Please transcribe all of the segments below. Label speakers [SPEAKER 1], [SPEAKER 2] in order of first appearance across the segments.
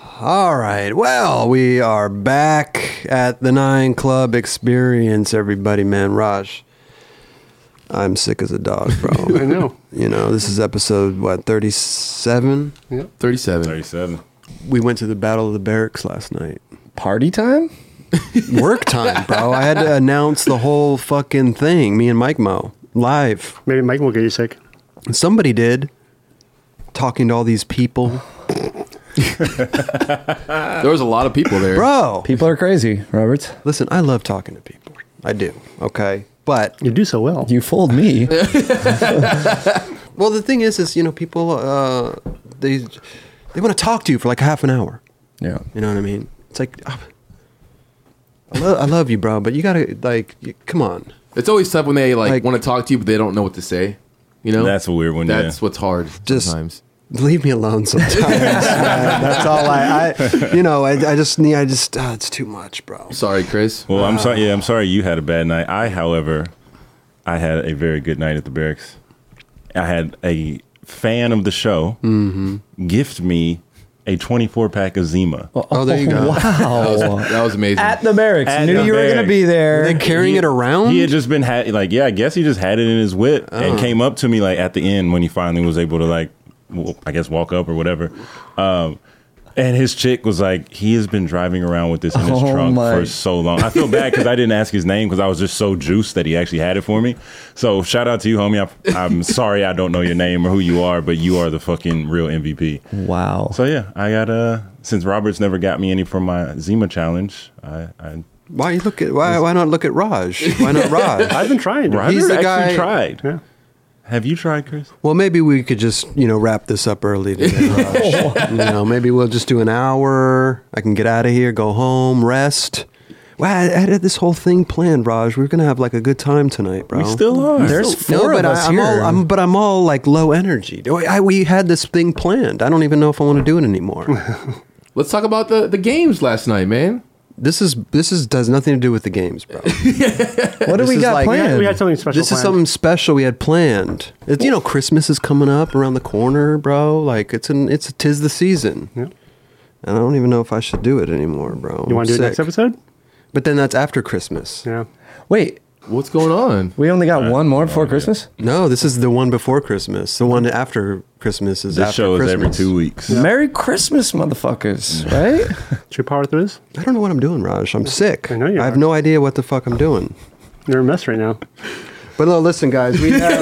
[SPEAKER 1] All right. Well, we are back at the Nine Club Experience, everybody, man. Raj, I'm sick as a dog, bro.
[SPEAKER 2] I know.
[SPEAKER 1] you Oh, know, this is episode, what, 37?
[SPEAKER 2] Yeah.
[SPEAKER 3] 37.
[SPEAKER 4] 37.
[SPEAKER 1] We went to the Battle of the Barracks last night.
[SPEAKER 3] Party time?
[SPEAKER 1] Work time, bro. I had to announce the whole fucking thing, me and Mike Mo, live.
[SPEAKER 2] Maybe Mike will get you sick.
[SPEAKER 1] And somebody did, talking to all these people.
[SPEAKER 3] There was a lot of people there.
[SPEAKER 1] Bro,
[SPEAKER 5] People are crazy, Roberts.
[SPEAKER 1] listen, I love talking to people. I do, okay? But
[SPEAKER 2] You do so well.
[SPEAKER 5] You fooled me.
[SPEAKER 1] Well, the thing is, is you know, people uh, they they want to talk to you for like half an hour.
[SPEAKER 5] yeah.
[SPEAKER 1] You know what I mean? It's like ah, I, lo- I love you, bro, but you gotta like, you, come on.
[SPEAKER 3] It's always tough when they like,
[SPEAKER 1] Like-
[SPEAKER 3] want to talk to you, but they don't know what to say. You know?
[SPEAKER 4] That's a weird one.
[SPEAKER 3] That's
[SPEAKER 4] yeah.
[SPEAKER 3] what's hard
[SPEAKER 1] Just-
[SPEAKER 3] sometimes.
[SPEAKER 1] Leave me alone sometimes. man. That's all I, I, you know, I, I just need, I just, ah, it's too much, bro.
[SPEAKER 3] Sorry, Chris.
[SPEAKER 4] Well, I'm sorry. Yeah, I'm sorry you had a bad night. I, however, I had a very good night at the barracks. I had a fan of the show
[SPEAKER 3] Mm-hmm.
[SPEAKER 4] gift me a 24 pack of Zima.
[SPEAKER 1] Oh, there you go.
[SPEAKER 3] That was,
[SPEAKER 5] Wow.
[SPEAKER 3] that was amazing.
[SPEAKER 5] At the barracks.
[SPEAKER 4] At
[SPEAKER 5] Knew
[SPEAKER 4] the
[SPEAKER 5] you were going
[SPEAKER 4] barracks.
[SPEAKER 5] to be there.
[SPEAKER 1] They carrying
[SPEAKER 4] He-
[SPEAKER 1] it around? Oh.
[SPEAKER 4] He had just been had like yeah, I guess he just had it in his whip and came up to me like at the end when he finally was able to like w- I guess walk up or whatever. Um and his chick was like, he has been driving around with this in his
[SPEAKER 5] Oh
[SPEAKER 4] trunk
[SPEAKER 5] my.
[SPEAKER 4] for so long. I feel bad because I didn't ask his name because I was just so juiced that he actually had it for me. So shout out to you, homie. I, I'm sorry I don't know your name or who you are, but you are the fucking real MVP.
[SPEAKER 5] wow.
[SPEAKER 4] So yeah, I got uh since Roberts never got me any for my Zima challenge, I, I
[SPEAKER 1] Why you look at, why, why not look at Raj? Why not Raj?
[SPEAKER 2] I've been trying. to.
[SPEAKER 4] Roger
[SPEAKER 1] He's the
[SPEAKER 4] actually
[SPEAKER 1] guy-
[SPEAKER 4] tried.
[SPEAKER 2] Yeah.
[SPEAKER 4] Have you tried, Chris?
[SPEAKER 1] well, maybe we could just, you know, wrap this up early today, Raj. you know, maybe we'll just do an hour. I can get out of here, go home, rest. Wow, I I had this whole thing planned, Raj. We were gonna have like a good time tonight, bro.
[SPEAKER 4] We still are.
[SPEAKER 5] There's four
[SPEAKER 1] but
[SPEAKER 5] of us
[SPEAKER 1] I, am
[SPEAKER 5] here.
[SPEAKER 1] All, I'm, but I'm all like low energy. Do I, I- we had this thing planned. I don't even know if I want to do it anymore.
[SPEAKER 3] Let's talk about the, the games last night, man.
[SPEAKER 1] this is this is does nothing to do with the games, bro.
[SPEAKER 5] what do
[SPEAKER 1] this
[SPEAKER 5] we
[SPEAKER 1] is
[SPEAKER 5] got
[SPEAKER 1] like-
[SPEAKER 5] planned?
[SPEAKER 2] We had something special.
[SPEAKER 1] this is
[SPEAKER 2] planned.
[SPEAKER 1] something special we had planned. It's you know Christmas is coming up around the corner, bro. Like it's an it's tis the season.
[SPEAKER 2] Yeah.
[SPEAKER 1] And I don't even know if I should do it anymore, bro.
[SPEAKER 2] You want to do it next episode?
[SPEAKER 1] But then that's after Christmas.
[SPEAKER 2] Yeah.
[SPEAKER 5] Wait,
[SPEAKER 3] What's going on?
[SPEAKER 5] we only got one more before Christmas?
[SPEAKER 1] No, this is the one before Christmas. The one after Christmas is
[SPEAKER 4] This
[SPEAKER 1] after
[SPEAKER 4] show is
[SPEAKER 1] Christmas.
[SPEAKER 4] every two weeks.
[SPEAKER 5] Merry Christmas, motherfuckers, right?
[SPEAKER 2] Should we power through this?
[SPEAKER 1] I don't know what I'm doing, Raj. I'm sick.
[SPEAKER 2] I know you
[SPEAKER 1] I have
[SPEAKER 2] are.
[SPEAKER 1] no idea what the fuck I'm doing.
[SPEAKER 2] You're a mess right now.
[SPEAKER 1] But no, listen, guys, we have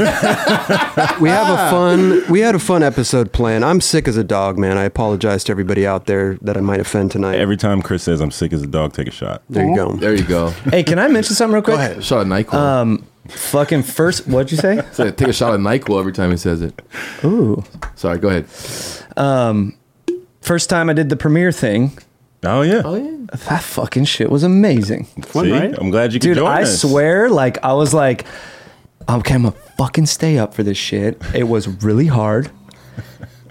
[SPEAKER 1] we have Ah. a fun we had a fun episode planned. I'm sick as a dog, man. I apologize to everybody out there that I might offend tonight.
[SPEAKER 4] Every time Chris says I'm sick as a dog, take a shot.
[SPEAKER 1] there you go.
[SPEAKER 3] There you go.
[SPEAKER 5] hey, can I mention something real quick?
[SPEAKER 1] ahead.
[SPEAKER 3] Shot of NyQuil.
[SPEAKER 1] Uh,
[SPEAKER 5] Um, fucking first, what'd you say?
[SPEAKER 3] It's like, take a shot of NyQuil every time he says it.
[SPEAKER 5] Ooh.
[SPEAKER 3] Sorry, go ahead.
[SPEAKER 5] First time I did the premiere thing,
[SPEAKER 4] Oh yeah.
[SPEAKER 3] Oh, yeah.
[SPEAKER 5] that fucking shit was amazing.
[SPEAKER 2] One,
[SPEAKER 4] See?
[SPEAKER 2] right?
[SPEAKER 4] I'm glad you could
[SPEAKER 5] Dude,
[SPEAKER 4] join
[SPEAKER 5] I
[SPEAKER 4] us.
[SPEAKER 5] swear, like I was like, okay, I'm gonna fucking stay up for this shit. It was really hard.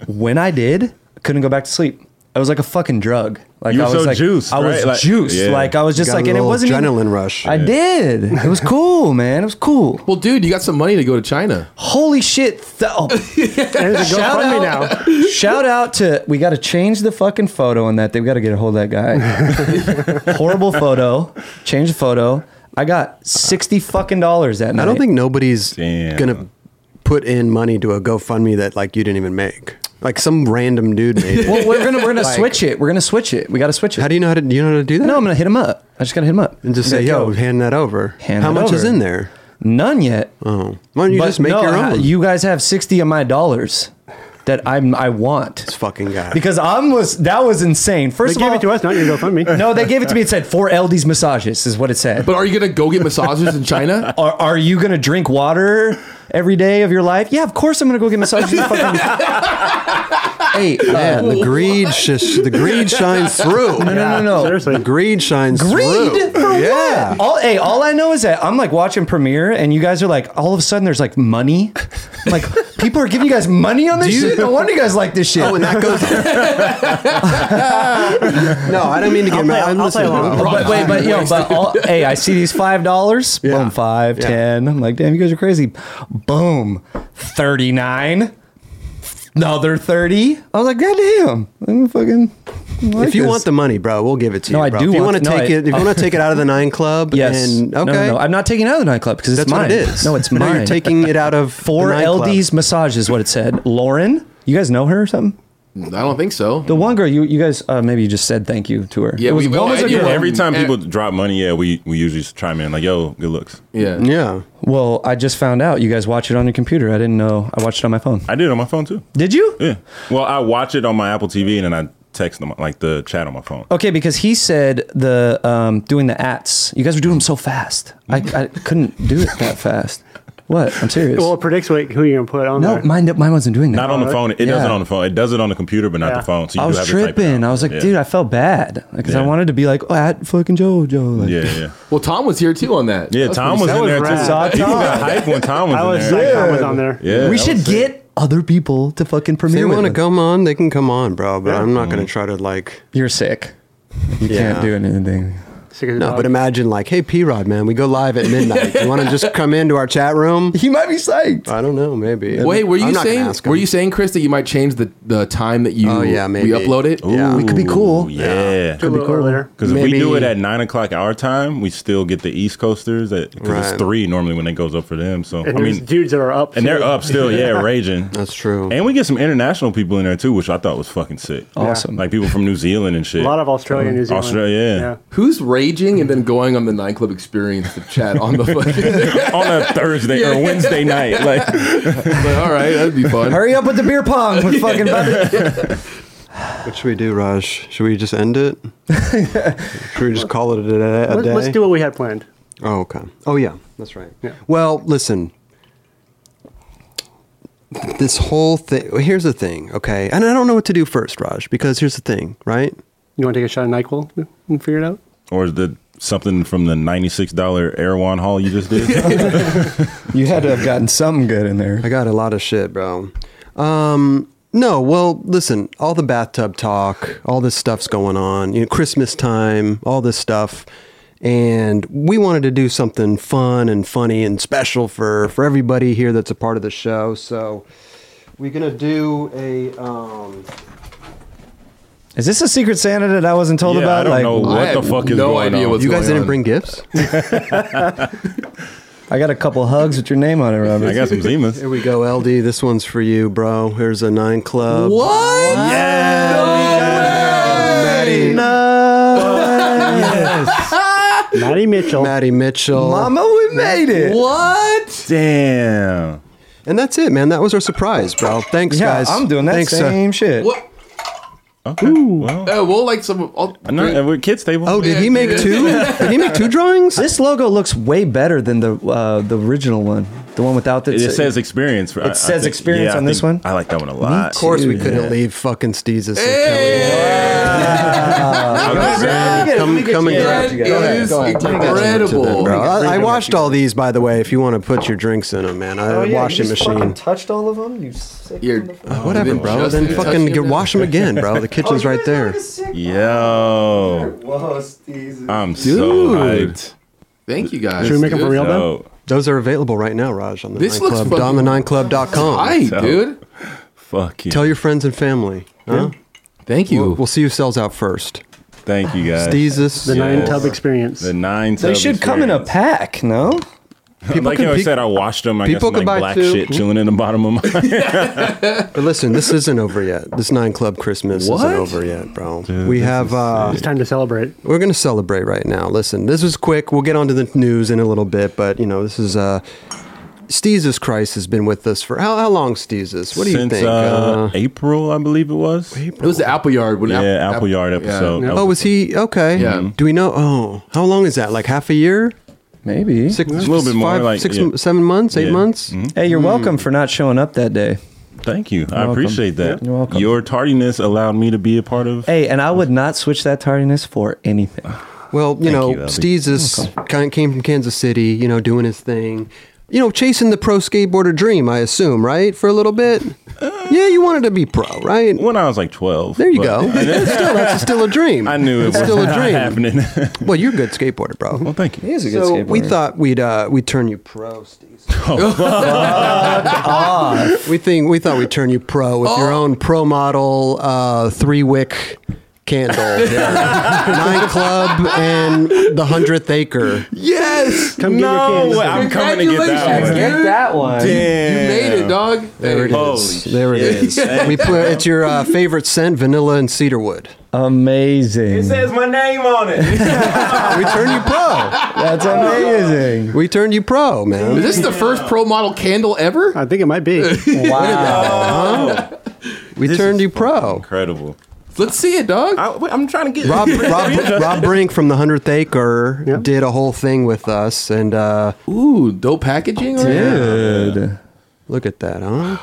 [SPEAKER 5] When I did, couldn't go back to sleep. I was like a fucking drug. Like
[SPEAKER 4] You
[SPEAKER 5] I
[SPEAKER 4] were
[SPEAKER 5] was
[SPEAKER 4] so
[SPEAKER 5] like
[SPEAKER 4] juiced,
[SPEAKER 5] I was
[SPEAKER 4] right? Like-
[SPEAKER 5] juiced.
[SPEAKER 4] Yeah.
[SPEAKER 5] Like I was just
[SPEAKER 1] Got
[SPEAKER 5] like,
[SPEAKER 1] a
[SPEAKER 5] and it
[SPEAKER 1] little
[SPEAKER 5] wasn't even-
[SPEAKER 1] adrenaline rush.
[SPEAKER 5] I did. It was cool, man. It was cool.
[SPEAKER 3] Well, dude, you got some money to go to China.
[SPEAKER 5] Holy shit! Th- oh,
[SPEAKER 2] And it's a
[SPEAKER 5] shout
[SPEAKER 2] GoFundMe now.
[SPEAKER 5] out! shout out to we got to change the fucking photo on that. They've got to get a hold of that guy. Horrible photo. Change the photo. I got sixty fucking dollars that night.
[SPEAKER 1] I don't think nobody's
[SPEAKER 4] Damn.
[SPEAKER 1] gonna put in money to a GoFundMe that like you didn't even make. Like some random dude made it.
[SPEAKER 5] Well, we're gonna we're gonna switch it. We're gonna switch it. We gotta switch it.
[SPEAKER 1] How do you know how to do you know how to do that?
[SPEAKER 5] no, I'm gonna hit him up. I just gotta hit him up
[SPEAKER 1] and just
[SPEAKER 5] Be
[SPEAKER 1] say,
[SPEAKER 5] like,
[SPEAKER 1] yo, hand that over.
[SPEAKER 5] Hand
[SPEAKER 1] how
[SPEAKER 5] it
[SPEAKER 1] much is
[SPEAKER 5] over.
[SPEAKER 1] in there?
[SPEAKER 5] none yet.
[SPEAKER 1] Oh. Why don't you
[SPEAKER 5] But
[SPEAKER 1] just make
[SPEAKER 5] no,
[SPEAKER 1] your
[SPEAKER 5] I-
[SPEAKER 1] own?
[SPEAKER 5] You guys have sixty of my dollars that I'm I
[SPEAKER 1] this
[SPEAKER 5] want
[SPEAKER 1] fucking guy.
[SPEAKER 5] because I'm was that was insane.
[SPEAKER 2] They
[SPEAKER 5] First of
[SPEAKER 2] gave
[SPEAKER 5] all,
[SPEAKER 2] it to us, not your GoFundMe.
[SPEAKER 5] no, they gave it to me. It said for LD's massages is what it said.
[SPEAKER 3] But are you going to go get massages in China?
[SPEAKER 5] are, are you gonna drink water every day of your life? Yeah, of course I'm gonna go get massages. Fucking- hey,
[SPEAKER 1] Man,
[SPEAKER 5] uh,
[SPEAKER 1] the greed sh- the greed shines through.
[SPEAKER 5] no, no, no, no.
[SPEAKER 1] The
[SPEAKER 2] Seriously.
[SPEAKER 1] greed shines
[SPEAKER 5] Greed
[SPEAKER 1] through.
[SPEAKER 5] for
[SPEAKER 1] yeah.
[SPEAKER 5] what? All, hey, all I know is that I'm like watching premiere, and you guys are like, all of a sudden, there's like money. I'm like people are giving you guys money on this shit. No wonder you guys like this shit.
[SPEAKER 1] Oh, and that goes. no, I don't mean to get mad.
[SPEAKER 2] play-
[SPEAKER 1] I'm
[SPEAKER 2] I'll
[SPEAKER 1] listening.
[SPEAKER 2] play along.
[SPEAKER 1] bro.
[SPEAKER 5] but wait, but yo, but all, hey, I see these five dollars. Boom, five,
[SPEAKER 1] Yeah.
[SPEAKER 5] ten. I'm like, damn, you guys are crazy. Boom, thirty nine. Another thirty. I was like, god damn, I'm fucking.
[SPEAKER 1] if you want the money, bro, we'll give it to
[SPEAKER 5] No,
[SPEAKER 1] you.
[SPEAKER 5] I
[SPEAKER 1] bro.
[SPEAKER 5] do
[SPEAKER 1] If you
[SPEAKER 5] want-
[SPEAKER 1] want to
[SPEAKER 5] no,
[SPEAKER 1] take
[SPEAKER 5] I-
[SPEAKER 1] it, if you want to take it out of the nine club,
[SPEAKER 5] Yes.
[SPEAKER 1] and
[SPEAKER 5] No,
[SPEAKER 1] okay,
[SPEAKER 5] no, no. I'm not taking it out of the nightclub because it's
[SPEAKER 1] that's
[SPEAKER 5] mine.
[SPEAKER 1] what it is.
[SPEAKER 5] No, it's
[SPEAKER 1] No,
[SPEAKER 5] mine.
[SPEAKER 1] you're taking it out of the
[SPEAKER 5] four
[SPEAKER 1] nine club.
[SPEAKER 5] LD's massage is what it said. Lauren, you guys know her or something?
[SPEAKER 3] I don't think so.
[SPEAKER 5] The one girl you you guys uh, maybe you just said thank you to her.
[SPEAKER 3] Yeah,
[SPEAKER 5] it was
[SPEAKER 3] we-
[SPEAKER 5] one
[SPEAKER 3] well,
[SPEAKER 5] was a
[SPEAKER 3] anyway.
[SPEAKER 5] girl.
[SPEAKER 4] Every time
[SPEAKER 3] Eh.
[SPEAKER 4] people drop money, yeah, we, we usually just chime in like, "Yo, good looks."
[SPEAKER 3] Yeah.
[SPEAKER 1] Yeah,
[SPEAKER 5] Well, I just found out you guys watch it on your computer. I didn't know. I watched it on my phone.
[SPEAKER 4] I did it on my phone too.
[SPEAKER 5] Did you?
[SPEAKER 4] Yeah. Well, I watch it on my Apple TV and then I text them like the chat on my phone.
[SPEAKER 5] Okay, because he said the um, doing the ats. You guys were doing them so fast. I, I couldn't do it that fast. What? I'm serious.
[SPEAKER 2] Well, it predicts what, who you're going to put on
[SPEAKER 5] no,
[SPEAKER 2] there.
[SPEAKER 5] mine mine wasn't doing that.
[SPEAKER 4] Not on the phone. It does
[SPEAKER 5] Yeah.
[SPEAKER 4] it on the phone. It does it on the computer, but not
[SPEAKER 2] Yeah.
[SPEAKER 4] the phone. So you
[SPEAKER 5] I
[SPEAKER 4] do
[SPEAKER 5] was
[SPEAKER 4] have to type it
[SPEAKER 5] tripping.
[SPEAKER 4] out.
[SPEAKER 5] I was like,
[SPEAKER 4] Yeah.
[SPEAKER 5] dude, I felt bad because I
[SPEAKER 4] Yeah.
[SPEAKER 5] wanted to be like, oh, at fucking Joe, Joe. Like,
[SPEAKER 4] Yeah, yeah.
[SPEAKER 3] Well, Tom was here too on that.
[SPEAKER 4] Yeah,
[SPEAKER 3] That's
[SPEAKER 4] Tom was
[SPEAKER 3] pretty
[SPEAKER 2] that
[SPEAKER 4] in
[SPEAKER 2] was
[SPEAKER 4] there
[SPEAKER 2] rad.
[SPEAKER 4] too.
[SPEAKER 5] Saw
[SPEAKER 4] People
[SPEAKER 5] Tom.
[SPEAKER 4] got hype when Tom was
[SPEAKER 2] I was
[SPEAKER 4] in there.
[SPEAKER 2] like, I was on there.
[SPEAKER 4] Yeah,
[SPEAKER 5] we
[SPEAKER 4] that
[SPEAKER 5] should
[SPEAKER 4] was sick.
[SPEAKER 5] get other people to fucking
[SPEAKER 1] if
[SPEAKER 5] premiere.
[SPEAKER 1] they
[SPEAKER 5] with
[SPEAKER 1] want to
[SPEAKER 5] us.
[SPEAKER 1] come on, they can come on, bro. But
[SPEAKER 2] Yeah.
[SPEAKER 1] I'm not gonna try to like.
[SPEAKER 5] You're sick. You
[SPEAKER 1] Yeah.
[SPEAKER 5] can't do anything.
[SPEAKER 2] Sick as a
[SPEAKER 1] No,
[SPEAKER 2] dog.
[SPEAKER 1] but imagine like, hey, P Rod, man, we go live at midnight. you want to just come into our chat room?
[SPEAKER 5] He might be
[SPEAKER 4] Uh,
[SPEAKER 5] psyched.
[SPEAKER 1] I don't know, maybe.
[SPEAKER 3] Wait, were you
[SPEAKER 1] I'm not gonna
[SPEAKER 3] saying
[SPEAKER 1] ask
[SPEAKER 3] were
[SPEAKER 1] him.
[SPEAKER 3] you saying Chris that you might change the, the time that you
[SPEAKER 1] Oh, yeah, maybe.
[SPEAKER 3] we upload it?
[SPEAKER 1] Yeah.
[SPEAKER 5] It could be
[SPEAKER 4] Ooh,
[SPEAKER 5] cool.
[SPEAKER 4] Yeah.
[SPEAKER 2] Could be cool later.
[SPEAKER 4] Because if we do it
[SPEAKER 1] Maybe-
[SPEAKER 4] at nine o'clock our time, we still get the East Coasters at because
[SPEAKER 1] Right.
[SPEAKER 4] it's three normally when it goes up for them. So
[SPEAKER 2] And
[SPEAKER 4] I
[SPEAKER 2] there's
[SPEAKER 4] mean,
[SPEAKER 2] dudes that are up.
[SPEAKER 4] and they're
[SPEAKER 2] too.
[SPEAKER 4] up still, yeah, raging.
[SPEAKER 1] That's true.
[SPEAKER 4] And we get some international people in there too, which I thought was fucking sick.
[SPEAKER 5] Awesome.
[SPEAKER 4] Like people from New Zealand and shit.
[SPEAKER 2] A lot of Australia, New Zealand.
[SPEAKER 4] Australia, yeah.
[SPEAKER 3] Who's raging and
[SPEAKER 4] Mm-hmm.
[SPEAKER 3] then going on the nightclub experience to chat on the fucking?
[SPEAKER 4] on a Thursday or Wednesday night. Like
[SPEAKER 3] Like, all right, that'd be fun.
[SPEAKER 5] Hurry up with the beer pong. We're fucking about to-
[SPEAKER 1] What should we do, Raj? Should we just end it? should we just call it a, da- a
[SPEAKER 2] Let,
[SPEAKER 1] day?
[SPEAKER 2] us do what we had planned.
[SPEAKER 1] Oh, okay. Oh, yeah. That's right.
[SPEAKER 2] Yeah.
[SPEAKER 1] Well, listen. This whole thing. Here's the thing, okay? And I don't know what to do first, Raj, because here's the thing, right?
[SPEAKER 2] You want to take a shot of Nyquil and figure it out?
[SPEAKER 4] or is the something from the ninety six dollar Erewhon haul you just did?
[SPEAKER 5] you had to have gotten something good in there.
[SPEAKER 1] I got a lot of shit, bro. Um, no, well, listen, all the bathtub talk, all this stuff's going on, you know, Christmas time, all this stuff. And we wanted to do something fun and funny and special for, for everybody here that's a part of the show. So we're going to do a. Um,
[SPEAKER 5] Is this a Secret Santa that I wasn't told
[SPEAKER 4] Yeah, I
[SPEAKER 5] about?
[SPEAKER 4] don't
[SPEAKER 5] like,
[SPEAKER 4] know.
[SPEAKER 3] I
[SPEAKER 4] What
[SPEAKER 3] have
[SPEAKER 4] the fuck is
[SPEAKER 3] no
[SPEAKER 4] going
[SPEAKER 3] idea
[SPEAKER 4] on?
[SPEAKER 3] what's
[SPEAKER 1] you guys didn't
[SPEAKER 3] going on.
[SPEAKER 1] bring gifts?
[SPEAKER 5] I got a couple hugs with your name on it, Robert.
[SPEAKER 4] I got some Zimas.
[SPEAKER 1] Here we go, LD. This one's for you, bro. Here's a nine club.
[SPEAKER 3] What?
[SPEAKER 1] Maddie,
[SPEAKER 2] Maddie Mitchell.
[SPEAKER 1] Maddie Mitchell.
[SPEAKER 5] Mama, we made it.
[SPEAKER 3] What?
[SPEAKER 4] Damn.
[SPEAKER 1] And that's it, man. That was our surprise, bro. Thanks,
[SPEAKER 5] Yeah,
[SPEAKER 1] guys.
[SPEAKER 5] I'm doing that
[SPEAKER 1] Thanks, uh,
[SPEAKER 5] same shit.
[SPEAKER 3] What?
[SPEAKER 4] Okay. Well,
[SPEAKER 3] Uh, well, like some. I'll
[SPEAKER 4] no,
[SPEAKER 3] drink-
[SPEAKER 4] and we're kids table.
[SPEAKER 1] Oh, did
[SPEAKER 3] Yeah,
[SPEAKER 1] he make
[SPEAKER 3] yeah.
[SPEAKER 1] two? Did he make two drawings?
[SPEAKER 5] This logo looks way better than the uh, the original one, the one without the.
[SPEAKER 4] it says experience. It
[SPEAKER 5] says experience on this one?
[SPEAKER 4] I like that one a lot.
[SPEAKER 1] Of course, we
[SPEAKER 5] Dude,
[SPEAKER 1] couldn't leave fucking Steezes.
[SPEAKER 5] Come,
[SPEAKER 1] come and
[SPEAKER 3] That
[SPEAKER 1] grab
[SPEAKER 3] is incredible.
[SPEAKER 1] Bro, I, I washed all these, by the way. If you want to put your drinks in them, man, I
[SPEAKER 5] Oh,
[SPEAKER 1] had a Oh, washing machine.
[SPEAKER 5] touched all of them. You sick.
[SPEAKER 3] You're-
[SPEAKER 1] Whatever,
[SPEAKER 3] Didn't
[SPEAKER 1] bro.
[SPEAKER 3] just
[SPEAKER 1] Then
[SPEAKER 3] touch
[SPEAKER 1] fucking
[SPEAKER 3] him
[SPEAKER 1] get,
[SPEAKER 3] then?
[SPEAKER 1] wash them again, bro. The
[SPEAKER 5] Oh,
[SPEAKER 1] kitchen's right there.
[SPEAKER 4] Yo,
[SPEAKER 5] Whoa, Steve.
[SPEAKER 4] I'm so hyped.
[SPEAKER 3] Thank you guys.
[SPEAKER 2] Should we make 'em for
[SPEAKER 3] dude.
[SPEAKER 2] real?
[SPEAKER 4] Yo,
[SPEAKER 1] Those are available right now, Raj, on the
[SPEAKER 3] This
[SPEAKER 1] Nine
[SPEAKER 3] looks
[SPEAKER 1] Club.
[SPEAKER 3] fucking-
[SPEAKER 1] Dom9club.com.
[SPEAKER 3] Hi,
[SPEAKER 4] Oh, So-
[SPEAKER 3] dude.
[SPEAKER 4] fuck you.
[SPEAKER 1] Tell your friends and family. Huh?
[SPEAKER 3] Thank you.
[SPEAKER 1] We'll, we'll see who sells out first.
[SPEAKER 4] Thank you guys.
[SPEAKER 1] Steezes.
[SPEAKER 2] The nine
[SPEAKER 4] Yes.
[SPEAKER 2] tub experience.
[SPEAKER 4] The nine.
[SPEAKER 5] They should come in a pack, no?
[SPEAKER 4] People like
[SPEAKER 1] can
[SPEAKER 4] you always
[SPEAKER 1] pick-
[SPEAKER 4] said, I washed them. I
[SPEAKER 1] people
[SPEAKER 4] people
[SPEAKER 1] can
[SPEAKER 4] got some,
[SPEAKER 1] buy
[SPEAKER 4] like, black
[SPEAKER 1] two.
[SPEAKER 4] shit chilling in the bottom of my.
[SPEAKER 1] But listen, this isn't over yet. This Nine Club Christmas is
[SPEAKER 3] What?
[SPEAKER 1] isn't over yet, bro. we have uh,
[SPEAKER 2] it's time to celebrate.
[SPEAKER 1] we're gonna celebrate right now. Listen, this was quick. We'll get onto the news in a little bit, but you know, this is uh, Steezus Christ has been with us for how, how long? Steezus, what do you
[SPEAKER 4] Since,
[SPEAKER 1] think?
[SPEAKER 4] Uh, April, I believe it was.
[SPEAKER 3] It was the Apple Yard. When
[SPEAKER 4] Yeah,
[SPEAKER 3] App-
[SPEAKER 4] Apple Yard
[SPEAKER 3] yeah.
[SPEAKER 4] episode.
[SPEAKER 1] oh, was he okay?
[SPEAKER 3] Yeah.
[SPEAKER 1] Do we know? Oh, how long is that? Like half a year?
[SPEAKER 5] Maybe.
[SPEAKER 1] Six, a
[SPEAKER 4] little bit more, like, yeah.
[SPEAKER 1] seven months, eight
[SPEAKER 4] Yeah. Mm-hmm.
[SPEAKER 1] months.
[SPEAKER 5] Hey, you're welcome for not showing up that day.
[SPEAKER 4] Thank you. I
[SPEAKER 5] welcome.
[SPEAKER 4] appreciate that.
[SPEAKER 5] Yeah, you're welcome.
[SPEAKER 4] Your tardiness allowed me to be a part of.
[SPEAKER 5] Hey, and I would not switch that tardiness for anything.
[SPEAKER 1] Well, you
[SPEAKER 4] Thank
[SPEAKER 1] know,
[SPEAKER 4] you, Abby.
[SPEAKER 1] Steezus kind of came from Kansas City, you know, doing his thing. You know, chasing the pro skateboarder dream, I assume, right? For a little bit? yeah, you wanted to be pro, right?
[SPEAKER 4] When I was like 12.
[SPEAKER 1] There you
[SPEAKER 4] Uh, but
[SPEAKER 1] go. That's still, that's still a dream.
[SPEAKER 4] I knew it was
[SPEAKER 1] It's still a
[SPEAKER 4] not
[SPEAKER 1] dream.
[SPEAKER 4] happening.
[SPEAKER 1] Well, you're a good skateboarder, bro.
[SPEAKER 4] well, thank you.
[SPEAKER 5] is a
[SPEAKER 1] so we thought we'd uh, we'd turn you pro, Steve. we think we thought we'd turn you pro with your own pro model uh, three wick candle. Nightclub and the Hundredth Acre.
[SPEAKER 3] Yes.
[SPEAKER 2] Come get your
[SPEAKER 4] No,
[SPEAKER 2] kids.
[SPEAKER 4] I'm coming to get that
[SPEAKER 3] Congratulations,
[SPEAKER 4] one.
[SPEAKER 3] dude.
[SPEAKER 5] that one.
[SPEAKER 3] You
[SPEAKER 4] Damn.
[SPEAKER 3] made it, dog.
[SPEAKER 1] There it
[SPEAKER 4] Holy
[SPEAKER 1] is. There it is.
[SPEAKER 4] shit.
[SPEAKER 1] We put it's your uh, favorite scent, vanilla and cedarwood.
[SPEAKER 5] Amazing.
[SPEAKER 4] my name on it.
[SPEAKER 1] We turned you pro.
[SPEAKER 5] That's amazing.
[SPEAKER 1] We turned you pro,
[SPEAKER 3] Is
[SPEAKER 1] man.
[SPEAKER 3] this the first pro model candle ever?
[SPEAKER 2] I think it might be.
[SPEAKER 5] Wow.
[SPEAKER 1] We
[SPEAKER 4] This
[SPEAKER 1] turned
[SPEAKER 4] is
[SPEAKER 1] you pro.
[SPEAKER 4] Incredible.
[SPEAKER 3] Let's see it, dog.
[SPEAKER 4] I, am trying to get
[SPEAKER 1] Rob, Rob, Rob Brink from the Hundredth Acre
[SPEAKER 2] Yep.
[SPEAKER 1] did a whole thing with us, and uh,
[SPEAKER 3] Ooh, dope packaging. right now.
[SPEAKER 5] Dude.
[SPEAKER 1] look at that, huh?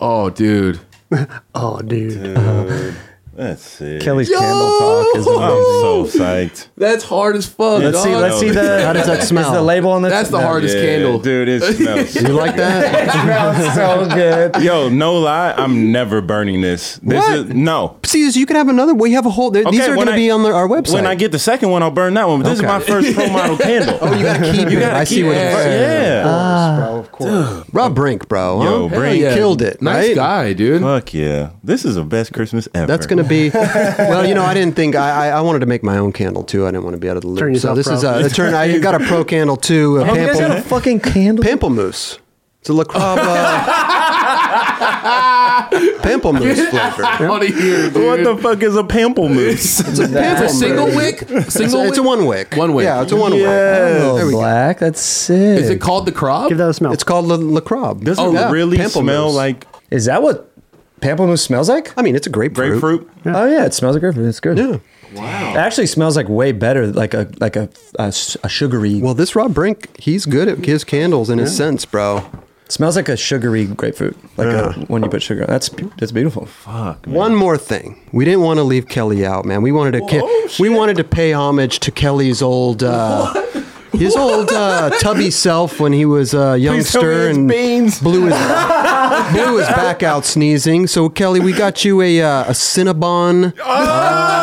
[SPEAKER 3] Oh, dude.
[SPEAKER 2] Oh, dude.
[SPEAKER 4] Let's see.
[SPEAKER 5] Kelly's
[SPEAKER 3] Yo!
[SPEAKER 5] candle talk is
[SPEAKER 4] I'm
[SPEAKER 5] amazing.
[SPEAKER 4] so psyched.
[SPEAKER 3] That's hard as fuck.
[SPEAKER 4] Let's
[SPEAKER 5] Let's see.
[SPEAKER 3] dog.
[SPEAKER 5] Let's see the.
[SPEAKER 1] How does that
[SPEAKER 5] is
[SPEAKER 1] smell?
[SPEAKER 5] the label on this?
[SPEAKER 3] That's the
[SPEAKER 5] No.
[SPEAKER 3] hardest candle.
[SPEAKER 4] dude. It smells.
[SPEAKER 1] You like that?
[SPEAKER 5] Smells so good.
[SPEAKER 4] Yo, no lie, I'm never burning this. This
[SPEAKER 1] What?
[SPEAKER 4] is no.
[SPEAKER 1] See, you can have another. We have a whole. These
[SPEAKER 4] Okay,
[SPEAKER 1] are
[SPEAKER 4] when
[SPEAKER 1] going to
[SPEAKER 4] I-
[SPEAKER 1] be on the, our website.
[SPEAKER 4] When I get the second one, I'll burn that one. But this
[SPEAKER 1] Okay.
[SPEAKER 4] is my first pro model candle. Oh,
[SPEAKER 1] you gotta keep it. Uh, I see what you're saying.
[SPEAKER 4] Yeah.
[SPEAKER 1] Rob Brink, bro. huh?
[SPEAKER 4] Yo, Brink.
[SPEAKER 1] He killed it.
[SPEAKER 3] Nice
[SPEAKER 1] right?
[SPEAKER 3] guy, dude.
[SPEAKER 4] Fuck yeah. This is the best Christmas ever.
[SPEAKER 1] That's gonna be well. You know, I didn't think I, I I wanted to make my own candle too. I didn't want to be out of the loop.
[SPEAKER 2] Turn
[SPEAKER 1] so
[SPEAKER 2] yourself
[SPEAKER 1] this is
[SPEAKER 2] pro.
[SPEAKER 1] a, a turn. I got a pro candle too. A
[SPEAKER 5] Oh, you guys got a
[SPEAKER 1] pample,
[SPEAKER 5] fucking candle.
[SPEAKER 1] pamplemousse. It's a La Crava pamplemousse flavor.
[SPEAKER 3] Out of here, dude.
[SPEAKER 4] What the fuck is a
[SPEAKER 1] It's
[SPEAKER 4] pamplemousse?
[SPEAKER 1] a,
[SPEAKER 3] It's a
[SPEAKER 1] pamplemousse.
[SPEAKER 3] single wick.
[SPEAKER 1] It's
[SPEAKER 3] Single.
[SPEAKER 1] a, it's a
[SPEAKER 3] wick?
[SPEAKER 1] one wick.
[SPEAKER 3] One wick.
[SPEAKER 1] Yeah, it's a one wick.
[SPEAKER 5] Oh,
[SPEAKER 1] There we go.
[SPEAKER 5] black. That's sick.
[SPEAKER 3] Is it called the crop?
[SPEAKER 2] Give that a smell.
[SPEAKER 1] It's called La, La Crava.
[SPEAKER 4] Does it
[SPEAKER 1] Oh, yeah,
[SPEAKER 4] really
[SPEAKER 1] pamplemousse.
[SPEAKER 4] smell like
[SPEAKER 5] Is that what pamplemousse smells like?
[SPEAKER 1] I mean, it's a grapefruit.
[SPEAKER 4] grapefruit?
[SPEAKER 5] Oh yeah, it smells like grapefruit. It's good.
[SPEAKER 1] Yeah.
[SPEAKER 5] It actually smells like way better, like a like a a, s- a sugary.
[SPEAKER 1] Well, this Rob Brink, he's good at his candles and his scents, bro.
[SPEAKER 5] smells like a sugary grapefruit, like a, when you put sugar. That's be- that's beautiful.
[SPEAKER 1] One more thing. We didn't want to leave Kelly out, man. We wanted to ki-
[SPEAKER 4] Oh,
[SPEAKER 1] we wanted to pay homage to Kelly's old uh, his old uh, tubby self when he was a youngster
[SPEAKER 4] it's
[SPEAKER 1] and
[SPEAKER 4] beans.
[SPEAKER 1] blew his blew his back out sneezing. So Kelly, we got you a uh, a Cinnabon
[SPEAKER 4] Oh,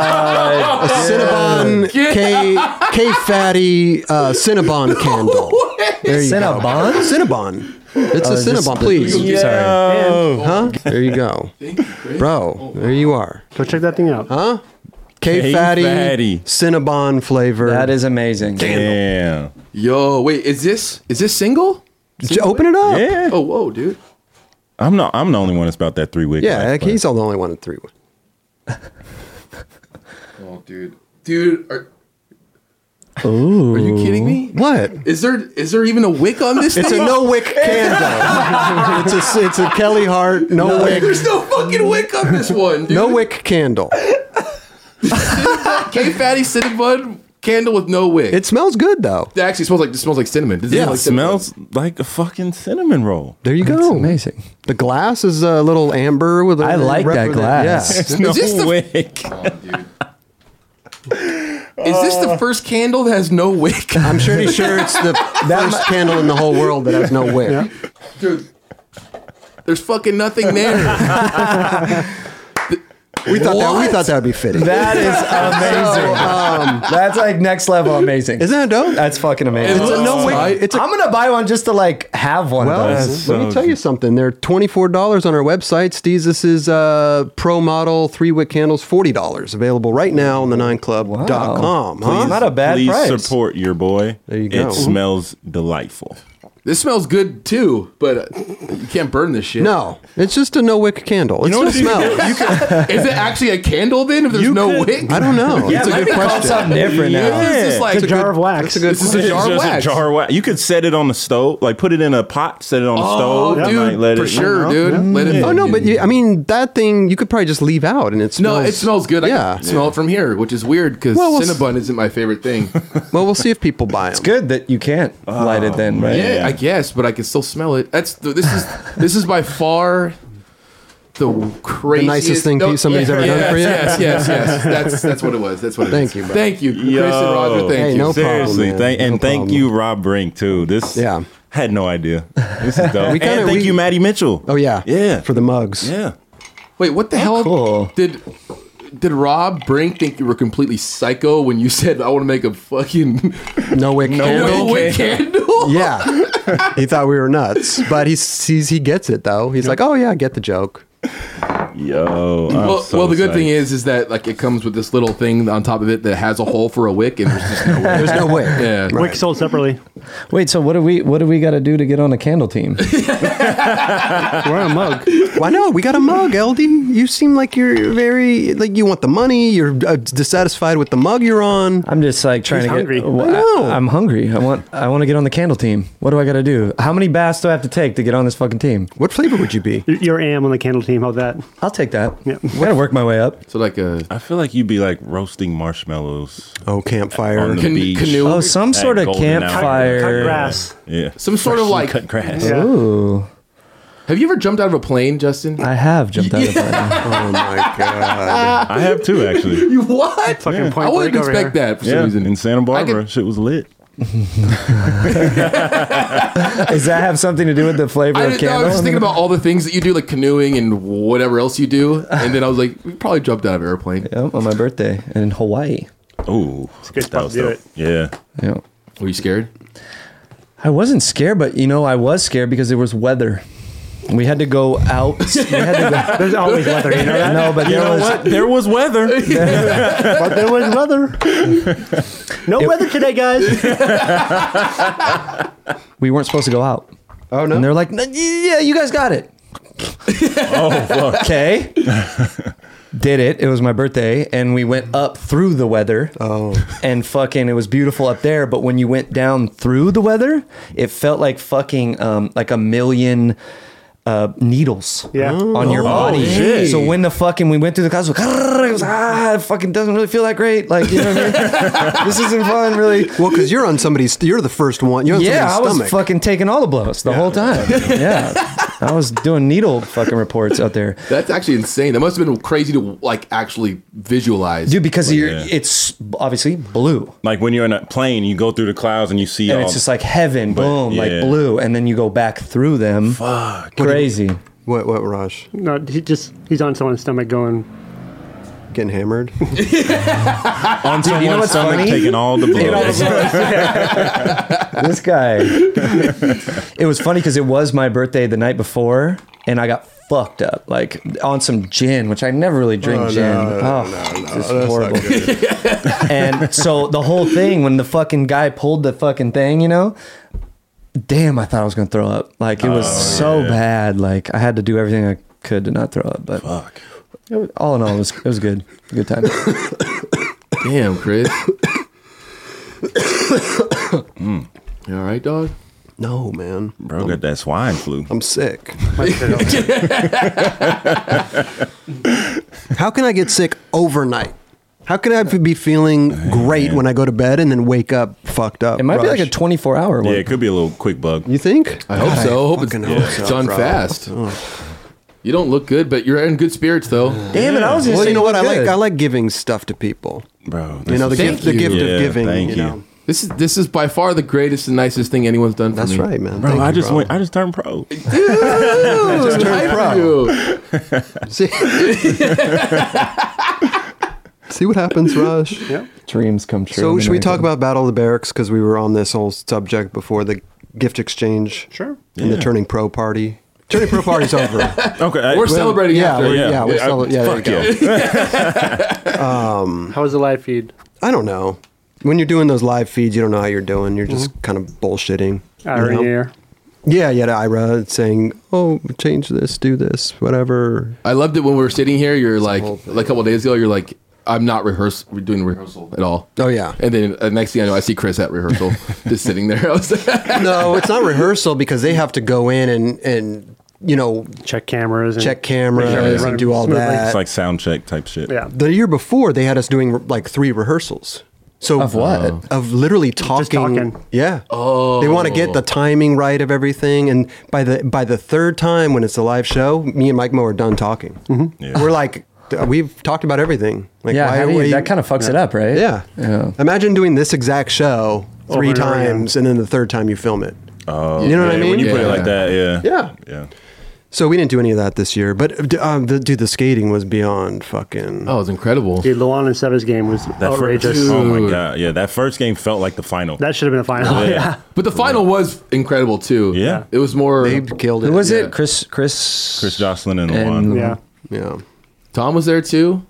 [SPEAKER 1] Uh, a Cinnabon K K fatty uh, Cinnabon candle. There you
[SPEAKER 5] Cinnabon?
[SPEAKER 1] go. Cinnabon. It's a
[SPEAKER 5] is this
[SPEAKER 1] Cinnabon,
[SPEAKER 5] the-
[SPEAKER 1] please.
[SPEAKER 5] Sorry.
[SPEAKER 1] Huh? There you go. Bro, there you are.
[SPEAKER 2] Go check that thing out.
[SPEAKER 1] K fatty,
[SPEAKER 4] K-Fatty.
[SPEAKER 1] Cinnabon flavor.
[SPEAKER 5] That is amazing.
[SPEAKER 4] Damn.
[SPEAKER 3] Yo, wait. Is this is this single?
[SPEAKER 1] J- open it up. Yeah,
[SPEAKER 4] Yeah.
[SPEAKER 3] Oh, whoa, dude.
[SPEAKER 4] I'm not I'm the only one that's about that three week.
[SPEAKER 1] like, he's the only one in three.
[SPEAKER 3] Oh, dude. Dude, are, are you kidding me?
[SPEAKER 1] What?
[SPEAKER 3] Is there is there even a wick on this
[SPEAKER 1] It's a
[SPEAKER 3] thing?
[SPEAKER 1] no wick candle. it's a it's a Kelly Hart no, wick
[SPEAKER 3] There's no fucking wick on this one, dude.
[SPEAKER 1] no wick candle.
[SPEAKER 3] K Fatty Cinnabon candle with no wick.
[SPEAKER 1] It smells good though.
[SPEAKER 3] it actually smells like this smells like cinnamon. This
[SPEAKER 4] yeah,
[SPEAKER 3] like
[SPEAKER 4] it smells like a fucking cinnamon roll.
[SPEAKER 1] There you
[SPEAKER 5] That's
[SPEAKER 1] go.
[SPEAKER 5] amazing.
[SPEAKER 1] The glass is a little amber with. a
[SPEAKER 5] I like
[SPEAKER 1] rep-
[SPEAKER 5] that glass.
[SPEAKER 1] Yeah.
[SPEAKER 4] There's no
[SPEAKER 3] this the-
[SPEAKER 4] wick.
[SPEAKER 3] cinnamon. Is this the first candle that has no wick?
[SPEAKER 1] I'm pretty sure it's the first candle in the whole world that has no wick.
[SPEAKER 3] Dude, there's fucking nothing there.
[SPEAKER 1] We thought that we
[SPEAKER 3] What?
[SPEAKER 1] thought that would be fitting.
[SPEAKER 5] That is amazing. that's like next level amazing.
[SPEAKER 1] Isn't that dope?
[SPEAKER 5] That's fucking amazing.
[SPEAKER 3] It's a no wick.
[SPEAKER 1] It's a-
[SPEAKER 5] I'm gonna buy one just to like have one.
[SPEAKER 1] Well,
[SPEAKER 5] of
[SPEAKER 1] let
[SPEAKER 5] those.
[SPEAKER 1] me
[SPEAKER 4] That's so
[SPEAKER 1] tell you
[SPEAKER 4] good.
[SPEAKER 1] something. They're twenty four dollars on our website. Steezis' uh, pro model three wick candles forty dollars available right now on the nineclub.com.
[SPEAKER 5] Wow.
[SPEAKER 1] Huh?
[SPEAKER 5] Not a bad
[SPEAKER 4] Please
[SPEAKER 5] price.
[SPEAKER 4] support your boy.
[SPEAKER 1] There you go.
[SPEAKER 4] It smells delightful.
[SPEAKER 3] this smells good too, but uh, you can't burn this shit.
[SPEAKER 1] No, it's just a no wick candle. It
[SPEAKER 4] know what
[SPEAKER 1] still
[SPEAKER 4] you-
[SPEAKER 1] smells.
[SPEAKER 3] Is it actually a candle then if there's
[SPEAKER 4] You
[SPEAKER 3] no
[SPEAKER 4] could-
[SPEAKER 3] wick?
[SPEAKER 1] I don't know.
[SPEAKER 5] Yeah,
[SPEAKER 1] it's a
[SPEAKER 5] might
[SPEAKER 1] good
[SPEAKER 5] be called
[SPEAKER 1] question.
[SPEAKER 5] something different
[SPEAKER 4] Yeah.
[SPEAKER 5] now.
[SPEAKER 3] It's just like
[SPEAKER 2] It's a jar of wax.
[SPEAKER 1] That's a good.
[SPEAKER 3] This is
[SPEAKER 1] question.
[SPEAKER 3] a jar of
[SPEAKER 4] just
[SPEAKER 3] wax.
[SPEAKER 4] a jar of wax. You could set it on the stove, like put it in a pot, set it on the
[SPEAKER 3] Oh,
[SPEAKER 4] stove, and,
[SPEAKER 3] dude,
[SPEAKER 4] like, let
[SPEAKER 3] for
[SPEAKER 4] it.
[SPEAKER 3] sure,
[SPEAKER 4] you know?
[SPEAKER 3] dude. Let it.
[SPEAKER 1] Oh no, but you, I mean that thing you could probably just leave out and it
[SPEAKER 3] no,
[SPEAKER 1] smells.
[SPEAKER 3] it smells good. I
[SPEAKER 1] Yeah.
[SPEAKER 3] can smell it from here, which is weird because
[SPEAKER 1] Well, we'll s-
[SPEAKER 3] Cinnabon isn't my favorite thing.
[SPEAKER 1] Well, we'll see if people buy them.
[SPEAKER 5] Good that you can't light it then, right?
[SPEAKER 3] yeah,
[SPEAKER 4] Yeah.
[SPEAKER 3] I guess, but I can still smell it. That's the, this is this is by far the craziest
[SPEAKER 1] thing somebody's ever done for you?
[SPEAKER 3] Yes, yes, yes. That's that's what it was. That's what it
[SPEAKER 1] Thank
[SPEAKER 3] is.
[SPEAKER 1] you, bro.
[SPEAKER 3] Thank you, Chris and
[SPEAKER 4] Yo.
[SPEAKER 3] Roger. Thank
[SPEAKER 1] Hey,
[SPEAKER 3] you.
[SPEAKER 1] no problem,
[SPEAKER 4] Seriously,
[SPEAKER 1] man.
[SPEAKER 4] thank, and
[SPEAKER 1] No
[SPEAKER 4] thank
[SPEAKER 1] problem.
[SPEAKER 4] you, Rob Brink, too. This
[SPEAKER 1] Yeah.
[SPEAKER 4] had no idea. This is dope.
[SPEAKER 1] We kinda-
[SPEAKER 4] and thank
[SPEAKER 1] we-
[SPEAKER 4] you, Maddie Mitchell.
[SPEAKER 1] Oh yeah,
[SPEAKER 4] yeah,
[SPEAKER 1] For the mugs.
[SPEAKER 4] yeah.
[SPEAKER 3] Wait, what the
[SPEAKER 1] Oh,
[SPEAKER 3] hell
[SPEAKER 5] cool.
[SPEAKER 3] did did Rob Brink think you were completely psycho when you said I want to make a fucking
[SPEAKER 1] No wick candle.
[SPEAKER 3] no wick candle?
[SPEAKER 1] Yeah, he thought we were nuts, but he sees he gets it though. He's like, "Oh yeah, I get the joke."
[SPEAKER 4] Yo. I'm
[SPEAKER 3] Well,
[SPEAKER 4] so
[SPEAKER 3] well, the good
[SPEAKER 4] psyched.
[SPEAKER 3] thing is, is that like it comes with this little thing on top of it that has a hole for a wick, and there's just no wick.
[SPEAKER 1] There's no way.
[SPEAKER 3] Yeah.
[SPEAKER 2] Wick sold separately.
[SPEAKER 5] Wait, so what do we what do we got to do to get on a candle team?
[SPEAKER 2] We're on a mug.
[SPEAKER 1] Why no? We got a mug, LD. You seem like you're very like you want the money. You're uh, dissatisfied with the mug you're on.
[SPEAKER 5] I'm just like trying
[SPEAKER 2] He's
[SPEAKER 5] to
[SPEAKER 2] hungry.
[SPEAKER 5] get. Well,
[SPEAKER 1] I know.
[SPEAKER 5] I, am hungry. I want I want to get on the candle team. What do I got to do? How many baths do I have to take to get on this fucking team?
[SPEAKER 1] What flavor would you be?
[SPEAKER 2] Your- Your am on the candle team. How that?
[SPEAKER 5] I'll take that.
[SPEAKER 2] Yeah.
[SPEAKER 5] I gotta work my way up.
[SPEAKER 3] So like a
[SPEAKER 4] I feel like you'd be like roasting marshmallows
[SPEAKER 1] Oh, campfire.
[SPEAKER 4] on the
[SPEAKER 3] Can-
[SPEAKER 4] beach.
[SPEAKER 3] canoe.
[SPEAKER 5] Oh, some
[SPEAKER 4] at
[SPEAKER 5] sort of
[SPEAKER 4] golden
[SPEAKER 5] campfire.
[SPEAKER 4] hour.
[SPEAKER 2] Cut grass.
[SPEAKER 4] Yeah.
[SPEAKER 3] Some sort of,
[SPEAKER 4] Freshly
[SPEAKER 3] like-
[SPEAKER 4] cut grass.
[SPEAKER 2] Yeah.
[SPEAKER 5] Ooh,
[SPEAKER 3] Have you ever jumped out of a plane, Justin?
[SPEAKER 5] I have jumped out of that.
[SPEAKER 1] Oh my god.
[SPEAKER 4] I have too actually.
[SPEAKER 3] you what?
[SPEAKER 2] Fucking point
[SPEAKER 3] I wouldn't
[SPEAKER 2] break over
[SPEAKER 3] expect
[SPEAKER 2] here.
[SPEAKER 3] that for
[SPEAKER 4] yeah.
[SPEAKER 3] some reason.
[SPEAKER 4] In Santa Barbara, shit was lit.
[SPEAKER 5] Does that have something to do with the flavor
[SPEAKER 3] I,
[SPEAKER 5] of
[SPEAKER 3] didn't, know, I
[SPEAKER 5] candle?
[SPEAKER 3] was just thinking about all the things that you do, like canoeing and whatever else you do, and then I was like, we probably jumped out of an airplane.
[SPEAKER 5] Yep, on my birthday in Hawaii.
[SPEAKER 4] Oh,
[SPEAKER 2] good spot to do
[SPEAKER 4] Yeah.
[SPEAKER 5] Yeah.
[SPEAKER 3] Were you scared?
[SPEAKER 5] I wasn't scared, but you know, I was scared because there was weather. We had to go out. We had to
[SPEAKER 2] There's always weather, you know
[SPEAKER 5] go,
[SPEAKER 2] that?
[SPEAKER 5] no, but there was
[SPEAKER 4] There was weather.
[SPEAKER 2] But there was weather. No weather today, guys.
[SPEAKER 5] we weren't supposed to go out.
[SPEAKER 1] Oh
[SPEAKER 5] And
[SPEAKER 1] no.
[SPEAKER 5] they're like, "N- yeah, you guys got it. oh, okay. Did it. It was my birthday, and we went up through the weather.
[SPEAKER 1] Oh.
[SPEAKER 5] And fucking, it was beautiful up there, but when you went down through the weather, it felt like fucking, um, like a million uh, needles
[SPEAKER 2] Yeah.
[SPEAKER 5] on your body.
[SPEAKER 4] shit.
[SPEAKER 5] So when the fucking we went through the cosmos, it was ah, it fucking doesn't really feel that great. Like you know what I mean? this isn't fun, really.
[SPEAKER 1] Well, because you're on somebody's. You're the first one. You're on
[SPEAKER 5] Yeah, I
[SPEAKER 1] somebody's
[SPEAKER 5] was
[SPEAKER 1] stomach.
[SPEAKER 5] fucking taking all the blows the whole time. Yeah, I was doing needle fucking reports out there,
[SPEAKER 3] That's actually insane. That must have been crazy to like actually visualize.
[SPEAKER 5] dude. Because you're,
[SPEAKER 4] yeah.
[SPEAKER 5] it's obviously blue,
[SPEAKER 4] Like when you're in a plane, you go through the clouds and you see
[SPEAKER 5] and
[SPEAKER 4] all
[SPEAKER 5] it's just like heaven,
[SPEAKER 4] But,
[SPEAKER 5] boom,
[SPEAKER 4] yeah.
[SPEAKER 5] like blue, and then you go back through them. Fuck, crazy.
[SPEAKER 1] What? What? Raj
[SPEAKER 2] No, he just he's on someone's stomach going.
[SPEAKER 1] getting hammered.
[SPEAKER 4] on someone's
[SPEAKER 5] what's
[SPEAKER 4] stomach
[SPEAKER 5] funny?
[SPEAKER 4] taking all the blows.
[SPEAKER 5] this guy. it was funny because it was my birthday the night before, and I got fucked up, like on some gin, which I never really drink
[SPEAKER 1] Oh,
[SPEAKER 5] gin.
[SPEAKER 1] no,
[SPEAKER 5] oh, this is horrible.
[SPEAKER 1] good.
[SPEAKER 5] and so the whole thing, when the fucking guy pulled the fucking thing, you know. Damn, I thought I was gonna throw up. Like it was
[SPEAKER 1] Oh,
[SPEAKER 5] so bad. Like I had to do everything I could to not throw up. But
[SPEAKER 4] Fuck.
[SPEAKER 5] it was- all in all, it was it was good. Good time.
[SPEAKER 3] Damn, Chris. Mm. You all right, dog?
[SPEAKER 1] No, man.
[SPEAKER 4] Bro got that swine flu.
[SPEAKER 1] I'm sick.
[SPEAKER 2] "My shit over here."
[SPEAKER 1] How can I get sick overnight? How can I be feeling great when I go to bed and then wake up fucked up?
[SPEAKER 5] It might be like
[SPEAKER 1] Raj?
[SPEAKER 5] a twenty four hour one.
[SPEAKER 4] Yeah, it could be a little quick bug.
[SPEAKER 1] You think?
[SPEAKER 3] I hope so. I hope it's,
[SPEAKER 1] fucking hope
[SPEAKER 3] it's
[SPEAKER 1] so,
[SPEAKER 3] done
[SPEAKER 1] bro.
[SPEAKER 3] fast. You don't look good, but you're in good spirits though.
[SPEAKER 5] Damn it, I was.
[SPEAKER 1] Well, you know what? I like
[SPEAKER 5] good.
[SPEAKER 1] I like giving stuff to people.
[SPEAKER 4] Bro,
[SPEAKER 1] You know the
[SPEAKER 4] this is-
[SPEAKER 1] gift, the gift
[SPEAKER 4] Yeah,
[SPEAKER 1] of giving.
[SPEAKER 4] Thank
[SPEAKER 1] you
[SPEAKER 4] you.
[SPEAKER 1] know,
[SPEAKER 3] This is this is by far the greatest and nicest thing anyone's done for
[SPEAKER 1] that's
[SPEAKER 3] me.
[SPEAKER 1] right, man.
[SPEAKER 4] Bro,
[SPEAKER 1] Thank
[SPEAKER 4] I
[SPEAKER 1] you,
[SPEAKER 4] just
[SPEAKER 1] bro.
[SPEAKER 4] went. I just turned pro.
[SPEAKER 3] Dude, hype you.
[SPEAKER 1] See, see what happens, Raj.
[SPEAKER 2] Yep.
[SPEAKER 5] dreams come true.
[SPEAKER 1] So,
[SPEAKER 5] They
[SPEAKER 1] should we
[SPEAKER 5] never
[SPEAKER 1] talk
[SPEAKER 5] go.
[SPEAKER 1] about Battle of the Barracks because we were on this whole subject before the gift exchange?
[SPEAKER 2] Sure.
[SPEAKER 1] And the
[SPEAKER 4] Yeah.
[SPEAKER 1] turning pro party. Turning pro party's over.
[SPEAKER 4] Okay, I-
[SPEAKER 3] We're celebrating
[SPEAKER 1] yeah,
[SPEAKER 3] after.
[SPEAKER 1] we're-
[SPEAKER 4] Yeah,
[SPEAKER 1] yeah, we're
[SPEAKER 4] I-
[SPEAKER 1] cele- yeah, there
[SPEAKER 4] fuck
[SPEAKER 1] you go.
[SPEAKER 4] yeah.
[SPEAKER 2] How was the live feed?
[SPEAKER 1] I don't know. When you're doing those live feeds, you don't know how you're doing. You're just kind of bullshitting. you
[SPEAKER 2] Irony
[SPEAKER 1] know?
[SPEAKER 2] air.
[SPEAKER 1] Yeah, yeah. to Ira saying, "Oh, change this, do this, whatever."
[SPEAKER 3] I loved it when we were sitting here. You're like,
[SPEAKER 1] whole
[SPEAKER 3] like a couple days ago, you're like, I'm not rehearse we're doing rehearsal at all.
[SPEAKER 1] Oh yeah.
[SPEAKER 3] And then uh, next thing I know, I see Chris at rehearsal, just sitting there. I was like,
[SPEAKER 1] No, it's not rehearsal because they have to go in and and you know
[SPEAKER 2] Check cameras. And
[SPEAKER 1] check cameras
[SPEAKER 2] Make sure
[SPEAKER 1] and
[SPEAKER 2] everything
[SPEAKER 1] do all
[SPEAKER 2] smoothly.
[SPEAKER 1] that.
[SPEAKER 4] It's like sound check type shit.
[SPEAKER 2] Yeah.
[SPEAKER 1] the year before they had us doing like three rehearsals. So
[SPEAKER 5] Of what? Oh.
[SPEAKER 1] Of literally talking.
[SPEAKER 2] talking.
[SPEAKER 1] Yeah. Oh. They want to get the timing right of everything, and by the by the third time when it's a live show, me and Mike Mo are done talking. Mm-hmm.
[SPEAKER 4] Yeah.
[SPEAKER 1] We're like, "D- we've talked about everything. Like,
[SPEAKER 5] Yeah, how do you-
[SPEAKER 1] why-
[SPEAKER 5] that kind of fucks it up, right?
[SPEAKER 1] Yeah.
[SPEAKER 5] Yeah.
[SPEAKER 1] Imagine doing this exact show
[SPEAKER 2] Over
[SPEAKER 1] three
[SPEAKER 2] and over again.
[SPEAKER 1] times, and then the third time you film it.
[SPEAKER 4] Oh,
[SPEAKER 1] You know what I
[SPEAKER 4] yeah,
[SPEAKER 1] mean?
[SPEAKER 4] When you put
[SPEAKER 3] Yeah.
[SPEAKER 4] it like that, yeah,
[SPEAKER 1] Yeah.
[SPEAKER 4] yeah.
[SPEAKER 1] So we didn't do any of that this year, but uh, d- um, the, dude, the skating was beyond fucking.
[SPEAKER 3] oh, it was incredible.
[SPEAKER 2] Dude, Luan and Seva's game was
[SPEAKER 4] That
[SPEAKER 2] outrageous.
[SPEAKER 4] First, oh my
[SPEAKER 3] Dude.
[SPEAKER 4] god, yeah. That first game felt like the final.
[SPEAKER 2] that should have been a final.
[SPEAKER 4] Yeah.
[SPEAKER 2] Yeah.
[SPEAKER 3] But the final was incredible too.
[SPEAKER 4] Yeah.
[SPEAKER 3] It was more.
[SPEAKER 1] They killed it.
[SPEAKER 5] Who was
[SPEAKER 3] Yeah.
[SPEAKER 5] it? Chris. Chris.
[SPEAKER 4] Chris Jocelyn and
[SPEAKER 5] And-
[SPEAKER 4] Luan.
[SPEAKER 2] Yeah.
[SPEAKER 1] Yeah.
[SPEAKER 3] Tom was there too.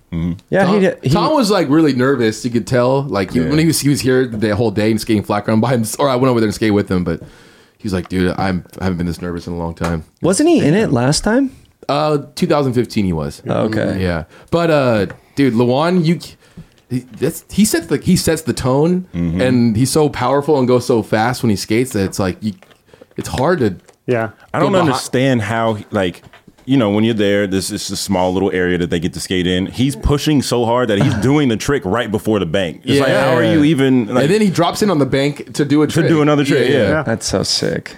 [SPEAKER 5] Yeah,
[SPEAKER 3] Tom,
[SPEAKER 5] he did. He,
[SPEAKER 3] Tom was like really nervous. You could tell. Like he,
[SPEAKER 4] Yeah.
[SPEAKER 3] when he was he was here the whole day and skating flat ground by him. Or I went over there and skated with him, but he's like, dude, I'm I haven't been this nervous in a long time.
[SPEAKER 5] wasn't he in it last time?
[SPEAKER 3] Uh, 2015 he
[SPEAKER 5] Oh,
[SPEAKER 3] was.
[SPEAKER 5] Okay.
[SPEAKER 3] Yeah, but uh, dude, Lawan, you. He, that's, he sets the he sets the tone,
[SPEAKER 4] Mm-hmm.
[SPEAKER 3] and he's so powerful and goes so fast when he skates that it's like you, it's hard to.
[SPEAKER 2] Yeah.
[SPEAKER 4] I don't
[SPEAKER 3] Get behind-
[SPEAKER 4] understand how like you know when you're there. This is a small little area that they get to skate in. He's pushing so hard that he's doing the trick right before the bank. It's like how are you even like
[SPEAKER 3] and then he drops in on the bank to do a
[SPEAKER 4] to
[SPEAKER 3] trick.
[SPEAKER 4] do another trick? Yeah,
[SPEAKER 2] Yeah.
[SPEAKER 5] That's so sick.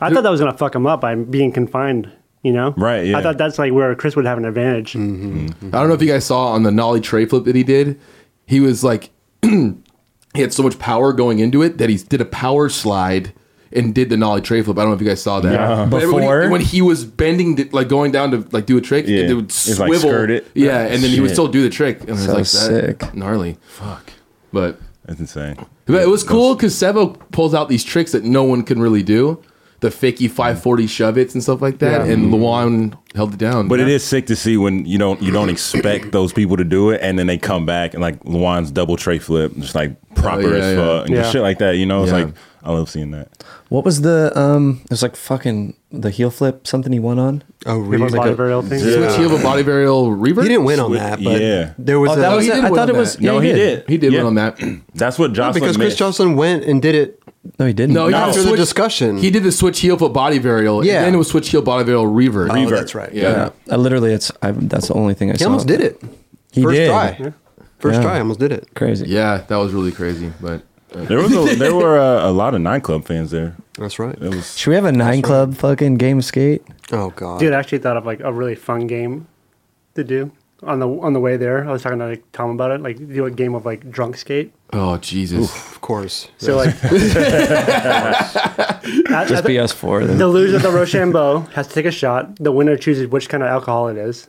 [SPEAKER 2] I thought that was going to fuck him up by being confined, you know?
[SPEAKER 4] Right, yeah.
[SPEAKER 2] I thought that's like where Chris would have an advantage.
[SPEAKER 3] I don't know if you guys saw on the nollie tray flip that he did. He was like, he had so much power going into it that he did a power slide and did the nollie tray flip. I don't know if you guys saw that. But when he- when
[SPEAKER 5] Before?
[SPEAKER 3] he, was bending, to, like going down to like do a trick,
[SPEAKER 4] Yeah.
[SPEAKER 3] it would
[SPEAKER 4] It's
[SPEAKER 3] swivel.
[SPEAKER 4] like skirt it.
[SPEAKER 3] Yeah, and then he would
[SPEAKER 4] Shit.
[SPEAKER 3] still do the trick. And
[SPEAKER 5] So
[SPEAKER 3] it was like that,
[SPEAKER 5] sick.
[SPEAKER 3] gnarly. Fuck. But
[SPEAKER 4] that's insane.
[SPEAKER 3] but it was cool because Sevo pulls out these tricks that no one can really do. The fakey 540 shove its and stuff like that. And Luan held it down.
[SPEAKER 4] But it is sick to see when you don't you don't expect those people to do it, and then they come back and like Luan's double tray flip, just like proper
[SPEAKER 3] Oh, yeah,
[SPEAKER 4] as
[SPEAKER 3] yeah.
[SPEAKER 4] fuck and just
[SPEAKER 2] Yeah.
[SPEAKER 4] shit like that. You know, it's
[SPEAKER 3] Yeah.
[SPEAKER 4] like I love seeing that.
[SPEAKER 5] What was the um? It was like fucking the heel flip something he won on.
[SPEAKER 1] Oh,
[SPEAKER 2] He
[SPEAKER 1] really?
[SPEAKER 2] was like a burial thing.
[SPEAKER 3] Switch heel of a body burial reverse?
[SPEAKER 1] He didn't win on that, but
[SPEAKER 4] Yeah.
[SPEAKER 1] there was
[SPEAKER 5] Oh,
[SPEAKER 1] a,
[SPEAKER 5] that
[SPEAKER 3] No,
[SPEAKER 5] was
[SPEAKER 3] he
[SPEAKER 5] it.
[SPEAKER 3] did
[SPEAKER 5] I
[SPEAKER 3] win
[SPEAKER 5] thought
[SPEAKER 3] on
[SPEAKER 5] it was.
[SPEAKER 3] that.
[SPEAKER 5] yeah,
[SPEAKER 4] no, he did.
[SPEAKER 3] He did
[SPEAKER 4] Yeah.
[SPEAKER 3] win on that.
[SPEAKER 4] That's what Jocelyn
[SPEAKER 1] because Chris
[SPEAKER 4] missed.
[SPEAKER 1] Johnson went and did it.
[SPEAKER 5] No, he didn't.
[SPEAKER 3] No, he
[SPEAKER 1] After
[SPEAKER 3] did
[SPEAKER 1] the
[SPEAKER 3] switch-
[SPEAKER 1] discussion.
[SPEAKER 3] He did the switch heel for body varial.
[SPEAKER 1] Yeah.
[SPEAKER 3] And then it was switch heel body varial revert.
[SPEAKER 1] Oh, that's right.
[SPEAKER 3] Yeah.
[SPEAKER 5] Yeah, I literally, it's I, that's the only thing I
[SPEAKER 1] He
[SPEAKER 5] saw.
[SPEAKER 1] almost did it.
[SPEAKER 5] He
[SPEAKER 1] First
[SPEAKER 5] did.
[SPEAKER 1] try. First
[SPEAKER 5] Yeah.
[SPEAKER 1] try, almost did it.
[SPEAKER 5] Crazy.
[SPEAKER 3] Yeah, that was really crazy. But uh,
[SPEAKER 4] There was a, there were uh, a lot of nightclub fans there.
[SPEAKER 1] That's right.
[SPEAKER 4] It was
[SPEAKER 5] Should we have a nine club fucking game skate?
[SPEAKER 1] Oh god.
[SPEAKER 2] Dude, I actually thought of like a really fun game to do on the on the way there. I was talking to like Tom about it, like do a game of like drunk skate.
[SPEAKER 3] oh Jesus.
[SPEAKER 1] of course.
[SPEAKER 2] So like, at, at
[SPEAKER 5] Just be
[SPEAKER 2] the,
[SPEAKER 5] us four. Then.
[SPEAKER 2] the loser of the Rochambeau has to take a shot. The winner chooses which kind of alcohol it is,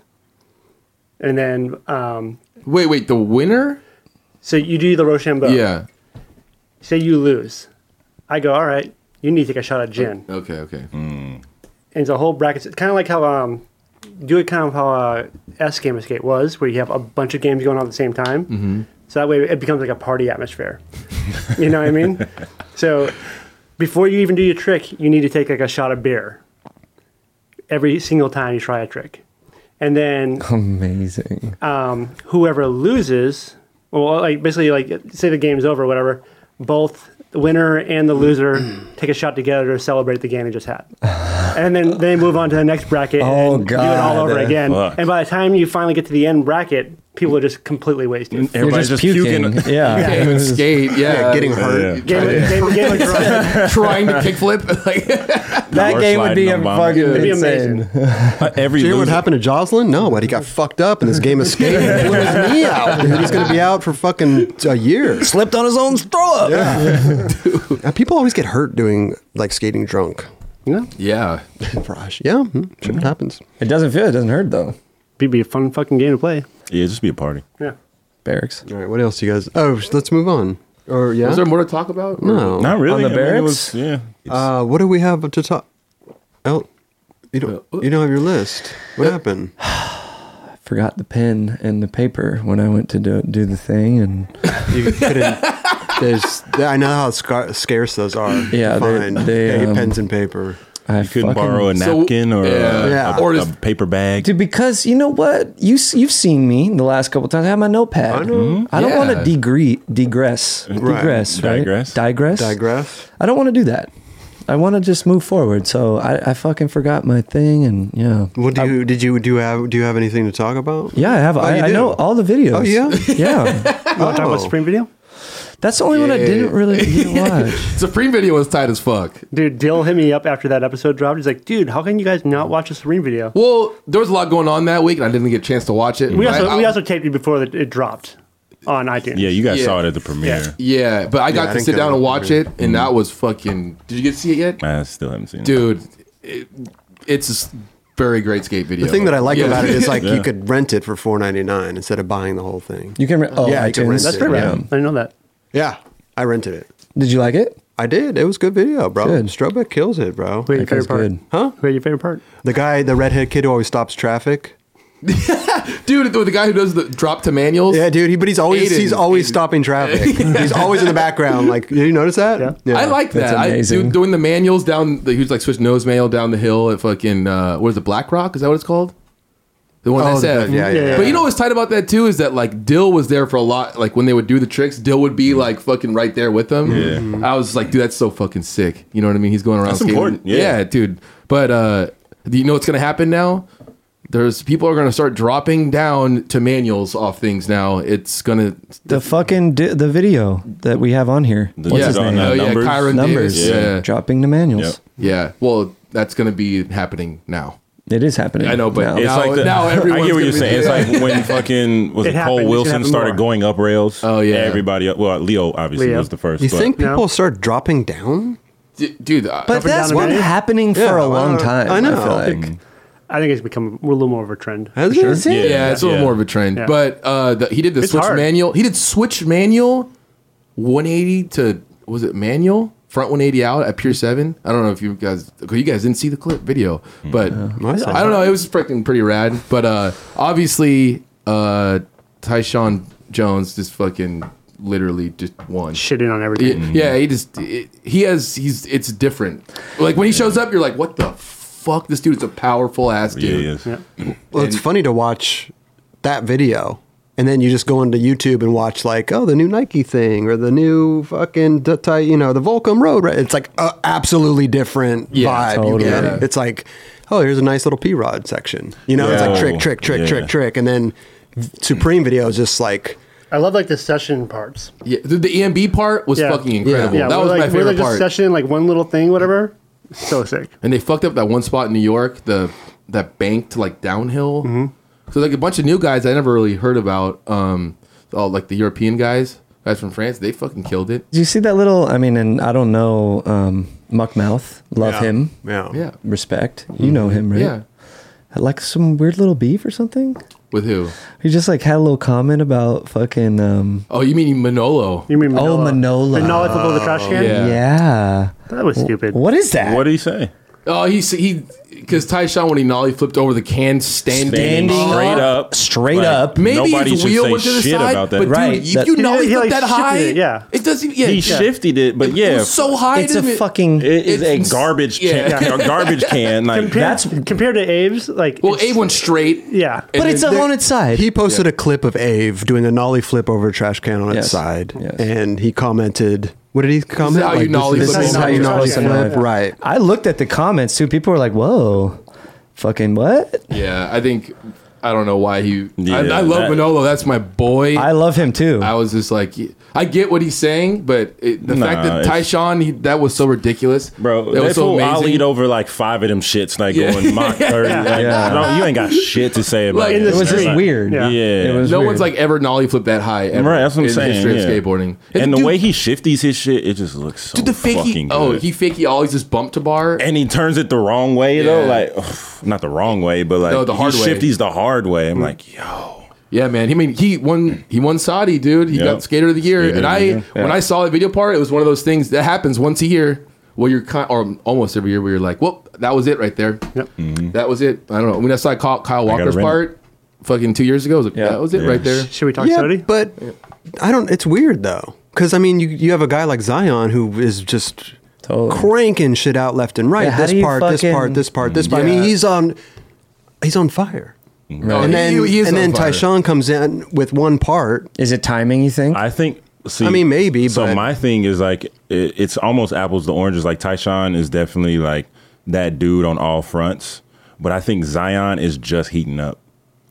[SPEAKER 2] and then um,
[SPEAKER 3] Wait, wait, the winner?
[SPEAKER 2] so you do the Rochambeau.
[SPEAKER 5] Uh.
[SPEAKER 3] Yeah.
[SPEAKER 2] Say you lose, I go all right. You need to take a shot at gin.
[SPEAKER 3] Okay, okay.
[SPEAKER 5] Mm.
[SPEAKER 2] and it's a whole bracket. It's kind of like how um, do it kind of how uh, S Game Escape was, where you have a bunch of games going on at the same time. Mm-hmm. So that way it becomes like a party atmosphere. you know what I mean? So before you even do your trick, you need to take like a shot of beer every single time you try a trick, and then
[SPEAKER 5] Amazing.
[SPEAKER 2] um, whoever loses, well, like basically, like say the game's over, or whatever. Both the winner and the loser take a shot together to celebrate the game they just had, and then they move on to the next bracket
[SPEAKER 5] Oh,
[SPEAKER 2] and do it all
[SPEAKER 5] God,
[SPEAKER 2] over
[SPEAKER 5] uh,
[SPEAKER 2] again.
[SPEAKER 4] fuck.
[SPEAKER 2] And by the time you finally get to the end bracket, people are just completely wasted.
[SPEAKER 5] You're
[SPEAKER 4] everybody's
[SPEAKER 5] just, puking. Yeah.
[SPEAKER 3] Can't even skate.
[SPEAKER 1] Yeah,
[SPEAKER 3] Yeah.
[SPEAKER 1] getting
[SPEAKER 4] Yeah.
[SPEAKER 1] hurt.
[SPEAKER 2] Game, game, game of Thrones.
[SPEAKER 3] trying to kickflip. Like,
[SPEAKER 5] That
[SPEAKER 4] Power
[SPEAKER 5] game would be a
[SPEAKER 4] sliding on
[SPEAKER 5] fucking
[SPEAKER 4] Bamba.
[SPEAKER 2] It'd be
[SPEAKER 5] insane.
[SPEAKER 4] Uh, every
[SPEAKER 1] Did you hear what
[SPEAKER 4] loser-
[SPEAKER 1] happened to Joslin? No, but he got fucked up in this game of skate. He blew his knee out. dude. He's going to be out for fucking a year.
[SPEAKER 5] Slipped on his own throw up.
[SPEAKER 1] Uh, People always get hurt doing like skating drunk. You know,
[SPEAKER 3] yeah.
[SPEAKER 1] Raj. Yeah, mhm. shit happens.
[SPEAKER 5] It doesn't feel. It doesn't hurt though.
[SPEAKER 2] It'd be a fun fucking game to play.
[SPEAKER 4] Yeah, just be a party.
[SPEAKER 2] Yeah.
[SPEAKER 5] Barracks.
[SPEAKER 1] All right, what else, you guys? Oh, sh- let's move on. Or yeah,
[SPEAKER 3] Is there more to talk about?
[SPEAKER 1] no.
[SPEAKER 4] Not really.
[SPEAKER 5] On
[SPEAKER 4] I
[SPEAKER 5] the
[SPEAKER 4] mean, it
[SPEAKER 5] barracks?
[SPEAKER 4] was- yeah.
[SPEAKER 1] Uh, what do we have to talk? Oh, you don't.
[SPEAKER 5] Uh,
[SPEAKER 1] You don't have your list. What happened?
[SPEAKER 5] I forgot the pen and the paper when I went to do, do the thing, and
[SPEAKER 1] You couldn't. There's. I know how scar- scarce those are. to
[SPEAKER 5] Yeah, they-
[SPEAKER 1] find.
[SPEAKER 5] they,
[SPEAKER 1] Pa-
[SPEAKER 5] um,
[SPEAKER 1] pens and paper.
[SPEAKER 5] I
[SPEAKER 4] You couldn't
[SPEAKER 5] fucking-
[SPEAKER 4] borrow a
[SPEAKER 3] So-
[SPEAKER 4] napkin or,
[SPEAKER 3] Yeah.
[SPEAKER 4] a,
[SPEAKER 1] Yeah.
[SPEAKER 4] a-
[SPEAKER 3] Or
[SPEAKER 4] a
[SPEAKER 3] just-
[SPEAKER 4] paper bag.
[SPEAKER 5] Dude, because you know what? You s- you've seen me the last couple times. I have my notepad. I, don't
[SPEAKER 3] Yeah.
[SPEAKER 5] want to degre- digress. Digress. Right.
[SPEAKER 4] Digress.
[SPEAKER 5] Digress.
[SPEAKER 1] Digress.
[SPEAKER 5] I don't want to do that. I want to just move forward. So I, I fucking forgot my thing, and yeah,
[SPEAKER 1] What do you did you do? You have do you have anything to talk about?
[SPEAKER 5] yeah. I have.
[SPEAKER 1] Oh, you
[SPEAKER 5] I, I
[SPEAKER 1] do?
[SPEAKER 5] know all the videos.
[SPEAKER 1] Oh, yeah?
[SPEAKER 5] yeah.
[SPEAKER 2] You want to talk
[SPEAKER 1] Oh.
[SPEAKER 2] about Supreme Video?
[SPEAKER 5] That's the only one I
[SPEAKER 3] Yeah.
[SPEAKER 5] didn't really didn't watch.
[SPEAKER 3] Supreme video was tight as fuck.
[SPEAKER 2] Dude, Dill hit me up after that episode dropped. He's like, dude, how can you guys not watch a Supreme Video?
[SPEAKER 3] Well, there was a lot going on that week, and I didn't get a chance to watch it.
[SPEAKER 2] We
[SPEAKER 3] I-
[SPEAKER 2] also,
[SPEAKER 3] I-
[SPEAKER 2] we also taped it before that it dropped on iTunes.
[SPEAKER 4] yeah, you guys
[SPEAKER 3] Yeah.
[SPEAKER 4] saw it at the premiere.
[SPEAKER 3] yeah, but I
[SPEAKER 1] I
[SPEAKER 3] got to
[SPEAKER 1] didn't
[SPEAKER 3] sit
[SPEAKER 1] go
[SPEAKER 3] down
[SPEAKER 1] to
[SPEAKER 3] and
[SPEAKER 1] the
[SPEAKER 3] watch it, and
[SPEAKER 1] Mm-hmm.
[SPEAKER 3] that was fucking. Did you get to see it yet?
[SPEAKER 4] I still haven't seen it.
[SPEAKER 3] dude it, it's a very great skate video
[SPEAKER 1] The thing that I like
[SPEAKER 3] Yeah.
[SPEAKER 1] about it is like
[SPEAKER 4] Yeah.
[SPEAKER 1] you could rent it for four ninety nine instead of buying the whole thing.
[SPEAKER 5] You can. Re- oh,
[SPEAKER 1] Yeah, I can
[SPEAKER 5] iTunes.
[SPEAKER 1] rent
[SPEAKER 2] That's
[SPEAKER 1] it,
[SPEAKER 2] pretty
[SPEAKER 1] yeah.
[SPEAKER 2] rad. I didn't know that.
[SPEAKER 1] Yeah, I rented it.
[SPEAKER 5] Did you like it?
[SPEAKER 1] I did. It was good video, bro.
[SPEAKER 5] Good.
[SPEAKER 1] Strobeck kills it, bro.
[SPEAKER 2] Who had your
[SPEAKER 5] That guy's
[SPEAKER 2] favorite part?
[SPEAKER 5] good.
[SPEAKER 1] Huh?
[SPEAKER 2] Who had your favorite part?
[SPEAKER 1] The guy, the redhead kid who always stops traffic.
[SPEAKER 3] dude, the, the guy who does the drop to manuals.
[SPEAKER 1] Yeah, dude. He, but he's always
[SPEAKER 3] Aiden.
[SPEAKER 1] he's always
[SPEAKER 3] Aiden.
[SPEAKER 1] stopping traffic. He's always in the background. Like, did you notice that?
[SPEAKER 2] Yeah.
[SPEAKER 3] I like
[SPEAKER 5] That's
[SPEAKER 3] that. I,
[SPEAKER 5] amazing.
[SPEAKER 3] dude, doing the manuals down. The, he was like switch nose manual down the hill at fucking uh, where's the Black Rock? Is that what it's called? The one
[SPEAKER 1] Oh,
[SPEAKER 3] that's at
[SPEAKER 1] the- yeah, yeah,
[SPEAKER 2] yeah.
[SPEAKER 3] But you know what's tight about that too is that like Dill was there for a lot. Like when they would do the tricks, Dill would be like fucking right there with them.
[SPEAKER 4] Yeah.
[SPEAKER 3] I was like, dude, that's so fucking sick. You know what I mean? He's going around.
[SPEAKER 4] That's
[SPEAKER 3] skating.
[SPEAKER 4] important, yeah.
[SPEAKER 3] dude. But uh, do you know what's gonna happen now? There's people are gonna start dropping down to manuals off things now. It's gonna
[SPEAKER 5] The fucking di- the video that we have on here.
[SPEAKER 4] The-
[SPEAKER 5] What's
[SPEAKER 4] yeah,
[SPEAKER 5] his
[SPEAKER 4] on,
[SPEAKER 5] name?
[SPEAKER 4] uh,
[SPEAKER 3] Oh, yeah,
[SPEAKER 4] numbers?
[SPEAKER 3] Kyron
[SPEAKER 5] Numbers.
[SPEAKER 3] Davis. Yeah.
[SPEAKER 5] Dropping the manuals.
[SPEAKER 3] Yeah. Well, that's going to be happening now.
[SPEAKER 5] It is happening.
[SPEAKER 3] I know, but
[SPEAKER 5] now.
[SPEAKER 4] It's
[SPEAKER 3] Now-
[SPEAKER 4] like the,
[SPEAKER 3] now
[SPEAKER 4] I
[SPEAKER 3] everyone's
[SPEAKER 4] hear what
[SPEAKER 3] gonna
[SPEAKER 4] you're
[SPEAKER 3] be
[SPEAKER 4] saying. It's
[SPEAKER 3] doing
[SPEAKER 4] like when fucking was
[SPEAKER 2] It
[SPEAKER 4] it,
[SPEAKER 2] happened. It
[SPEAKER 4] Cole
[SPEAKER 2] should
[SPEAKER 4] Wilson
[SPEAKER 2] happen
[SPEAKER 4] started
[SPEAKER 2] more.
[SPEAKER 4] going up rails.
[SPEAKER 3] Oh, yeah.
[SPEAKER 4] everybody. Well, Leo obviously
[SPEAKER 2] Leo.
[SPEAKER 4] was the first.
[SPEAKER 1] You
[SPEAKER 4] but-
[SPEAKER 1] think
[SPEAKER 2] No.
[SPEAKER 1] people start dropping down?
[SPEAKER 3] D- dude, uh,
[SPEAKER 5] but that's
[SPEAKER 2] down the
[SPEAKER 5] been
[SPEAKER 2] manual?
[SPEAKER 5] happening
[SPEAKER 1] Yeah,
[SPEAKER 5] for a
[SPEAKER 1] well,
[SPEAKER 5] long time.
[SPEAKER 1] I
[SPEAKER 5] I
[SPEAKER 1] know.
[SPEAKER 5] feel like.
[SPEAKER 2] I think it's become a little more of a trend.
[SPEAKER 1] Has
[SPEAKER 5] Sure.
[SPEAKER 1] it?
[SPEAKER 5] Is it?
[SPEAKER 3] yeah, it's a little more of a trend.
[SPEAKER 2] Yeah.
[SPEAKER 3] But uh, the, he did the
[SPEAKER 2] It's
[SPEAKER 3] switch
[SPEAKER 2] hard.
[SPEAKER 3] manual. He did switch manual 180 to, was it manual? Front 180 out at Pier 7. I don't know if you guys, 'cause you guys didn't see the clip video, but
[SPEAKER 1] I saw
[SPEAKER 3] Mm-hmm. I don't know. It was freaking pretty rad. But uh, obviously, uh, Tyshawn Jones just fucking literally just won.
[SPEAKER 2] Shitting on
[SPEAKER 4] Mm.
[SPEAKER 3] Yeah,
[SPEAKER 2] everything.
[SPEAKER 3] yeah, he just it, he has he's it's different. Like when he shows up, you're like, what the fuck? This dude is a powerful ass
[SPEAKER 4] Yeah,
[SPEAKER 3] dude.
[SPEAKER 4] he is.
[SPEAKER 2] Yeah.
[SPEAKER 1] Well, it's funny to watch that video, and then you just go into YouTube and watch like, oh, the new Nike thing or the new fucking, d- ty- you know, the Volcom Road. Right? It's like a absolutely different
[SPEAKER 3] Yeah,
[SPEAKER 1] vibe. You get.
[SPEAKER 5] totally.
[SPEAKER 1] It's like, oh, here's a nice little P Rod section. You know, it's like
[SPEAKER 4] Yeah.
[SPEAKER 1] trick, trick, trick,
[SPEAKER 4] Yeah.
[SPEAKER 1] trick, trick, and then Supreme video is just like.
[SPEAKER 2] I love like the session parts.
[SPEAKER 3] Yeah, the, the EMB part was
[SPEAKER 2] Yeah.
[SPEAKER 3] fucking incredible.
[SPEAKER 2] Yeah,
[SPEAKER 3] that
[SPEAKER 2] we're
[SPEAKER 3] was
[SPEAKER 2] like,
[SPEAKER 3] my
[SPEAKER 2] we're
[SPEAKER 3] favorite
[SPEAKER 2] like just
[SPEAKER 3] part.
[SPEAKER 2] session like one little thing, whatever. So sick.
[SPEAKER 3] and they fucked up that one spot in New York, the that banked like downhill.
[SPEAKER 2] Mm-hmm.
[SPEAKER 3] So like a bunch of new guys I never really heard about. Um, all like the European guys, guys from France, they fucking killed it.
[SPEAKER 5] Did you see that little? I mean, and I don't know. Um, Muckmouth, love him.
[SPEAKER 1] Yeah.
[SPEAKER 3] Yeah,
[SPEAKER 5] Respect. You know him, right?
[SPEAKER 3] yeah.
[SPEAKER 5] Like some weird little beef or something.
[SPEAKER 3] With who?
[SPEAKER 5] He just like had a little comment about fucking. Um,
[SPEAKER 3] Oh, you mean Manolo?
[SPEAKER 2] You mean
[SPEAKER 5] Oh,
[SPEAKER 2] Manola?
[SPEAKER 5] Manola.
[SPEAKER 2] Manola flipped over the trash can.
[SPEAKER 3] Yeah.
[SPEAKER 5] yeah.
[SPEAKER 2] That was stupid.
[SPEAKER 5] What is that?
[SPEAKER 4] What did he say?
[SPEAKER 3] Oh, he he because Tyshawn when he nollie flipped over the can standing,
[SPEAKER 4] Standing straight up.
[SPEAKER 5] Straight
[SPEAKER 4] Like,
[SPEAKER 5] up.
[SPEAKER 3] Maybe
[SPEAKER 4] Nobody
[SPEAKER 3] his
[SPEAKER 4] should
[SPEAKER 3] wheel
[SPEAKER 4] say
[SPEAKER 3] went to the
[SPEAKER 4] shit
[SPEAKER 3] side,
[SPEAKER 4] about that.
[SPEAKER 3] but
[SPEAKER 5] Right,
[SPEAKER 3] dude,
[SPEAKER 5] that-
[SPEAKER 3] if you know
[SPEAKER 2] He,
[SPEAKER 3] he,
[SPEAKER 2] like,
[SPEAKER 3] that
[SPEAKER 2] shifted
[SPEAKER 3] high,
[SPEAKER 2] it, yeah.
[SPEAKER 3] it doesn't. Yeah,
[SPEAKER 4] He
[SPEAKER 3] yeah.
[SPEAKER 4] shifted it, but yeah,
[SPEAKER 3] it was so high.
[SPEAKER 5] It's a
[SPEAKER 3] didn't it?
[SPEAKER 5] fucking.
[SPEAKER 4] it is
[SPEAKER 3] it's-
[SPEAKER 4] a garbage
[SPEAKER 3] yeah.
[SPEAKER 4] can. A garbage can. Like
[SPEAKER 2] Compared,
[SPEAKER 5] That's-
[SPEAKER 2] compared to Abe's, like
[SPEAKER 3] Well,
[SPEAKER 2] it's-
[SPEAKER 3] Abe went straight.
[SPEAKER 2] Yeah,
[SPEAKER 5] but
[SPEAKER 3] and
[SPEAKER 5] it's
[SPEAKER 3] then-
[SPEAKER 5] up on its side.
[SPEAKER 1] He posted a clip of Ave doing a nollie flip over a trash can on its
[SPEAKER 5] Yes.
[SPEAKER 1] side,
[SPEAKER 5] Yes.
[SPEAKER 1] and he commented, "What did he comment?
[SPEAKER 3] how you nollie
[SPEAKER 1] this,
[SPEAKER 3] flip
[SPEAKER 1] is
[SPEAKER 3] over
[SPEAKER 1] how
[SPEAKER 3] a
[SPEAKER 1] you
[SPEAKER 3] trash
[SPEAKER 1] nollie
[SPEAKER 2] can.
[SPEAKER 1] flip,
[SPEAKER 5] Yeah.
[SPEAKER 1] right?"
[SPEAKER 5] I looked at the comments too. People were like, "Whoa, fucking what?"
[SPEAKER 3] Yeah, I think I don't know why he. I,
[SPEAKER 4] Yeah,
[SPEAKER 3] I love
[SPEAKER 4] that-
[SPEAKER 3] Manolo. That's my boy.
[SPEAKER 5] I
[SPEAKER 3] I,
[SPEAKER 5] love him too.
[SPEAKER 3] was just like, I get what he's saying, but it, the
[SPEAKER 4] Nah,
[SPEAKER 3] fact that
[SPEAKER 4] it's-
[SPEAKER 3] Tyshawn he, that was so ridiculous,
[SPEAKER 4] Bro, they
[SPEAKER 3] That was
[SPEAKER 4] fool
[SPEAKER 3] so
[SPEAKER 4] ollied
[SPEAKER 3] amazing.
[SPEAKER 4] over like five of them shits, like
[SPEAKER 3] Yeah.
[SPEAKER 4] going Mach 30. Like, no, you ain't got shit to say about
[SPEAKER 3] Like,
[SPEAKER 4] it.
[SPEAKER 3] in the
[SPEAKER 5] it was just
[SPEAKER 4] Like,
[SPEAKER 5] weird.
[SPEAKER 4] Yeah.
[SPEAKER 2] Yeah.
[SPEAKER 5] It was
[SPEAKER 3] no
[SPEAKER 5] weird.
[SPEAKER 3] one's like ever nollie flipped that high. Ever,
[SPEAKER 4] Right, that's what I'm
[SPEAKER 3] in the
[SPEAKER 4] saying.
[SPEAKER 3] history of
[SPEAKER 4] yeah.
[SPEAKER 3] skateboarding,
[SPEAKER 4] and, the
[SPEAKER 3] dude-
[SPEAKER 4] way he shifties his shit, it just looks so
[SPEAKER 3] dude, the fake.
[SPEAKER 4] fucking
[SPEAKER 3] He,
[SPEAKER 4] good.
[SPEAKER 3] oh, he fake. He always just bumped to bar.
[SPEAKER 4] and he turns it the wrong way though,
[SPEAKER 3] Yeah.
[SPEAKER 4] like ugh, not the wrong way, but like
[SPEAKER 3] No, the hard
[SPEAKER 4] he
[SPEAKER 3] way.
[SPEAKER 4] shifties the hard way. I'm like, yo,
[SPEAKER 3] Yeah, man. He mean he won. He won Saudi, dude. He
[SPEAKER 4] Yep.
[SPEAKER 3] got skater of the year.
[SPEAKER 4] Skater
[SPEAKER 3] and
[SPEAKER 4] of the
[SPEAKER 3] I,
[SPEAKER 4] year.
[SPEAKER 3] when I saw the video part, it was one of those things that happens once a year. Well, you're kind, or almost every year, where you're like, "Well, that was it right there.
[SPEAKER 2] Yep.
[SPEAKER 3] That was it." I don't know. When I saw Kyle, Kyle
[SPEAKER 4] Mm-hmm. gotta
[SPEAKER 3] Walker's
[SPEAKER 4] rent it.
[SPEAKER 3] part, fucking two years ago, I was like,
[SPEAKER 5] Yeah.
[SPEAKER 3] "That was it
[SPEAKER 4] Yeah.
[SPEAKER 3] right there."
[SPEAKER 2] should we talk
[SPEAKER 1] yeah,
[SPEAKER 2] Saudi?
[SPEAKER 1] but I don't. It's weird though, because I mean, you you have a guy like Zion who is just
[SPEAKER 5] Totally.
[SPEAKER 1] cranking shit out left and right.
[SPEAKER 5] Yeah, how do
[SPEAKER 1] this
[SPEAKER 5] you
[SPEAKER 1] part, this part,
[SPEAKER 5] fucking-
[SPEAKER 1] this part, this part. I mean,
[SPEAKER 3] Mm, Yeah.
[SPEAKER 1] he's on. He's on fire.
[SPEAKER 3] No,
[SPEAKER 1] And then
[SPEAKER 3] he- he is
[SPEAKER 1] and
[SPEAKER 3] on
[SPEAKER 1] then
[SPEAKER 3] fire.
[SPEAKER 1] Tyshawn comes in with one part.
[SPEAKER 5] Is it timing? You think?
[SPEAKER 4] I think. See,
[SPEAKER 1] I mean, maybe,
[SPEAKER 4] So
[SPEAKER 1] but-
[SPEAKER 4] my thing is like, it, it's almost apples to oranges. Like Tyshawn is definitely like that dude on all fronts, but I think Zion is just heating up.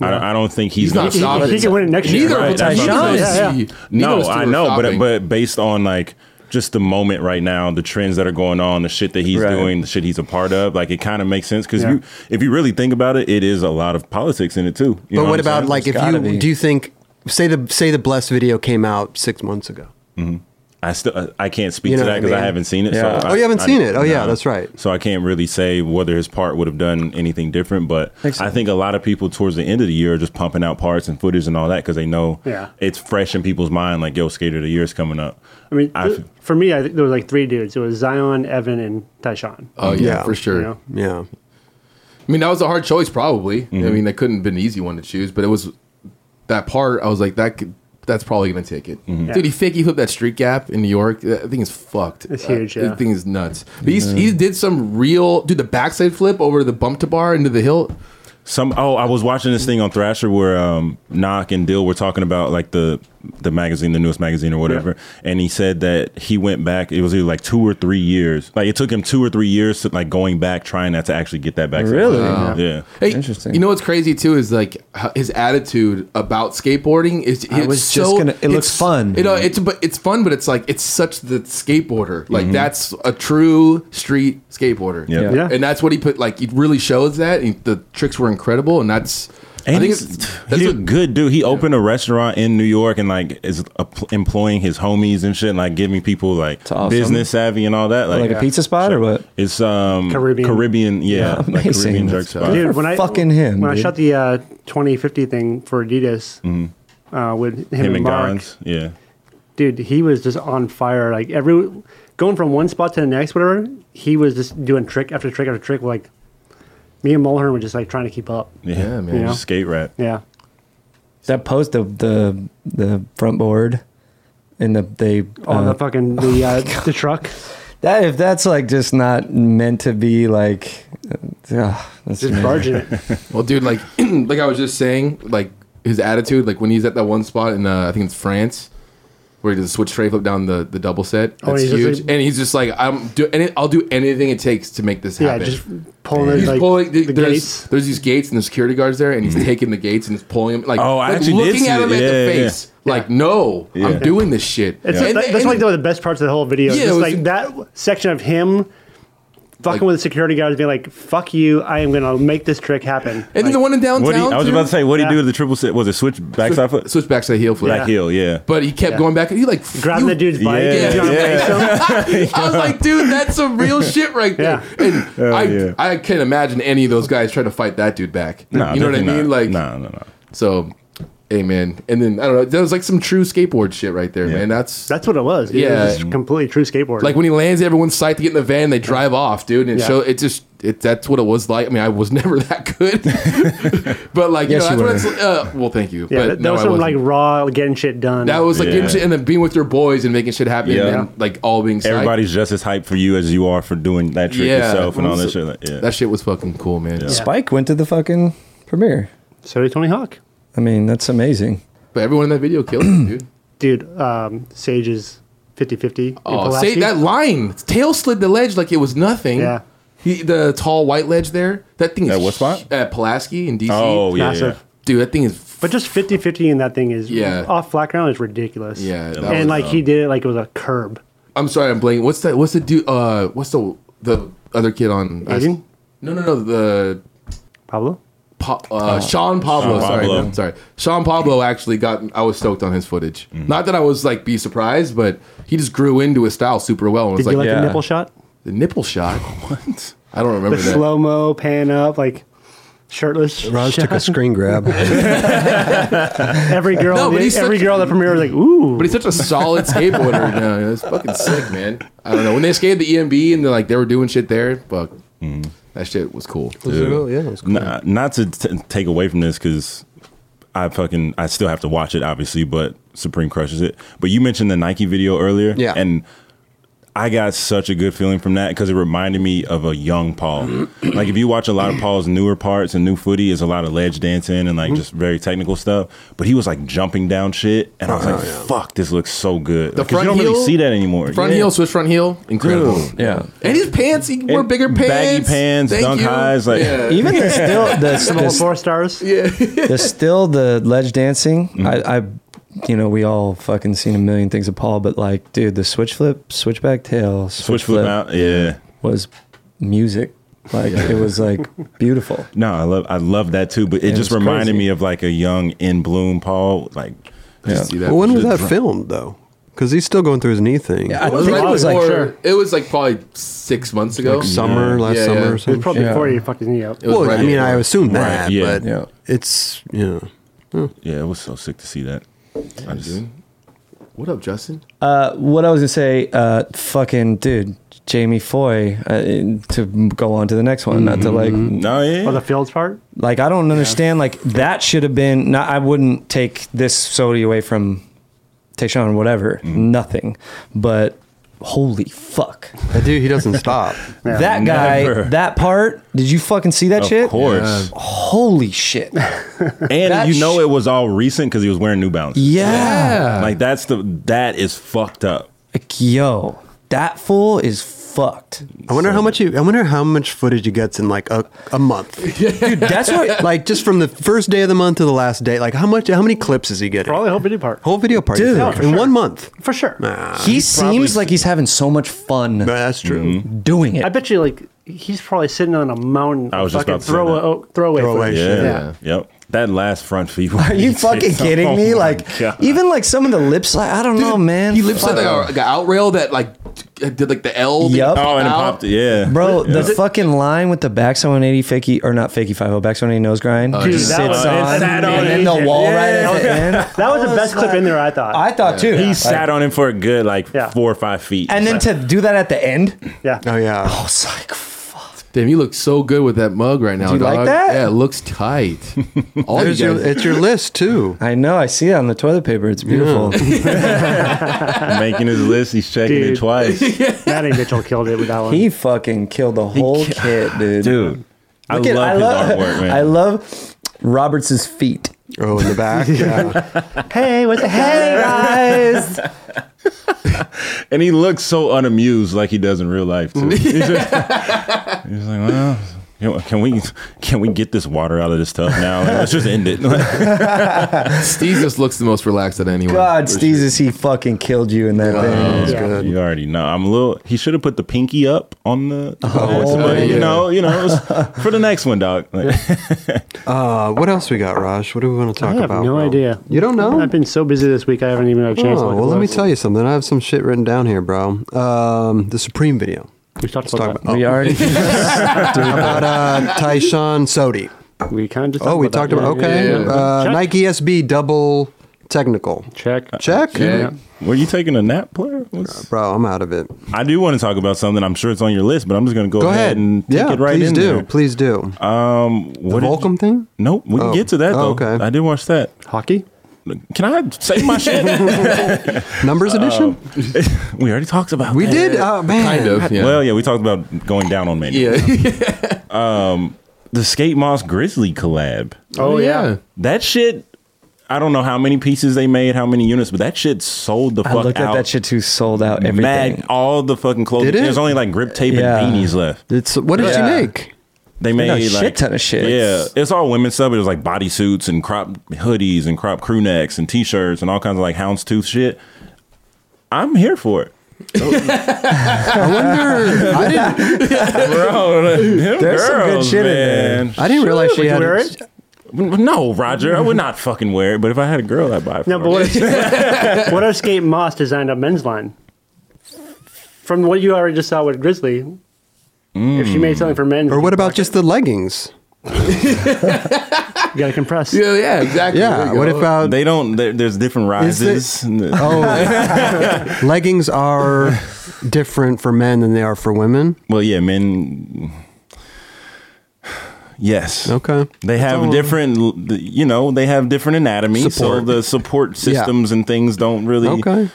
[SPEAKER 4] I, don't, I don't think he's,
[SPEAKER 3] He's not
[SPEAKER 4] he-
[SPEAKER 3] stopping.
[SPEAKER 2] Well, he can win it next year.
[SPEAKER 3] Neither
[SPEAKER 4] Right,
[SPEAKER 3] of them.
[SPEAKER 4] that's
[SPEAKER 3] neither
[SPEAKER 5] what I'm
[SPEAKER 3] of
[SPEAKER 5] saying.
[SPEAKER 3] us-
[SPEAKER 2] Yeah, yeah.
[SPEAKER 3] neither of
[SPEAKER 4] No,
[SPEAKER 3] us two
[SPEAKER 4] I
[SPEAKER 3] are
[SPEAKER 4] know, but
[SPEAKER 3] stopping.
[SPEAKER 4] but based on like just the moment right now, the trends that are going on, the shit that he's
[SPEAKER 5] Right.
[SPEAKER 4] doing, the shit he's a part of, like it kind of makes sense because
[SPEAKER 2] Yeah.
[SPEAKER 4] you, if you really think about it, it is a lot of politics in it too. You know
[SPEAKER 1] But what
[SPEAKER 4] I'm
[SPEAKER 1] about
[SPEAKER 4] saying?
[SPEAKER 1] like if
[SPEAKER 5] gotta
[SPEAKER 1] you
[SPEAKER 5] be.
[SPEAKER 1] do you think say the say the blessed video came out six months ago?
[SPEAKER 4] I still uh, I can't speak
[SPEAKER 1] You
[SPEAKER 4] to
[SPEAKER 1] know
[SPEAKER 4] that
[SPEAKER 1] what I
[SPEAKER 4] because I
[SPEAKER 1] mean?
[SPEAKER 4] haven't seen it.
[SPEAKER 5] Yeah.
[SPEAKER 4] So
[SPEAKER 1] Oh, you
[SPEAKER 4] I-
[SPEAKER 1] haven't
[SPEAKER 4] I-
[SPEAKER 1] seen it. Oh, yeah,
[SPEAKER 4] no.
[SPEAKER 1] that's right.
[SPEAKER 4] So I can't really say whether his part would have done anything different, but
[SPEAKER 5] Think so.
[SPEAKER 4] I think a lot of people towards the end of the year are just pumping out parts and footage and all that because they know
[SPEAKER 2] Yeah.
[SPEAKER 4] it's fresh in people's mind. Like, yo, Skater of the Year is coming up.
[SPEAKER 2] I mean,
[SPEAKER 4] I
[SPEAKER 2] th-
[SPEAKER 4] f-
[SPEAKER 2] for me, I think there was like three dudes. It was Zion, Evan, and Tyshawn.
[SPEAKER 3] oh yeah,
[SPEAKER 1] Yeah.
[SPEAKER 3] for sure.
[SPEAKER 2] You know?
[SPEAKER 1] Yeah.
[SPEAKER 3] I mean, that was a hard choice, probably.
[SPEAKER 5] Mm-hmm.
[SPEAKER 3] I mean, that couldn't have been an easy one to choose, but it was that part. I was like, that could, that's probably gonna take it,
[SPEAKER 5] Mm-hmm.
[SPEAKER 3] dude. He fake he flipped that street gap in New York. That thing is fucked.
[SPEAKER 2] It's huge,
[SPEAKER 3] That
[SPEAKER 2] yeah.
[SPEAKER 3] thing is nuts. But he's, he did some real dude. The backside flip over the bump to bar into the hill.
[SPEAKER 4] Some oh, I was watching this thing on Thrasher where um, Knock and Dill were talking about like the the magazine, the newest magazine or whatever, and he said that he went back. It was either like two or three years. Like it took him two or three years to like going back trying not to actually get that back.
[SPEAKER 5] Really?
[SPEAKER 4] Yeah.
[SPEAKER 5] Wow.
[SPEAKER 3] Hey,
[SPEAKER 5] Interesting.
[SPEAKER 3] You know what's crazy too is like h- his attitude about skateboarding is. It's
[SPEAKER 5] I was just
[SPEAKER 3] so-
[SPEAKER 5] gonna- it looks
[SPEAKER 3] it's-
[SPEAKER 5] fun.
[SPEAKER 3] You know, it's but it's fun, but it's like it's such the skateboarder.
[SPEAKER 5] Mm-hmm.
[SPEAKER 3] Like that's a true street skateboarder.
[SPEAKER 4] Yeah.
[SPEAKER 2] Yeah.
[SPEAKER 3] and that's what he put. Like it really shows that and the tricks were incredible, and that's.
[SPEAKER 4] And
[SPEAKER 3] I think
[SPEAKER 4] he's,
[SPEAKER 3] it's,
[SPEAKER 4] he's
[SPEAKER 3] that's
[SPEAKER 4] a
[SPEAKER 3] what-
[SPEAKER 4] good dude. He opened a restaurant in New York and like is apl- employing his homies and shit, and, like giving people like
[SPEAKER 5] awesome.
[SPEAKER 4] business savvy and all that. Like,
[SPEAKER 5] like a pizza spot or what?
[SPEAKER 4] it's um Caribbean,
[SPEAKER 2] Caribbean.
[SPEAKER 4] yeah,
[SPEAKER 5] Yeah,
[SPEAKER 4] like
[SPEAKER 5] amazing.
[SPEAKER 4] Caribbean jerk
[SPEAKER 5] That's
[SPEAKER 4] spot.
[SPEAKER 5] tough.
[SPEAKER 2] Dude,
[SPEAKER 5] for
[SPEAKER 2] when I
[SPEAKER 5] fucking him,
[SPEAKER 2] when
[SPEAKER 5] dude.
[SPEAKER 2] I shot the uh, 2050 thing for Adidas uh, with him,
[SPEAKER 4] Him and
[SPEAKER 2] Mark,
[SPEAKER 4] Gons, yeah.
[SPEAKER 2] dude, he was just on fire. Like every going from one spot to the next, whatever. He was just doing trick after trick after trick. Like me and Mulhern were just like trying to keep up.
[SPEAKER 4] yeah,
[SPEAKER 3] Yeah, man.
[SPEAKER 2] Yeah.
[SPEAKER 4] skate rap.
[SPEAKER 2] Yeah,
[SPEAKER 5] That post of the the front board and the they
[SPEAKER 2] oh
[SPEAKER 5] uh,
[SPEAKER 2] the fucking the uh, the truck.
[SPEAKER 5] that if that's like just not meant to be like uh, ugh, that's
[SPEAKER 2] Just barging it.
[SPEAKER 3] Well, dude, like, like I was just saying, like his attitude, like when he's at that one spot in, uh, I think it's France, where he does a switch straight flip down the, the double set.
[SPEAKER 2] Oh,
[SPEAKER 3] That's
[SPEAKER 2] he's just
[SPEAKER 3] huge,
[SPEAKER 2] like-
[SPEAKER 3] and he's just like, I'm do, and I'll do anything it takes to make this
[SPEAKER 2] Yeah,
[SPEAKER 3] happen.
[SPEAKER 2] just pulling it,
[SPEAKER 3] He's
[SPEAKER 2] like
[SPEAKER 3] pulling.
[SPEAKER 2] the,
[SPEAKER 3] there's,
[SPEAKER 2] gates. Mm-hmm.
[SPEAKER 3] there's these gates and the security guards there, and he's taking the gates and he's pulling them. Like,
[SPEAKER 4] Oh, I
[SPEAKER 3] like
[SPEAKER 4] actually did
[SPEAKER 3] looking
[SPEAKER 4] see
[SPEAKER 3] at him
[SPEAKER 4] that.
[SPEAKER 3] at
[SPEAKER 4] Yeah,
[SPEAKER 3] the
[SPEAKER 4] yeah,
[SPEAKER 3] face. Like, no, I'm doing this shit.
[SPEAKER 2] It's like,
[SPEAKER 3] And-
[SPEAKER 2] that's
[SPEAKER 3] and-
[SPEAKER 2] like one of the best parts of the whole video.
[SPEAKER 3] Yeah,
[SPEAKER 2] Yeah,
[SPEAKER 3] it was-
[SPEAKER 2] like that section of him fucking
[SPEAKER 3] Like-
[SPEAKER 2] with the security guards, being like, "Fuck you! I am gonna make this trick happen."
[SPEAKER 3] and then the one in downtown.
[SPEAKER 4] What he, I was
[SPEAKER 3] too?
[SPEAKER 4] about to say, what would he
[SPEAKER 2] Yeah.
[SPEAKER 4] do to the triple set? Was it switch backside foot?
[SPEAKER 3] Switch back to the heel flip.
[SPEAKER 4] Back heel, yeah.
[SPEAKER 3] But he kept going back. He like
[SPEAKER 2] grabbing
[SPEAKER 3] you-
[SPEAKER 2] the dude's bike.
[SPEAKER 4] Yeah,
[SPEAKER 2] and doing a
[SPEAKER 4] yeah.
[SPEAKER 2] face up.
[SPEAKER 3] I was like, dude, that's some real shit right there. And I,
[SPEAKER 4] Oh, yeah.
[SPEAKER 3] I can't imagine any of those guys trying to fight that dude back.
[SPEAKER 4] Nah,
[SPEAKER 3] you know what I
[SPEAKER 4] definitely
[SPEAKER 3] mean?
[SPEAKER 4] not.
[SPEAKER 3] Like,
[SPEAKER 4] nah, no, no.
[SPEAKER 3] so, amen. And then I don't know. That was like some true skateboard shit right there, man. That's
[SPEAKER 2] That's what it was. Dude. Yeah,
[SPEAKER 3] Yeah.
[SPEAKER 2] it was just completely true skateboard.
[SPEAKER 3] like when he lands, everyone's psyched to get in the van. They drive off, dude. And it
[SPEAKER 2] Yeah.
[SPEAKER 3] show it just it. That's what it was like. I mean, I was never that good, but like,
[SPEAKER 5] Yes,
[SPEAKER 3] you
[SPEAKER 5] you
[SPEAKER 3] know, that's what it's. Uh, well, thank you.
[SPEAKER 2] yeah,
[SPEAKER 3] but
[SPEAKER 2] that, that
[SPEAKER 3] no,
[SPEAKER 2] was
[SPEAKER 3] I
[SPEAKER 2] some
[SPEAKER 3] wasn't.
[SPEAKER 2] like raw getting shit done.
[SPEAKER 3] that was like getting
[SPEAKER 4] Yeah.
[SPEAKER 3] shit and then being with your boys and making shit happen.
[SPEAKER 4] Yeah.
[SPEAKER 3] And then, like all being psyched.
[SPEAKER 4] Everybody's just as hyped for you as you are for doing that trick yourself and all that shit. Like, yeah.
[SPEAKER 3] That shit was fucking cool, man.
[SPEAKER 5] Spike went to the fucking premiere.
[SPEAKER 2] so did Tony Hawk,
[SPEAKER 5] I mean, that's amazing.
[SPEAKER 3] But everyone in that video killed it, dude.
[SPEAKER 2] dude. Um, Sage's 50-50 in
[SPEAKER 3] Oh,
[SPEAKER 2] Pulaski.
[SPEAKER 3] say that line. Tail slid the ledge like it was nothing.
[SPEAKER 2] Yeah.
[SPEAKER 3] He, the tall white ledge there. That thing is
[SPEAKER 4] At what spot?
[SPEAKER 3] sh- At Pulaski in DC.
[SPEAKER 4] oh, yeah. yeah.
[SPEAKER 2] massive.
[SPEAKER 3] dude, that thing is.
[SPEAKER 2] But just 50-50 in that thing is
[SPEAKER 3] Yeah.
[SPEAKER 2] off flat ground is ridiculous.
[SPEAKER 3] Yeah, that was, um,
[SPEAKER 2] and like he did it like it was a curb.
[SPEAKER 3] I'm sorry, I'm blanking. What's that? What's the dude? Uh, what's the the other kid on?
[SPEAKER 2] Aiden?
[SPEAKER 3] No, no, no. The
[SPEAKER 2] Pablo,
[SPEAKER 3] Pa-
[SPEAKER 4] Oh.
[SPEAKER 3] uh, Sean Pablo.
[SPEAKER 4] Sean
[SPEAKER 3] sorry,
[SPEAKER 4] Pablo.
[SPEAKER 3] no, sorry. Sean Pablo actually got. I was stoked on his footage.
[SPEAKER 4] Mm-hmm.
[SPEAKER 3] Not that I was like be surprised, but he just grew into his style super well. And
[SPEAKER 2] did
[SPEAKER 3] was like,
[SPEAKER 2] you like
[SPEAKER 5] yeah.
[SPEAKER 2] the nipple shot?
[SPEAKER 3] the nipple shot. what? I don't remember
[SPEAKER 2] The
[SPEAKER 3] that.
[SPEAKER 2] slow mo pan up like. Shirtless,
[SPEAKER 1] Raj
[SPEAKER 2] shot.
[SPEAKER 1] took a screen grab.
[SPEAKER 2] every girl,
[SPEAKER 3] No,
[SPEAKER 2] in
[SPEAKER 3] but
[SPEAKER 2] the-
[SPEAKER 3] he's
[SPEAKER 2] every
[SPEAKER 3] such-
[SPEAKER 2] girl that premiered was like, ooh.
[SPEAKER 3] But he's such a solid skateboarder. No, that's fucking sick, man. I don't know. When they skated the EMB and they like they were doing shit there, fuck,
[SPEAKER 4] Mm-hmm.
[SPEAKER 3] that shit was cool.
[SPEAKER 1] yeah, it was cool.
[SPEAKER 4] Nah, not to t- take away from this because I fucking I still have to watch it obviously, but Supreme crushes it. But you mentioned the Nike video earlier,
[SPEAKER 1] Yeah.
[SPEAKER 4] and I got such a good feeling from that because it reminded me of a young Paul. like if you watch a lot of Paul's newer parts and new footy, is a lot of ledge dancing and
[SPEAKER 3] Mm-hmm.
[SPEAKER 4] like just very technical stuff. But he was like jumping down shit, and I was like, "Fuck, this looks so good."
[SPEAKER 3] Oh, The
[SPEAKER 4] Because you
[SPEAKER 3] front
[SPEAKER 4] don't really
[SPEAKER 3] heel-
[SPEAKER 4] see that anymore.
[SPEAKER 3] The front
[SPEAKER 4] Yeah.
[SPEAKER 3] heel, switch front heel, incredible.
[SPEAKER 5] Yeah.
[SPEAKER 3] And his pants, he wore
[SPEAKER 4] And
[SPEAKER 3] bigger pants,
[SPEAKER 4] baggy pants,
[SPEAKER 3] Thank
[SPEAKER 4] dunk
[SPEAKER 3] you.
[SPEAKER 4] highs, like-
[SPEAKER 3] yeah.
[SPEAKER 5] Even the still the,
[SPEAKER 2] All
[SPEAKER 5] the
[SPEAKER 2] four stars.
[SPEAKER 5] There's still the ledge dancing. I, I, you know, we all fucking seen a million things of Paul, but like, dude, the switch flip, switchback tail, switch,
[SPEAKER 4] switch flip out, yeah.
[SPEAKER 5] was music. Like it was like beautiful.
[SPEAKER 4] No, I love I love that too, but it,
[SPEAKER 5] It
[SPEAKER 4] just
[SPEAKER 5] was
[SPEAKER 4] reminded
[SPEAKER 5] crazy.
[SPEAKER 4] me of like a young in bloom Paul. Like
[SPEAKER 3] Just see that
[SPEAKER 1] Well, when was
[SPEAKER 3] shit.
[SPEAKER 1] that filmed though? Because he's still going through his knee thing.
[SPEAKER 5] I
[SPEAKER 3] It was,
[SPEAKER 5] think
[SPEAKER 3] right
[SPEAKER 5] it was like
[SPEAKER 3] before-
[SPEAKER 5] sure.
[SPEAKER 3] it was like probably six months ago.
[SPEAKER 1] Like summer,
[SPEAKER 4] Yeah.
[SPEAKER 1] last
[SPEAKER 3] Yeah,
[SPEAKER 1] summer
[SPEAKER 3] yeah.
[SPEAKER 1] or
[SPEAKER 2] It was
[SPEAKER 1] something.
[SPEAKER 2] probably
[SPEAKER 5] Yeah.
[SPEAKER 2] before he fucked his knee up.
[SPEAKER 3] It was
[SPEAKER 1] well,
[SPEAKER 3] right
[SPEAKER 1] I mean,
[SPEAKER 3] before.
[SPEAKER 1] I assume that,
[SPEAKER 4] yeah.
[SPEAKER 1] but
[SPEAKER 5] Yeah.
[SPEAKER 1] it's you know,
[SPEAKER 4] yeah, it was so sick to see that. I just
[SPEAKER 3] What up, Justin?
[SPEAKER 5] Uh, what I was gonna say, uh, fucking dude, Jamie Foy. Uh, to go on to the next one, not to like,
[SPEAKER 4] No, yeah.
[SPEAKER 2] Or the Fields part?
[SPEAKER 5] like I don't understand. Like that should have been. Not, I wouldn't take this Sodi away from Tayshawn. Whatever, nothing. But holy fuck,
[SPEAKER 1] That dude, he doesn't stop.
[SPEAKER 5] that guy,
[SPEAKER 4] never.
[SPEAKER 5] that part. Did you fucking see that
[SPEAKER 4] of
[SPEAKER 5] shit?
[SPEAKER 4] course.
[SPEAKER 5] Holy shit.
[SPEAKER 4] And
[SPEAKER 5] That
[SPEAKER 4] you know
[SPEAKER 5] sh-
[SPEAKER 4] it was all recent because he was wearing New Balance.
[SPEAKER 5] yeah.
[SPEAKER 4] Like that's the that is fucked up.
[SPEAKER 5] Like, yo, that fool is fucked.
[SPEAKER 1] I wonder how much you. I wonder how much footage he gets in like a, a month.
[SPEAKER 5] Dude, that's what, like,
[SPEAKER 1] like just from the first day of the month to the last day. Like how much? How many clips is he getting?
[SPEAKER 2] Probably the whole video part.
[SPEAKER 1] whole video part. you
[SPEAKER 5] Dude.
[SPEAKER 1] think,
[SPEAKER 2] Yeah, for
[SPEAKER 1] in
[SPEAKER 2] sure.
[SPEAKER 1] one month.
[SPEAKER 2] For sure.
[SPEAKER 1] Nah,
[SPEAKER 5] he seems like he's having so much fun
[SPEAKER 1] that's true.
[SPEAKER 4] Mm-hmm.
[SPEAKER 5] doing
[SPEAKER 2] I
[SPEAKER 5] it.
[SPEAKER 2] bet you, like, he's probably sitting on a mountain.
[SPEAKER 4] I was
[SPEAKER 2] of
[SPEAKER 4] just
[SPEAKER 2] fucking
[SPEAKER 4] about to say
[SPEAKER 2] throw,
[SPEAKER 4] that.
[SPEAKER 2] oh, throwaway.
[SPEAKER 1] Throwaway
[SPEAKER 2] footage.
[SPEAKER 4] Yeah.
[SPEAKER 1] shit.
[SPEAKER 2] Yeah.
[SPEAKER 4] Yep. That last front feet.
[SPEAKER 5] Are you fucking
[SPEAKER 4] oh
[SPEAKER 5] kidding me? Like, even like some of the lip slide, I don't know, man.
[SPEAKER 3] He lips
[SPEAKER 5] Fuck.
[SPEAKER 3] like a, like a out rail that like did like the L. that
[SPEAKER 5] Yup.
[SPEAKER 3] popped
[SPEAKER 4] Oh, and it
[SPEAKER 3] out.
[SPEAKER 4] popped. Yeah,
[SPEAKER 5] Bro,
[SPEAKER 4] Yeah.
[SPEAKER 5] the fucking line with the backside 180 fakie, or not fakie oh, 50, backside 180 nose grind.
[SPEAKER 2] Dude,
[SPEAKER 5] just
[SPEAKER 2] that was-
[SPEAKER 5] sits
[SPEAKER 2] it
[SPEAKER 5] on,
[SPEAKER 4] sat
[SPEAKER 5] and
[SPEAKER 4] on
[SPEAKER 5] then
[SPEAKER 4] it.
[SPEAKER 5] the wall
[SPEAKER 4] Yeah.
[SPEAKER 5] right at the end.
[SPEAKER 2] That was the best clip in there, I thought.
[SPEAKER 5] I thought too.
[SPEAKER 4] he
[SPEAKER 5] Like,
[SPEAKER 4] sat on him for a good like
[SPEAKER 2] Yeah.
[SPEAKER 4] four or five feet.
[SPEAKER 5] And then
[SPEAKER 4] Like,
[SPEAKER 5] to do that at the end,
[SPEAKER 2] yeah.
[SPEAKER 1] Oh yeah.
[SPEAKER 5] I was like, fuck.
[SPEAKER 3] Damn, you look so good with that mug right now.
[SPEAKER 5] you like
[SPEAKER 3] dog.
[SPEAKER 5] that?
[SPEAKER 3] Yeah, it looks tight. All you
[SPEAKER 1] There's your,
[SPEAKER 3] guys,
[SPEAKER 1] it's your list too.
[SPEAKER 5] I know. I see it on the toilet paper. It's beautiful.
[SPEAKER 4] making his list, he's checking
[SPEAKER 2] Dude.
[SPEAKER 4] it twice.
[SPEAKER 2] Matty Mitchell killed it with that one.
[SPEAKER 5] he fucking killed the whole kit, dude.
[SPEAKER 4] Dude, I
[SPEAKER 5] Look
[SPEAKER 4] love
[SPEAKER 5] at-
[SPEAKER 4] his artwork, man.
[SPEAKER 5] I love Roberts's feet.
[SPEAKER 1] Oh, in the back. Yeah.
[SPEAKER 2] hey, what's the
[SPEAKER 5] Hey
[SPEAKER 2] hey?
[SPEAKER 5] guys,
[SPEAKER 4] and he looks so unamused, like he does in real life too. he's, just, he's like, well. you know, Can we can we get this water out of this tub now? Like, let's just end it. Like,
[SPEAKER 3] Steve just looks the most relaxed at anyone.
[SPEAKER 5] God, Steezes, he fucking killed you in that thing.
[SPEAKER 1] That's
[SPEAKER 2] Yeah.
[SPEAKER 1] good.
[SPEAKER 4] you already know. I'm a little. He should have put the pinky up on the.
[SPEAKER 1] Oh,
[SPEAKER 5] yeah.
[SPEAKER 4] you know, you know, it was for the next one, dog. Like,
[SPEAKER 1] Uh, what else we got, Raj? What do we want to talk
[SPEAKER 2] I have
[SPEAKER 1] about?
[SPEAKER 2] no
[SPEAKER 1] bro?
[SPEAKER 2] idea.
[SPEAKER 1] You don't know?
[SPEAKER 2] I've been so busy this week, I haven't even had a chance to
[SPEAKER 1] Oh,
[SPEAKER 2] look
[SPEAKER 1] well,
[SPEAKER 2] at
[SPEAKER 1] let me
[SPEAKER 2] those.
[SPEAKER 1] tell you something. I have some shit written down here, bro. Um, the Supreme video.
[SPEAKER 2] We talked
[SPEAKER 1] Let's
[SPEAKER 2] about,
[SPEAKER 1] talk
[SPEAKER 2] that.
[SPEAKER 1] about, oh,
[SPEAKER 5] We already.
[SPEAKER 1] about uh, Tyshawn Sodi.
[SPEAKER 2] We kind of
[SPEAKER 1] Oh, we talked about okay.
[SPEAKER 3] yeah, yeah.
[SPEAKER 1] Uh,
[SPEAKER 2] Check.
[SPEAKER 1] Nike SB double technical
[SPEAKER 2] Check.
[SPEAKER 1] check.
[SPEAKER 3] Yeah.
[SPEAKER 4] were you taking a nap, player? What's-
[SPEAKER 1] Bro, I'm out of it.
[SPEAKER 4] I do want to talk about something. I'm sure it's on your list, but I'm just going to go,
[SPEAKER 1] Go ahead.
[SPEAKER 4] and take
[SPEAKER 1] yeah,
[SPEAKER 4] it right
[SPEAKER 1] please
[SPEAKER 4] in
[SPEAKER 1] do.
[SPEAKER 4] there.
[SPEAKER 1] Please do.
[SPEAKER 4] Um,
[SPEAKER 1] the
[SPEAKER 4] what did
[SPEAKER 1] Volcom
[SPEAKER 4] you-
[SPEAKER 1] thing.
[SPEAKER 4] Nope, we can
[SPEAKER 1] Oh.
[SPEAKER 4] get to that
[SPEAKER 1] Oh,
[SPEAKER 4] though.
[SPEAKER 1] okay.
[SPEAKER 4] I did watch that.
[SPEAKER 2] Hockey?
[SPEAKER 4] Can I say my shit?
[SPEAKER 1] Numbers
[SPEAKER 4] Uh,
[SPEAKER 1] edition.
[SPEAKER 4] we already talked about.
[SPEAKER 1] we
[SPEAKER 4] that.
[SPEAKER 1] did. Oh man.
[SPEAKER 3] Kind of. Yeah.
[SPEAKER 4] Well, oh, yeah, we talked about going down on Mania.
[SPEAKER 3] yeah.
[SPEAKER 4] The Skate Moss Grizzly collab.
[SPEAKER 2] Oh, yeah.
[SPEAKER 4] That shit. I don't know how many pieces they made, how many units, but that shit sold the
[SPEAKER 5] I
[SPEAKER 4] fuck
[SPEAKER 5] looked
[SPEAKER 4] out.
[SPEAKER 5] at that shit too. Sold out everything.
[SPEAKER 4] Mad, all the fucking clothing.
[SPEAKER 1] Did it?
[SPEAKER 4] There's only like grip tape
[SPEAKER 5] Yeah.
[SPEAKER 4] and beanies left.
[SPEAKER 1] It's what did
[SPEAKER 5] Yeah.
[SPEAKER 1] you make?
[SPEAKER 4] They made
[SPEAKER 5] got
[SPEAKER 4] like,
[SPEAKER 5] a shit ton of shit.
[SPEAKER 4] Yeah, it's all women's stuff. It was like bodysuits and crop hoodies and crop crew necks and t-shirts and all kinds of like houndstooth shit. I'm here for it,
[SPEAKER 1] I wonder. I didn't.
[SPEAKER 4] bro. There's
[SPEAKER 5] There's some good shit in there.
[SPEAKER 4] in
[SPEAKER 1] I didn't realize she
[SPEAKER 2] Would you
[SPEAKER 1] had.
[SPEAKER 2] wear it?
[SPEAKER 4] No, Roger, I would not fucking wear it. But if I had a girl, I'd buy it.
[SPEAKER 2] No,
[SPEAKER 4] for
[SPEAKER 2] but
[SPEAKER 4] her.
[SPEAKER 2] what if, what if Skate Moss designed a men's line? From what you already just saw with Grizzly, if she made something for men,
[SPEAKER 1] Or what about just the leggings?
[SPEAKER 2] you gotta compress?
[SPEAKER 3] Yeah, yeah, exactly. There
[SPEAKER 1] Yeah.
[SPEAKER 3] you
[SPEAKER 1] What
[SPEAKER 3] go.
[SPEAKER 1] about
[SPEAKER 4] they don't. there- There's different
[SPEAKER 1] Uh, Is it- oh.
[SPEAKER 4] rises. and the-
[SPEAKER 1] leggings are different for men than they are for women?
[SPEAKER 4] Well, yeah, men. Yes.
[SPEAKER 1] Okay.
[SPEAKER 4] They have different, you know, they have different anatomy,
[SPEAKER 1] Support.
[SPEAKER 4] so the support systems and things don't really
[SPEAKER 1] Okay.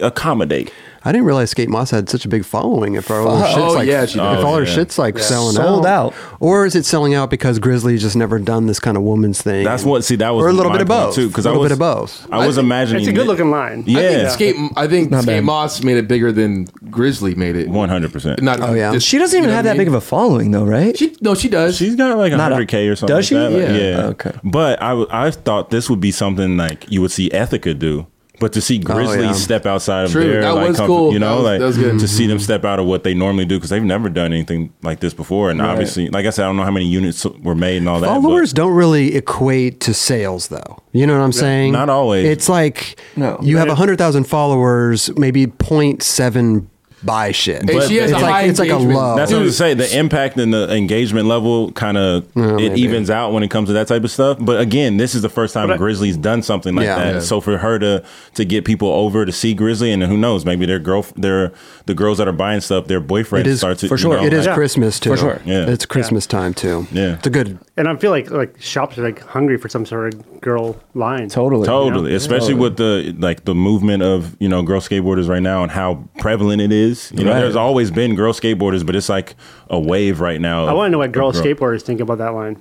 [SPEAKER 4] accommodate.
[SPEAKER 1] I didn't realize Skate Moss had such a big following. If all her shit's
[SPEAKER 3] Oh,
[SPEAKER 1] like,
[SPEAKER 3] yeah, she
[SPEAKER 1] if
[SPEAKER 3] does.
[SPEAKER 1] all her
[SPEAKER 4] Yeah.
[SPEAKER 1] shit's like selling
[SPEAKER 5] Sold
[SPEAKER 1] out,
[SPEAKER 5] out.
[SPEAKER 1] or is it selling out because Grizzly just never done this kind of woman's thing?
[SPEAKER 4] That's what. See, that was
[SPEAKER 1] or a little
[SPEAKER 4] my
[SPEAKER 1] bit of
[SPEAKER 4] point,
[SPEAKER 1] both
[SPEAKER 4] too, because
[SPEAKER 1] a
[SPEAKER 4] I
[SPEAKER 1] little
[SPEAKER 4] was
[SPEAKER 1] bit of both.
[SPEAKER 4] I was
[SPEAKER 3] I think-
[SPEAKER 4] imagining
[SPEAKER 2] It's a good looking line.
[SPEAKER 4] Yeah.
[SPEAKER 3] I think skate. I think skate
[SPEAKER 5] bad.
[SPEAKER 3] moss made it bigger than Grizzly made it.
[SPEAKER 4] One hundred percent.
[SPEAKER 3] Not.
[SPEAKER 1] Oh, yeah.
[SPEAKER 5] She doesn't even have that big of a following, though, right?
[SPEAKER 3] She no, she does.
[SPEAKER 4] She's got like
[SPEAKER 5] Not a-
[SPEAKER 4] hundred k or something.
[SPEAKER 5] Does
[SPEAKER 4] like
[SPEAKER 5] she?
[SPEAKER 4] that, like-
[SPEAKER 5] Yeah.
[SPEAKER 4] yeah.
[SPEAKER 5] Okay.
[SPEAKER 4] But I w- I thought this would be something like you would see Ethica do. But to see
[SPEAKER 5] Oh,
[SPEAKER 4] Grizzly
[SPEAKER 1] yeah.
[SPEAKER 4] step outside of
[SPEAKER 3] True,
[SPEAKER 4] their,
[SPEAKER 3] that
[SPEAKER 4] like,
[SPEAKER 3] was
[SPEAKER 4] comfort-
[SPEAKER 3] cool.
[SPEAKER 4] you know,
[SPEAKER 3] That was-
[SPEAKER 4] like
[SPEAKER 3] that was good. Mm-hmm.
[SPEAKER 4] to see them step out of what they normally do because they've never done anything like this before. And obviously, like I said, I don't know how many units were made and all that. but-
[SPEAKER 1] Followers don't really equate to sales, though. You know what I'm saying?
[SPEAKER 4] Not always.
[SPEAKER 1] It's like
[SPEAKER 5] No.
[SPEAKER 1] you have hundred thousand followers, maybe 0.7 buy shit.
[SPEAKER 3] Hey, she has
[SPEAKER 1] it's,
[SPEAKER 3] a high
[SPEAKER 1] like, it's like a
[SPEAKER 3] engagement.
[SPEAKER 1] love.
[SPEAKER 4] That's what I was saying. The impact and the engagement level kind of it
[SPEAKER 1] maybe.
[SPEAKER 4] evens out when it comes to that type of stuff. But again, this is the first time
[SPEAKER 2] But I-
[SPEAKER 4] Grizzly's done something like
[SPEAKER 1] Yeah.
[SPEAKER 4] that.
[SPEAKER 1] Yeah.
[SPEAKER 4] So for her to to get people over to see Grizzly, and who knows, maybe their girl, their the girls that are buying stuff, their boyfriend
[SPEAKER 1] it is
[SPEAKER 4] starts to
[SPEAKER 5] for
[SPEAKER 4] you
[SPEAKER 5] sure.
[SPEAKER 4] know,
[SPEAKER 1] It is
[SPEAKER 4] like-
[SPEAKER 1] Christmas too.
[SPEAKER 5] For sure.
[SPEAKER 4] Yeah.
[SPEAKER 1] It's Christmas time too.
[SPEAKER 4] Yeah.
[SPEAKER 1] It's a good
[SPEAKER 2] And I feel like like shops are like hungry for some sort of girl line.
[SPEAKER 5] Totally.
[SPEAKER 4] Totally,
[SPEAKER 2] Yeah.
[SPEAKER 4] especially with the like the movement of you know girl skateboarders right now and how prevalent it is. You know,
[SPEAKER 5] Right.
[SPEAKER 4] there's always been girl skateboarders, but it's like a wave right now.
[SPEAKER 2] I want to know what girl
[SPEAKER 4] girl.
[SPEAKER 2] skateboarders think about that line.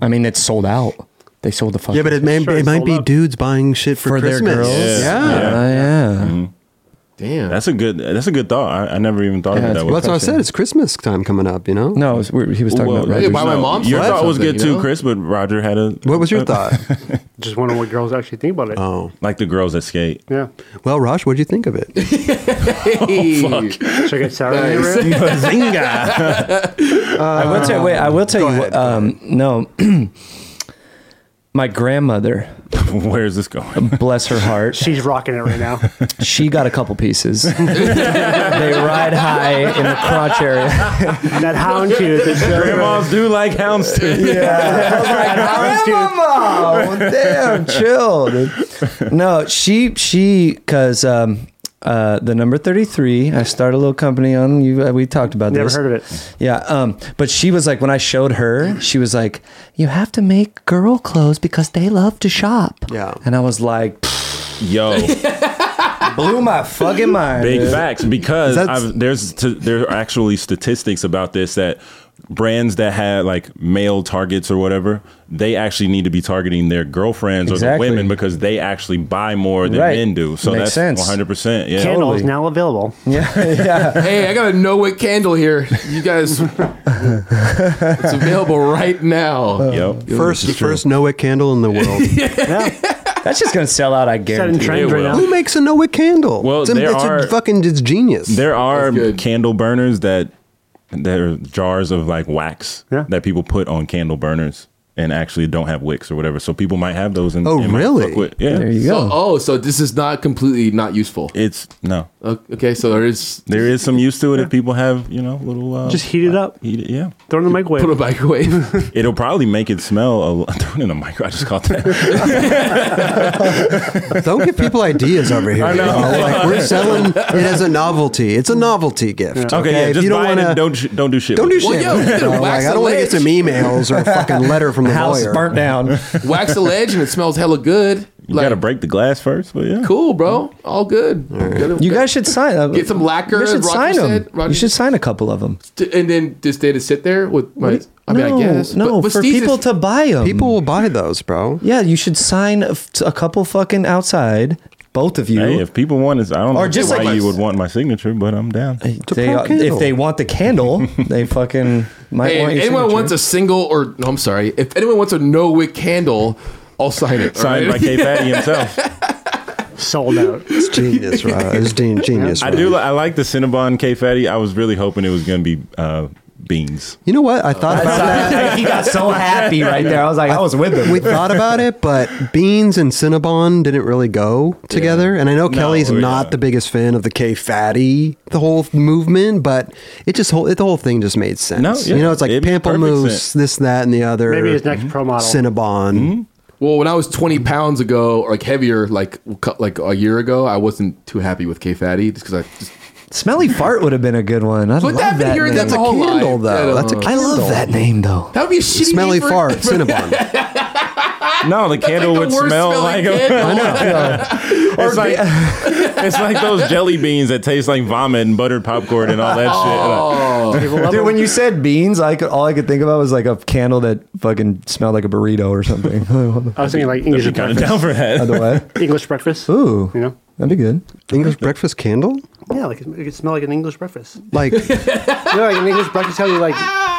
[SPEAKER 5] I mean, it's sold out. They sold the fuck
[SPEAKER 1] Yeah, but it may
[SPEAKER 2] Sure,
[SPEAKER 1] it
[SPEAKER 2] it's
[SPEAKER 1] might
[SPEAKER 2] sold
[SPEAKER 1] be
[SPEAKER 2] out.
[SPEAKER 1] dudes buying shit for,
[SPEAKER 5] for their
[SPEAKER 1] Christmas.
[SPEAKER 5] girls.
[SPEAKER 4] Yeah.
[SPEAKER 1] Yeah.
[SPEAKER 5] Yeah. Uh, yeah.
[SPEAKER 3] Damn.
[SPEAKER 4] That's a good. That's a good thought. I, I never even thought
[SPEAKER 5] Yeah,
[SPEAKER 4] of it
[SPEAKER 5] that's
[SPEAKER 4] that
[SPEAKER 5] a
[SPEAKER 4] way.
[SPEAKER 1] Well, that's what I said. It's Christmas time coming up, you know?
[SPEAKER 5] No, it was, we- he was talking
[SPEAKER 4] Well,
[SPEAKER 5] about Rogers.
[SPEAKER 3] yeah, why my
[SPEAKER 4] no,
[SPEAKER 3] mom
[SPEAKER 4] Your
[SPEAKER 3] said
[SPEAKER 4] thought was
[SPEAKER 3] something,
[SPEAKER 4] good
[SPEAKER 3] you
[SPEAKER 4] too,
[SPEAKER 3] know?
[SPEAKER 4] Chris. But Roger had a. uh,
[SPEAKER 1] What was your thought?
[SPEAKER 2] Just wondering what girls actually think about it.
[SPEAKER 1] oh.
[SPEAKER 4] Like the girls that skate.
[SPEAKER 2] Yeah.
[SPEAKER 1] Well, Rosh, what'd you think of it?
[SPEAKER 4] Oh,
[SPEAKER 2] Should I get Saturday
[SPEAKER 3] Nice.
[SPEAKER 2] night? rib?
[SPEAKER 5] I will tell you, wait, I will tell
[SPEAKER 1] Go
[SPEAKER 5] you,
[SPEAKER 1] ahead, go
[SPEAKER 5] um, no, my grandmother,
[SPEAKER 4] Where is this going?
[SPEAKER 5] bless her heart,
[SPEAKER 2] She's rocking it right now.
[SPEAKER 5] she got a couple pieces. they ride high in the crotch area.
[SPEAKER 2] And that hound tooth. is so
[SPEAKER 4] Grandmas do like houndstooth.
[SPEAKER 5] Grandma, damn, chill. dude. No, she, she, cause, um, uh, the number 33, I started a little company on you. uh, We talked about
[SPEAKER 2] Never
[SPEAKER 5] this.
[SPEAKER 2] heard of it.
[SPEAKER 5] Yeah, um, but she was like, when I showed her, she was like, "You have to make girl clothes because they love to shop."
[SPEAKER 1] Yeah.
[SPEAKER 5] and I was like, pfft,
[SPEAKER 4] Yo,
[SPEAKER 5] blew my fucking mind.
[SPEAKER 4] big
[SPEAKER 5] dude.
[SPEAKER 4] facts because
[SPEAKER 1] That's-
[SPEAKER 4] I've, there's t- there are actually statistics about this that brands that had like male targets or whatever they actually need to be targeting their girlfriends
[SPEAKER 5] Exactly.
[SPEAKER 4] or the women because they actually buy more than
[SPEAKER 5] Right.
[SPEAKER 4] men do. So
[SPEAKER 5] Makes
[SPEAKER 4] that's
[SPEAKER 5] sense.
[SPEAKER 4] 100. percent Yeah.
[SPEAKER 2] Candles now available.
[SPEAKER 5] Yeah, yeah.
[SPEAKER 3] hey, I got a no wick candle here. You guys, it's available right now.
[SPEAKER 4] Yep.
[SPEAKER 1] First first no wick candle in the world.
[SPEAKER 5] That's just gonna sell out, I
[SPEAKER 2] Setting
[SPEAKER 5] guarantee.
[SPEAKER 2] trends right
[SPEAKER 4] will.
[SPEAKER 2] now.
[SPEAKER 1] Who makes a no wick candle?
[SPEAKER 4] Well,
[SPEAKER 1] it's a,
[SPEAKER 4] there
[SPEAKER 1] it's a
[SPEAKER 4] are-
[SPEAKER 1] fucking it's genius.
[SPEAKER 4] There are
[SPEAKER 3] That's good.
[SPEAKER 4] candle burners that they're jars of like wax
[SPEAKER 2] Yeah.
[SPEAKER 4] that people put on candle burners and actually don't have wicks or whatever. So people might have those. And,
[SPEAKER 1] Oh,
[SPEAKER 4] and might
[SPEAKER 1] really?
[SPEAKER 4] fuck with- Yeah.
[SPEAKER 5] There you
[SPEAKER 3] So,
[SPEAKER 5] go.
[SPEAKER 3] oh, so this is not completely not useful.
[SPEAKER 4] It's no.
[SPEAKER 3] O- Okay, so there is
[SPEAKER 4] There is some use to it if people have you know little. Uh,
[SPEAKER 2] Just heat it up.
[SPEAKER 4] heat it- yeah,
[SPEAKER 2] Throw it in the
[SPEAKER 3] put a
[SPEAKER 2] microwave.
[SPEAKER 3] microwave.
[SPEAKER 4] it'll probably make it smell. A lot. Throw it in the mic. I just caught that.
[SPEAKER 1] Don't give people ideas over here. you know? Like, we're selling it as a novelty. It's a novelty gift. Okay,
[SPEAKER 4] Okay, yeah.
[SPEAKER 1] If
[SPEAKER 4] Just
[SPEAKER 1] you don't
[SPEAKER 4] buy it and
[SPEAKER 1] wanna-
[SPEAKER 4] don't sh- don't do shit.
[SPEAKER 1] don't
[SPEAKER 4] with
[SPEAKER 1] do
[SPEAKER 4] it.
[SPEAKER 1] shit.
[SPEAKER 3] Well, yo, you
[SPEAKER 1] You know,
[SPEAKER 3] can
[SPEAKER 1] like,
[SPEAKER 3] wax
[SPEAKER 1] I
[SPEAKER 3] a
[SPEAKER 1] don't want to get
[SPEAKER 3] ledge.
[SPEAKER 1] some emails or a fucking letter from the
[SPEAKER 5] House
[SPEAKER 1] lawyer.
[SPEAKER 5] burnt down.
[SPEAKER 3] Wax a ledge and it smells hella good.
[SPEAKER 4] You gotta break the glass first, but yeah.
[SPEAKER 3] cool, bro. All good. Gotta-
[SPEAKER 5] You guys should sign. uh,
[SPEAKER 3] Get some lacquer,
[SPEAKER 5] You should
[SPEAKER 3] Roger
[SPEAKER 5] sign them.
[SPEAKER 3] said- Roger-
[SPEAKER 5] You should sign a couple of them.
[SPEAKER 3] and then just day to sit there with my. I mean,
[SPEAKER 5] no,
[SPEAKER 3] I guess
[SPEAKER 5] no,
[SPEAKER 3] But- but
[SPEAKER 5] for
[SPEAKER 3] Steve's
[SPEAKER 5] people
[SPEAKER 3] is-
[SPEAKER 5] to buy them.
[SPEAKER 1] People will buy those, bro.
[SPEAKER 5] Yeah, you should sign a, f- a couple fucking outside, both of you.
[SPEAKER 4] Hey, if people want it, I don't
[SPEAKER 5] Or
[SPEAKER 4] know
[SPEAKER 5] just
[SPEAKER 4] why
[SPEAKER 5] like-
[SPEAKER 4] you would want my signature, but I'm down.
[SPEAKER 5] they,
[SPEAKER 1] pro candle.
[SPEAKER 5] if they want the candle, they fucking might
[SPEAKER 3] Hey, if
[SPEAKER 5] want your
[SPEAKER 3] anyone
[SPEAKER 5] signature.
[SPEAKER 3] wants a single or no, I'm sorry. If anyone wants a no wick candle, I'll sign it. all
[SPEAKER 4] Signed by
[SPEAKER 3] right?
[SPEAKER 4] K. Patty himself.
[SPEAKER 2] Sold out.
[SPEAKER 1] It's genius, right? It's gen- genius.
[SPEAKER 4] I
[SPEAKER 1] Raj.
[SPEAKER 4] do. Li- I like the Cinnabon K Fatty. I was really hoping it was going to be uh, beans.
[SPEAKER 1] You know what? I thought about that.
[SPEAKER 5] he got so happy right there. I was like, I was with him.
[SPEAKER 1] We thought about it, but beans and Cinnabon didn't really go together. And I know Kelly's
[SPEAKER 4] yeah.
[SPEAKER 1] not the biggest fan of the K fatty, the whole movement, but it just whole it, the whole thing just made sense.
[SPEAKER 4] No, yeah.
[SPEAKER 1] You know, it's like
[SPEAKER 4] It made perfect sense. Mm-hmm.
[SPEAKER 1] pamplemousse, this, that, and the other.
[SPEAKER 2] Maybe his next pro model.
[SPEAKER 1] Cinnabon.
[SPEAKER 3] Well, when I was 20 pounds ago, or like heavier, like cu- like a year ago, I wasn't too happy with K fatty just because I just
[SPEAKER 5] Smelly fart would have been a good one. I
[SPEAKER 3] Put
[SPEAKER 5] love
[SPEAKER 3] that
[SPEAKER 5] that.
[SPEAKER 3] in here,
[SPEAKER 5] name.
[SPEAKER 3] that's
[SPEAKER 1] That's a
[SPEAKER 3] Oh, my
[SPEAKER 1] candle, though.
[SPEAKER 3] God.
[SPEAKER 1] That's a
[SPEAKER 5] I
[SPEAKER 1] candle.
[SPEAKER 5] love that name though.
[SPEAKER 3] that would be a shitty
[SPEAKER 1] Smelly
[SPEAKER 3] name for-
[SPEAKER 1] fart, Cinnabon.
[SPEAKER 4] No, the
[SPEAKER 3] Like
[SPEAKER 4] candle
[SPEAKER 3] the
[SPEAKER 4] would
[SPEAKER 3] worst
[SPEAKER 4] smell
[SPEAKER 3] smelling
[SPEAKER 4] like
[SPEAKER 3] candle.
[SPEAKER 4] a. It's like it's like those jelly beans that taste like vomit and buttered popcorn and all that
[SPEAKER 3] Oh.
[SPEAKER 4] shit.
[SPEAKER 2] People love
[SPEAKER 5] Dude,
[SPEAKER 2] it.
[SPEAKER 5] when you said beans, I could all I could think about was like a candle that fucking smelled like a burrito or something.
[SPEAKER 2] I was thinking like
[SPEAKER 4] Like,
[SPEAKER 2] English
[SPEAKER 4] I'd be kind of
[SPEAKER 2] breakfast.
[SPEAKER 4] down for that.
[SPEAKER 5] Either way,
[SPEAKER 2] English breakfast.
[SPEAKER 5] ooh,
[SPEAKER 2] You know?
[SPEAKER 5] that'd be good.
[SPEAKER 1] English breakfast candle?
[SPEAKER 2] Yeah, like it it could smell like an English breakfast.
[SPEAKER 1] Like,
[SPEAKER 2] You know, like an English breakfast how you like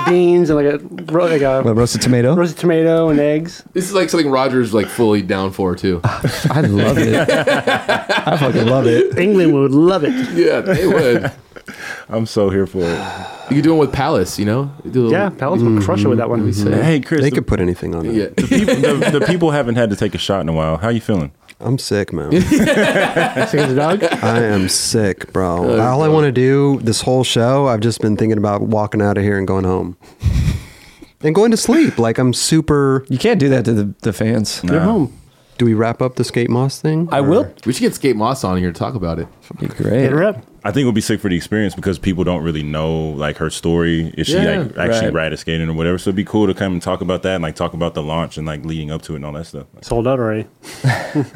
[SPEAKER 2] beans and like a ro- like a
[SPEAKER 5] What, roasted tomato.
[SPEAKER 2] roasted tomato and eggs.
[SPEAKER 3] This is like something Roger's like fully down for too.
[SPEAKER 5] I love it. I fucking love it.
[SPEAKER 2] England would love it.
[SPEAKER 3] yeah, they would.
[SPEAKER 4] I'm so here for it.
[SPEAKER 3] You could do it with Palace, you know. You do a
[SPEAKER 2] Yeah,
[SPEAKER 3] little-
[SPEAKER 2] Palace would crush it with that one.
[SPEAKER 4] Hey, Chris,
[SPEAKER 1] they
[SPEAKER 4] the,
[SPEAKER 1] could put anything on it.
[SPEAKER 3] yeah.
[SPEAKER 4] people, the, the people haven't had to take a shot in a while. How you feeling?
[SPEAKER 1] I'm sick, man.
[SPEAKER 2] Sick as a dog.
[SPEAKER 1] I am sick, bro. All I want to do this whole show, I've just been thinking about walking out of here and going home. and going to sleep. Like I'm super
[SPEAKER 5] You can't do that to the, the fans.
[SPEAKER 2] They're home.
[SPEAKER 1] do we wrap up the skate moss thing?
[SPEAKER 5] I
[SPEAKER 1] Or-
[SPEAKER 5] will.
[SPEAKER 3] We should get Skate Moss on here to talk about it.
[SPEAKER 5] Be great.
[SPEAKER 2] Hit her up.
[SPEAKER 4] I think it would be sick for the experience because people don't really know like her story. Is she
[SPEAKER 3] Yeah,
[SPEAKER 4] like actually
[SPEAKER 5] right.
[SPEAKER 4] rider skating or whatever? So it'd be cool to come and talk about that and like talk about the launch and like leading up to it and all that stuff.
[SPEAKER 2] Sold out already.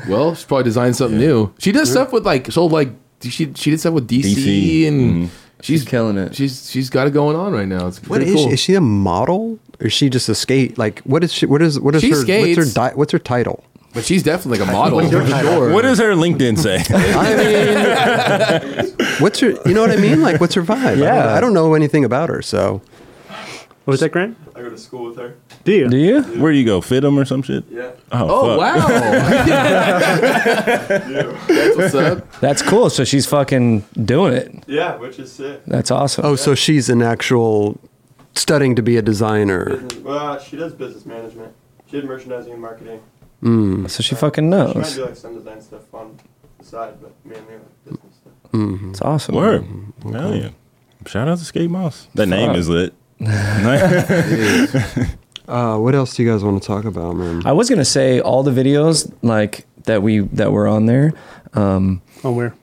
[SPEAKER 3] Well, she probably designed something new. She does stuff with like so like she she did stuff with DC,
[SPEAKER 4] DC,
[SPEAKER 3] and she's,
[SPEAKER 5] She's killing it.
[SPEAKER 3] She's she's got it going on right now. It's
[SPEAKER 1] What
[SPEAKER 3] pretty
[SPEAKER 1] is
[SPEAKER 3] cool.
[SPEAKER 1] she? Is she a model? Or is she just a skate? Like what is she what is what is
[SPEAKER 3] She
[SPEAKER 1] her
[SPEAKER 3] skates.
[SPEAKER 1] what's her di- what's her title?
[SPEAKER 3] But she's definitely like a model for sure.
[SPEAKER 4] What does her LinkedIn say?
[SPEAKER 1] I mean What's her you know what I mean? Like what's her vibe? I don't,
[SPEAKER 5] Yeah.
[SPEAKER 1] I don't know anything about her, so
[SPEAKER 2] What was that, Grant?
[SPEAKER 6] I go to school with her.
[SPEAKER 2] Do you?
[SPEAKER 5] Do you?
[SPEAKER 4] Where do you go? Fit 'em or some shit?
[SPEAKER 6] Yeah.
[SPEAKER 4] Oh,
[SPEAKER 3] Oh
[SPEAKER 4] fuck.
[SPEAKER 3] wow! That's what's up.
[SPEAKER 5] That's cool. So she's fucking doing it.
[SPEAKER 6] Yeah, which is sick.
[SPEAKER 5] That's awesome.
[SPEAKER 1] Oh, so she's an actual studying to be a designer.
[SPEAKER 6] Business, well, she does business management. She did merchandising and marketing.
[SPEAKER 5] so she fucking
[SPEAKER 6] She might
[SPEAKER 5] knows.
[SPEAKER 6] do like some design stuff on the side, but mainly like business stuff.
[SPEAKER 5] It's awesome.
[SPEAKER 4] Word.
[SPEAKER 3] Mm,
[SPEAKER 4] Hell yeah. Shout out to Skate Moss. That name
[SPEAKER 5] Fuck.
[SPEAKER 4] is lit.
[SPEAKER 1] Uh, what else do you guys want to talk about, man?
[SPEAKER 5] I was gonna say all the videos like that we that were on there, um,
[SPEAKER 2] Oh, where?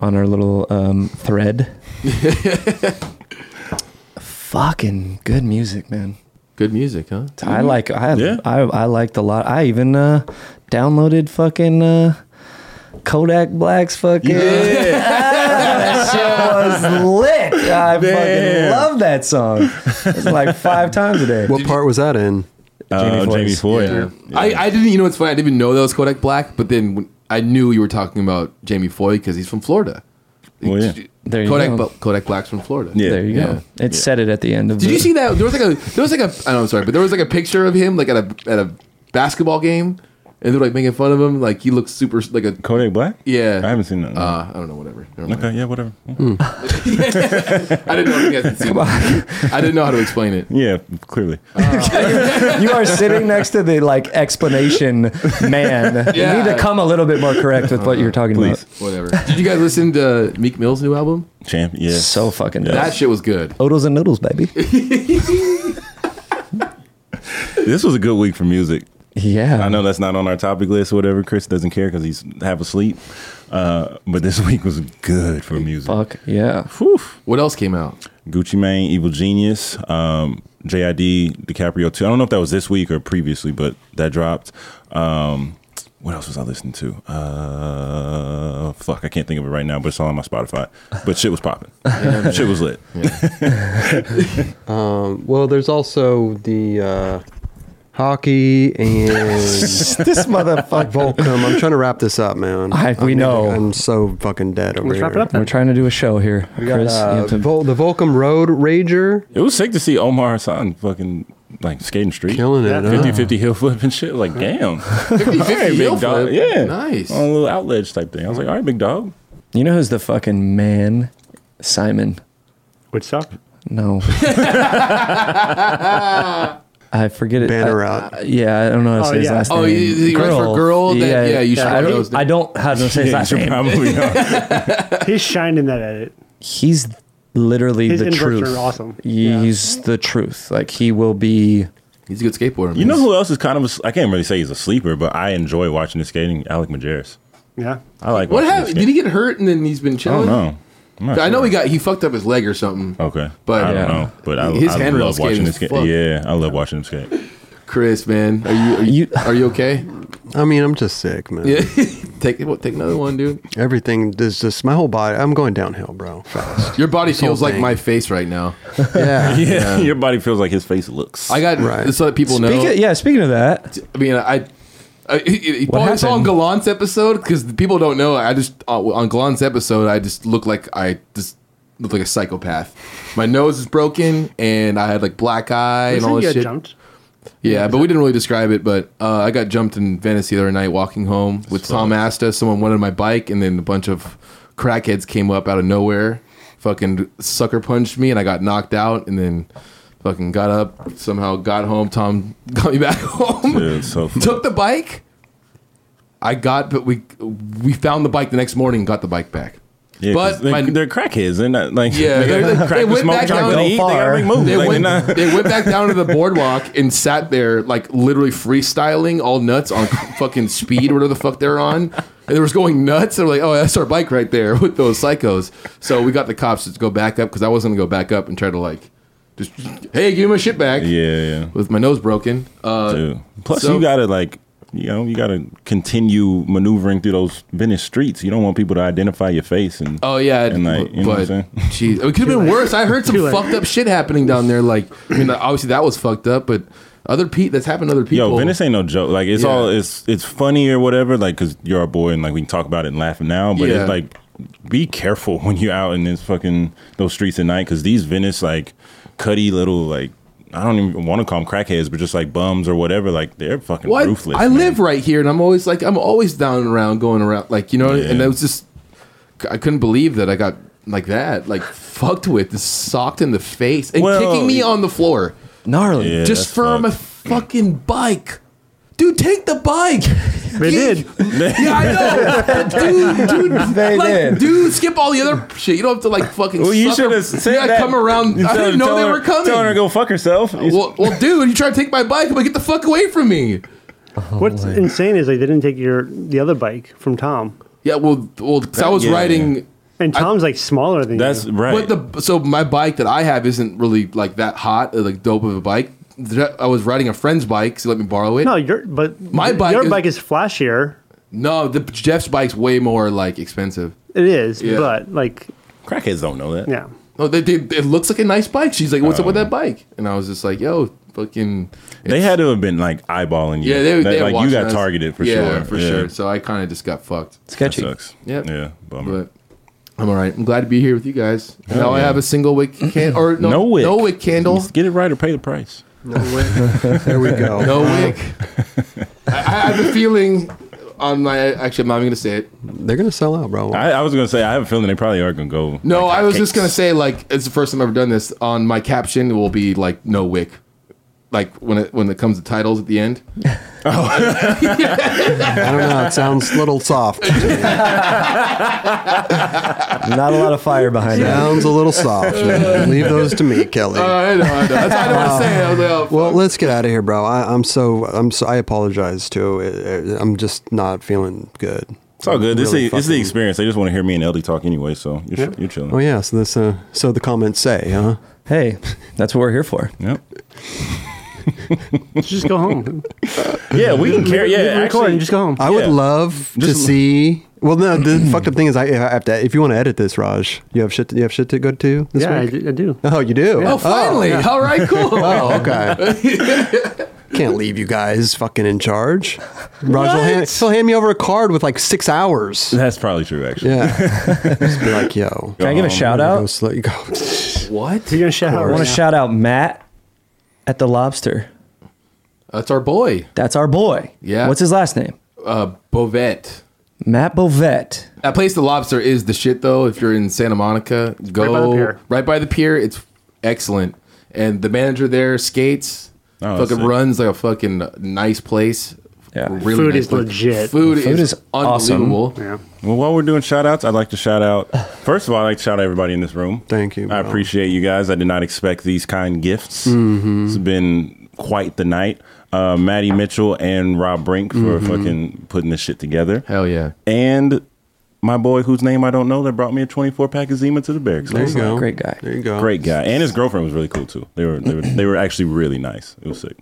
[SPEAKER 5] on our little um, thread. fucking good music, man.
[SPEAKER 3] Good music, huh?
[SPEAKER 5] I like I,
[SPEAKER 4] Mm-hmm. Yeah.
[SPEAKER 5] I I liked a lot. I even uh downloaded fucking uh Kodak Black's fucking
[SPEAKER 4] Uh,
[SPEAKER 5] that shit was lit. I fucking
[SPEAKER 4] Damn.
[SPEAKER 5] love that song. It's like five times a day.
[SPEAKER 1] What part was that in?
[SPEAKER 4] Uh,
[SPEAKER 5] Jamie
[SPEAKER 4] Jamie
[SPEAKER 5] Foxx.
[SPEAKER 4] Foyd.
[SPEAKER 3] Yeah. I, I didn't. You know what's funny? I didn't even know that was Kodak Black, but then when, I knew you were talking about Jamie Foy because he's from Florida.
[SPEAKER 4] Well, Oh, yeah.
[SPEAKER 5] There you
[SPEAKER 3] Kodak
[SPEAKER 5] go.
[SPEAKER 3] Bla- Kodak Black's from Florida.
[SPEAKER 4] Yeah.
[SPEAKER 5] there you go. It said it at the end of.
[SPEAKER 3] Did
[SPEAKER 5] the,
[SPEAKER 3] you see that? There was like a there was like a I know, I'm sorry, but there was like a picture of him like at a at a basketball game, and they're like making fun of him. Like he looks super like a
[SPEAKER 4] Kodak Black?
[SPEAKER 3] yeah.
[SPEAKER 4] I haven't seen that.
[SPEAKER 3] Uh, Hmm. I don't know. Whatever. Never mind.
[SPEAKER 4] okay, yeah, whatever.
[SPEAKER 3] I didn't know if you guys had seen. it. I didn't know how to explain it.
[SPEAKER 4] Yeah, clearly.
[SPEAKER 5] You are sitting next to the like explanation man.
[SPEAKER 3] Yeah.
[SPEAKER 5] You need to come a little bit more correct with what you're talking
[SPEAKER 4] Please.
[SPEAKER 3] Whatever. Did you guys listen to Meek Mill's new album?
[SPEAKER 4] Champ, yeah.
[SPEAKER 5] about. So fucking dope.
[SPEAKER 3] That shit was good.
[SPEAKER 5] Odles and noodles, baby.
[SPEAKER 4] This was a good week for music.
[SPEAKER 5] Yeah.
[SPEAKER 4] I know that's not on our topic list or whatever. Chris doesn't care because he's half asleep. Uh, but this week was good for music.
[SPEAKER 5] Fuck yeah.
[SPEAKER 4] Whew.
[SPEAKER 3] What else came out?
[SPEAKER 4] Gucci Mane, Evil Genius, um, JID, DiCaprio 2. I don't know if that was this week or previously, but that dropped. Um, what else was I listening to? Uh, fuck, I can't think of it right now, but it's all on my Spotify. But shit was popping. shit was lit.
[SPEAKER 1] Well, there's also the uh, hockey and
[SPEAKER 5] this motherfucker.
[SPEAKER 1] Volcom. I'm trying to wrap this up, man.
[SPEAKER 5] I- we
[SPEAKER 1] I'm-
[SPEAKER 5] know.
[SPEAKER 1] I'm so fucking dead over
[SPEAKER 2] Let's
[SPEAKER 1] here.
[SPEAKER 2] wrap it up
[SPEAKER 5] We're
[SPEAKER 2] then.
[SPEAKER 5] trying to do a show here,
[SPEAKER 1] We got,
[SPEAKER 5] Chris. you
[SPEAKER 1] uh,
[SPEAKER 5] have to-
[SPEAKER 1] Vol- the Volcom Road Rager
[SPEAKER 4] It was sick to see Omar Hassan fucking like skating street.
[SPEAKER 1] killing it. huh?
[SPEAKER 4] 50 50 heel flip and shit. Like, damn.
[SPEAKER 3] 50
[SPEAKER 4] All right, big dog. Yeah. Um,
[SPEAKER 3] Nice.
[SPEAKER 4] On a little outledge type thing. I was like, all right, big dog.
[SPEAKER 5] you know who's the fucking man? Simon.
[SPEAKER 2] Woodstock.
[SPEAKER 5] No. I forget it.
[SPEAKER 1] Banner
[SPEAKER 5] I- uh,
[SPEAKER 1] out.
[SPEAKER 5] yeah, I don't know how to say
[SPEAKER 2] Oh,
[SPEAKER 5] his
[SPEAKER 2] yeah.
[SPEAKER 5] last
[SPEAKER 3] Oh,
[SPEAKER 5] name.
[SPEAKER 3] you- you went for girl? That- yeah, you should
[SPEAKER 5] I
[SPEAKER 3] know
[SPEAKER 5] don't,
[SPEAKER 3] those
[SPEAKER 5] I don't how to say his
[SPEAKER 4] Yeah,
[SPEAKER 5] last
[SPEAKER 4] should
[SPEAKER 5] name.
[SPEAKER 4] probably know.
[SPEAKER 2] He shined in that edit.
[SPEAKER 5] he's literally
[SPEAKER 2] His
[SPEAKER 5] the
[SPEAKER 2] inverts
[SPEAKER 5] truth.
[SPEAKER 2] are awesome.
[SPEAKER 5] He's the truth. Like he will be.
[SPEAKER 3] He's a good skateboarder.
[SPEAKER 4] You know
[SPEAKER 3] man.
[SPEAKER 4] who else is kind of, a s- I can't really say he's a sleeper, but I enjoy watching his skating? Alec Majerus.
[SPEAKER 2] Yeah.
[SPEAKER 4] I like
[SPEAKER 3] What
[SPEAKER 4] watching his
[SPEAKER 3] happened? Did he
[SPEAKER 4] skating.
[SPEAKER 3] get hurt and then he's been
[SPEAKER 4] I don't
[SPEAKER 3] chilling?
[SPEAKER 4] know. Oh. I'm not
[SPEAKER 3] I know
[SPEAKER 4] sure.
[SPEAKER 3] he got he fucked up his leg or something.
[SPEAKER 4] Okay.
[SPEAKER 3] But-
[SPEAKER 4] But I don't
[SPEAKER 5] Yeah.
[SPEAKER 4] know. But I,
[SPEAKER 3] His
[SPEAKER 4] I
[SPEAKER 3] handrail
[SPEAKER 4] love
[SPEAKER 3] skating
[SPEAKER 4] watching him
[SPEAKER 3] is
[SPEAKER 4] skate.
[SPEAKER 3] fucked.
[SPEAKER 4] Yeah, I love watching him skate.
[SPEAKER 3] Chris, man, are you are you,
[SPEAKER 5] You-
[SPEAKER 3] are you okay?
[SPEAKER 1] I mean, I'm just sick, man.
[SPEAKER 3] Yeah. take what, take another one, dude.
[SPEAKER 1] Everything is just my whole body. I'm going downhill, bro. Fast.
[SPEAKER 3] Your body
[SPEAKER 1] whole
[SPEAKER 3] feels like
[SPEAKER 1] thing.
[SPEAKER 3] my face right now.
[SPEAKER 1] Yeah.
[SPEAKER 4] Yeah. Your body feels like his face looks.
[SPEAKER 3] I got
[SPEAKER 1] Right.
[SPEAKER 3] right. so that people know.
[SPEAKER 5] Speak yeah. Speaking of that,
[SPEAKER 3] I mean, I. I you
[SPEAKER 5] What
[SPEAKER 3] probably saw on
[SPEAKER 5] happened?
[SPEAKER 3] Gallant's episode because people don't know. I just uh, on Gallant's episode, I just look like I just look like a psychopath. My nose is broken, and I had like black eye and all
[SPEAKER 2] Listen,
[SPEAKER 3] this
[SPEAKER 2] you
[SPEAKER 3] shit.
[SPEAKER 2] jumped.
[SPEAKER 3] Yeah, but we didn't really describe it. But uh, I got jumped in Venice the other night walking home with Tom Asta. Someone wanted my bike, and then a bunch of crackheads came up out of nowhere, fucking sucker punched me, and I got knocked out, and then fucking got up, somehow got home. Tom got me back home,
[SPEAKER 4] Dude, so funny.
[SPEAKER 3] took the bike. I got, but we we found the bike the next morning and got the bike back.
[SPEAKER 4] Yeah, 'cause
[SPEAKER 3] but
[SPEAKER 4] they,
[SPEAKER 3] my-
[SPEAKER 4] they're crackheads. They're not like
[SPEAKER 3] Yeah,
[SPEAKER 4] they,
[SPEAKER 3] they're-
[SPEAKER 4] gotta crack
[SPEAKER 3] they
[SPEAKER 4] the
[SPEAKER 3] went
[SPEAKER 4] smoke,
[SPEAKER 3] back
[SPEAKER 4] chocolate,
[SPEAKER 3] down
[SPEAKER 4] to eat. They gotta
[SPEAKER 5] far.
[SPEAKER 4] make moves.
[SPEAKER 3] they
[SPEAKER 4] Like,
[SPEAKER 3] went,
[SPEAKER 4] they're not-
[SPEAKER 3] they went back down to the boardwalk and sat there like literally freestyling all nuts on fucking speed or whatever the fuck they're on. And they was going nuts. They're like, "Oh, that's our bike right there with those psychos." So we got the cops to go back up because I wasn't gonna go back up and try to like just, "Hey, give me my shit back."
[SPEAKER 4] yeah, yeah.
[SPEAKER 3] with my nose broken. Uh,
[SPEAKER 4] Dude. Plus,
[SPEAKER 3] so-
[SPEAKER 4] you gotta like, you know, you gotta continue maneuvering through those Venice streets. You don't want people to identify your face and
[SPEAKER 3] Oh yeah,
[SPEAKER 4] and like, you know what I'm
[SPEAKER 3] but
[SPEAKER 4] saying?
[SPEAKER 3] geez, it could have been worse. I heard some
[SPEAKER 2] Too late.
[SPEAKER 3] fucked up shit happening down there. Like, I mean, obviously that was fucked up, but other people that's happened to other people.
[SPEAKER 4] Yo, Venice ain't no joke. Like it's
[SPEAKER 3] Yeah.
[SPEAKER 4] all it's it's funny or whatever. Like because you're our boy and like we can talk about it and laugh now. But
[SPEAKER 3] Yeah.
[SPEAKER 4] it's like be careful when you're out in this fucking those streets at night because these Venice like cutty little like I don't even want to call them crackheads, but just like bums or whatever. Like they're fucking
[SPEAKER 3] Well, I-
[SPEAKER 4] ruthless.
[SPEAKER 3] I
[SPEAKER 4] man.
[SPEAKER 3] live right here, and I'm always like, I'm always down and around, going around, like you know. And
[SPEAKER 4] Yeah.
[SPEAKER 3] I was just, I couldn't believe that I got like that, like fucked with, just socked in the face, and
[SPEAKER 4] Well,
[SPEAKER 3] kicking me
[SPEAKER 4] you-
[SPEAKER 3] on the floor
[SPEAKER 5] Gnarly.
[SPEAKER 4] Yeah,
[SPEAKER 3] just
[SPEAKER 4] that's
[SPEAKER 3] for my fucking bike. Dude, take the bike.
[SPEAKER 2] They did.
[SPEAKER 3] Yeah, I know. Dude, dude,
[SPEAKER 5] They
[SPEAKER 3] like,
[SPEAKER 5] did.
[SPEAKER 3] dude, skip all the other shit. You don't have to like fucking.
[SPEAKER 4] Well, you
[SPEAKER 3] suck
[SPEAKER 4] should
[SPEAKER 3] her-
[SPEAKER 4] have said
[SPEAKER 3] Yeah,
[SPEAKER 4] that.
[SPEAKER 3] come around.
[SPEAKER 4] You
[SPEAKER 3] I
[SPEAKER 4] tell-
[SPEAKER 3] didn't know
[SPEAKER 4] tell
[SPEAKER 3] they
[SPEAKER 4] her-
[SPEAKER 3] were coming.
[SPEAKER 4] Telling her to go fuck herself.
[SPEAKER 3] well, well, dude, you try to take my bike? I'm like, get the fuck away from me.
[SPEAKER 2] What's insane is like they didn't take your the other bike from Tom,
[SPEAKER 3] Yeah, well, well, 'cause I was
[SPEAKER 4] yeah,
[SPEAKER 3] riding.
[SPEAKER 2] and Tom's like smaller than
[SPEAKER 4] that's
[SPEAKER 2] you.
[SPEAKER 4] right.
[SPEAKER 3] But the so my bike that I have isn't really like that hot, or, like dope of a bike. I was riding a friend's bike, so he let me borrow it.
[SPEAKER 2] No,
[SPEAKER 3] No,
[SPEAKER 2] your but
[SPEAKER 3] My bike
[SPEAKER 2] Your
[SPEAKER 3] is-
[SPEAKER 2] bike is flashier.
[SPEAKER 3] the Jeff's bike's way more like expensive.
[SPEAKER 2] It is,
[SPEAKER 3] Yeah.
[SPEAKER 2] but like
[SPEAKER 4] crackheads don't know that.
[SPEAKER 2] yeah,
[SPEAKER 3] No, they, they, it looks like a nice bike. She's like, "What's up with
[SPEAKER 4] Oh.
[SPEAKER 3] that bike?" And I was just like, "Yo, fucking."
[SPEAKER 4] They had to have been like eyeballing you.
[SPEAKER 3] Yeah, they, they
[SPEAKER 4] like you
[SPEAKER 3] watching
[SPEAKER 4] got
[SPEAKER 3] us.
[SPEAKER 4] targeted for
[SPEAKER 3] yeah,
[SPEAKER 4] sure.
[SPEAKER 3] for sure. So I kind of just got fucked.
[SPEAKER 4] That
[SPEAKER 5] Sketchy.
[SPEAKER 4] sucks.
[SPEAKER 3] Yep.
[SPEAKER 4] Yeah. Bummer.
[SPEAKER 3] But I'm all right. I'm glad to be here with you guys. now I
[SPEAKER 4] yeah.
[SPEAKER 3] have a single wick can or no,
[SPEAKER 4] No wick.
[SPEAKER 3] no wick candle.
[SPEAKER 4] Get it right or pay the price.
[SPEAKER 1] No way. there we go.
[SPEAKER 3] No wick. I, I have a feeling on my. Actually, I'm not even gonna say it.
[SPEAKER 1] They're gonna sell out, bro.
[SPEAKER 4] I, I was gonna say I have a feeling they probably are gonna go.
[SPEAKER 3] No,
[SPEAKER 4] like
[SPEAKER 3] I was just
[SPEAKER 4] hotcakes.
[SPEAKER 3] gonna say like it's the first time I've ever done this. On my caption it will be like no wick, like when it when it comes to titles at the end.
[SPEAKER 1] I don't know. It sounds a little soft.
[SPEAKER 5] Not a lot of fire behind that.
[SPEAKER 1] sounds a little soft. Leave those to me, Kelly.
[SPEAKER 3] Uh, I know, I know. That's why I don't want to say it. I was like, oh, fuck.
[SPEAKER 1] Well, let's get out of here, bro. I, I'm so I'm so I apologize too. I- I- I'm just not feeling good.
[SPEAKER 4] It's all good. This,
[SPEAKER 1] Really
[SPEAKER 4] is, this is the
[SPEAKER 1] fucking-
[SPEAKER 4] experience. They just want to hear me and Ellie talk anyway, so you're, ch- you're chilling.
[SPEAKER 1] Oh yeah. So this uh, so the comments say, huh?
[SPEAKER 5] Hey, that's what we're here for.
[SPEAKER 4] Yep.
[SPEAKER 2] just go home.
[SPEAKER 4] Yeah, we can carry. Yeah,
[SPEAKER 2] You can record and
[SPEAKER 4] actually,
[SPEAKER 2] just go home.
[SPEAKER 1] I would
[SPEAKER 4] Yeah.
[SPEAKER 1] love to
[SPEAKER 4] Just-
[SPEAKER 1] see. Well, no, the fucked up thing is I, I have to. If you want to edit this, Raj, you have shit. You have shit to go to this
[SPEAKER 2] yeah, I,
[SPEAKER 1] week.
[SPEAKER 2] d- I do.
[SPEAKER 1] Oh, you do.
[SPEAKER 3] oh, finally, all right, cool.
[SPEAKER 1] Oh, okay. Can't leave you guys fucking in charge. Raj will hand, he'll hand me over a card with like six hours.
[SPEAKER 4] that's probably true. Actually,
[SPEAKER 1] Yeah. Just be like, yo.
[SPEAKER 5] Can I give a
[SPEAKER 4] Um,
[SPEAKER 3] Oh,
[SPEAKER 5] shout
[SPEAKER 1] Go
[SPEAKER 5] out?
[SPEAKER 1] slow. Go.
[SPEAKER 3] what?
[SPEAKER 2] You're gonna shout out.
[SPEAKER 5] I want
[SPEAKER 2] right
[SPEAKER 5] to
[SPEAKER 2] now.
[SPEAKER 5] shout out Matt at the Lobster.
[SPEAKER 3] That's our boy,
[SPEAKER 5] That's our boy.
[SPEAKER 3] Yeah.
[SPEAKER 5] What's his last name?
[SPEAKER 3] uh, Bovette.
[SPEAKER 5] Matt Bovet.
[SPEAKER 3] That place, the Lobster, is the shit though. If you're in Santa Monica, go
[SPEAKER 2] by the pier.
[SPEAKER 3] right by the pier. It's excellent, and the manager there skates.
[SPEAKER 4] Oh, that's
[SPEAKER 3] fucking
[SPEAKER 4] sick.
[SPEAKER 3] runs like a fucking nice place.
[SPEAKER 5] Yeah.
[SPEAKER 3] Really
[SPEAKER 2] Food
[SPEAKER 3] nice
[SPEAKER 2] is legit.
[SPEAKER 3] Food,
[SPEAKER 5] Food
[SPEAKER 3] is,
[SPEAKER 5] is awesome.
[SPEAKER 3] unbelievable.
[SPEAKER 2] Yeah.
[SPEAKER 4] Well, while we're doing shout outs, I'd like to shout out. First of all, I'd like to shout out everybody in this room.
[SPEAKER 1] Thank you, bro.
[SPEAKER 4] I appreciate you guys. I did not expect these kind gifts. It's been quite the night. Uh, Maddie Mitchell and Rob Brink for fucking putting this shit together.
[SPEAKER 3] Hell yeah!
[SPEAKER 4] And my boy, whose name I don't know, that brought me a 24 pack of Zima to the Bear.
[SPEAKER 1] There you go.
[SPEAKER 5] Great guy.
[SPEAKER 1] There you go.
[SPEAKER 4] Great guy. And his girlfriend was really cool too. They were they were, they were actually really nice. It was sick.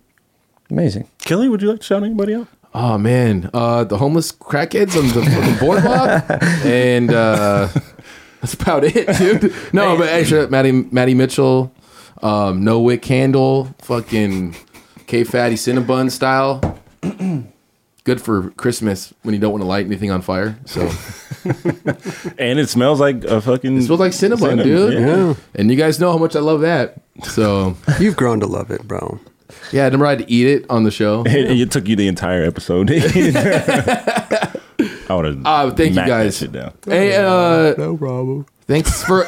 [SPEAKER 5] Amazing.
[SPEAKER 4] Kelly, would you like to shout anybody out?
[SPEAKER 3] Oh man, uh, the homeless crackheads on the, on the boardwalk, and uh, that's about it, dude. No, but actually, Maddie, Maddie Mitchell, um, No Wick Candle, fucking K Fatty Cinnabon style. Good for Christmas when you don't want to light anything on fire. So
[SPEAKER 4] And it smells like a fucking. It
[SPEAKER 3] smells like Cinnabon, dude.
[SPEAKER 1] Yeah.
[SPEAKER 3] and you guys know how much I love that. So
[SPEAKER 1] You've grown to love it, bro.
[SPEAKER 3] yeah, I remember I had to eat it on the show.
[SPEAKER 4] It, it took you the entire episode. I would have.
[SPEAKER 3] Uh, thank you guys.
[SPEAKER 4] Shit down.
[SPEAKER 3] Hey, uh,
[SPEAKER 1] No problem.
[SPEAKER 3] Thanks for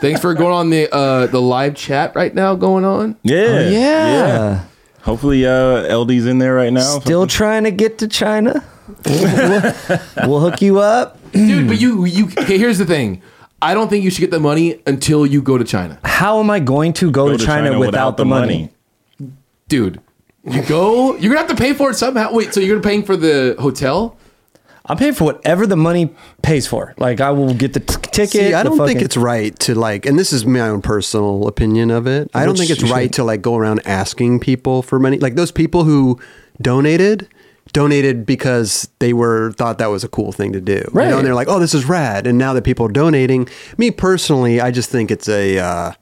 [SPEAKER 3] thanks for going on the uh the live chat right now going on.
[SPEAKER 4] Yeah,
[SPEAKER 5] Oh, yeah.
[SPEAKER 4] Hopefully, uh, LD's in there right now.
[SPEAKER 5] Still trying to get to China. we'll hook you up.
[SPEAKER 3] dude. But you, you. Okay, here's the thing. I don't think you should get the money until you go to China,
[SPEAKER 5] How am I going to go, to, China, without, the money?
[SPEAKER 3] dude. You go. You're gonna have to pay for it somehow. Wait, so you're paying for the hotel?
[SPEAKER 5] I'm paying for whatever the money pays for. Like I will get the t- ticket.
[SPEAKER 1] See, I
[SPEAKER 5] the
[SPEAKER 1] don't think
[SPEAKER 5] fucking-
[SPEAKER 1] it's right to like, and this is my own personal opinion of it. I don't
[SPEAKER 5] Which
[SPEAKER 1] think it's
[SPEAKER 5] you
[SPEAKER 1] right
[SPEAKER 5] should-
[SPEAKER 1] to like go around asking people for money. Like those people who donated, donated because they were thought that was a cool thing to do. You know,
[SPEAKER 5] Right.
[SPEAKER 1] and they're like, oh, this is rad. And now that people are donating, me personally, I just think it's a. Uh,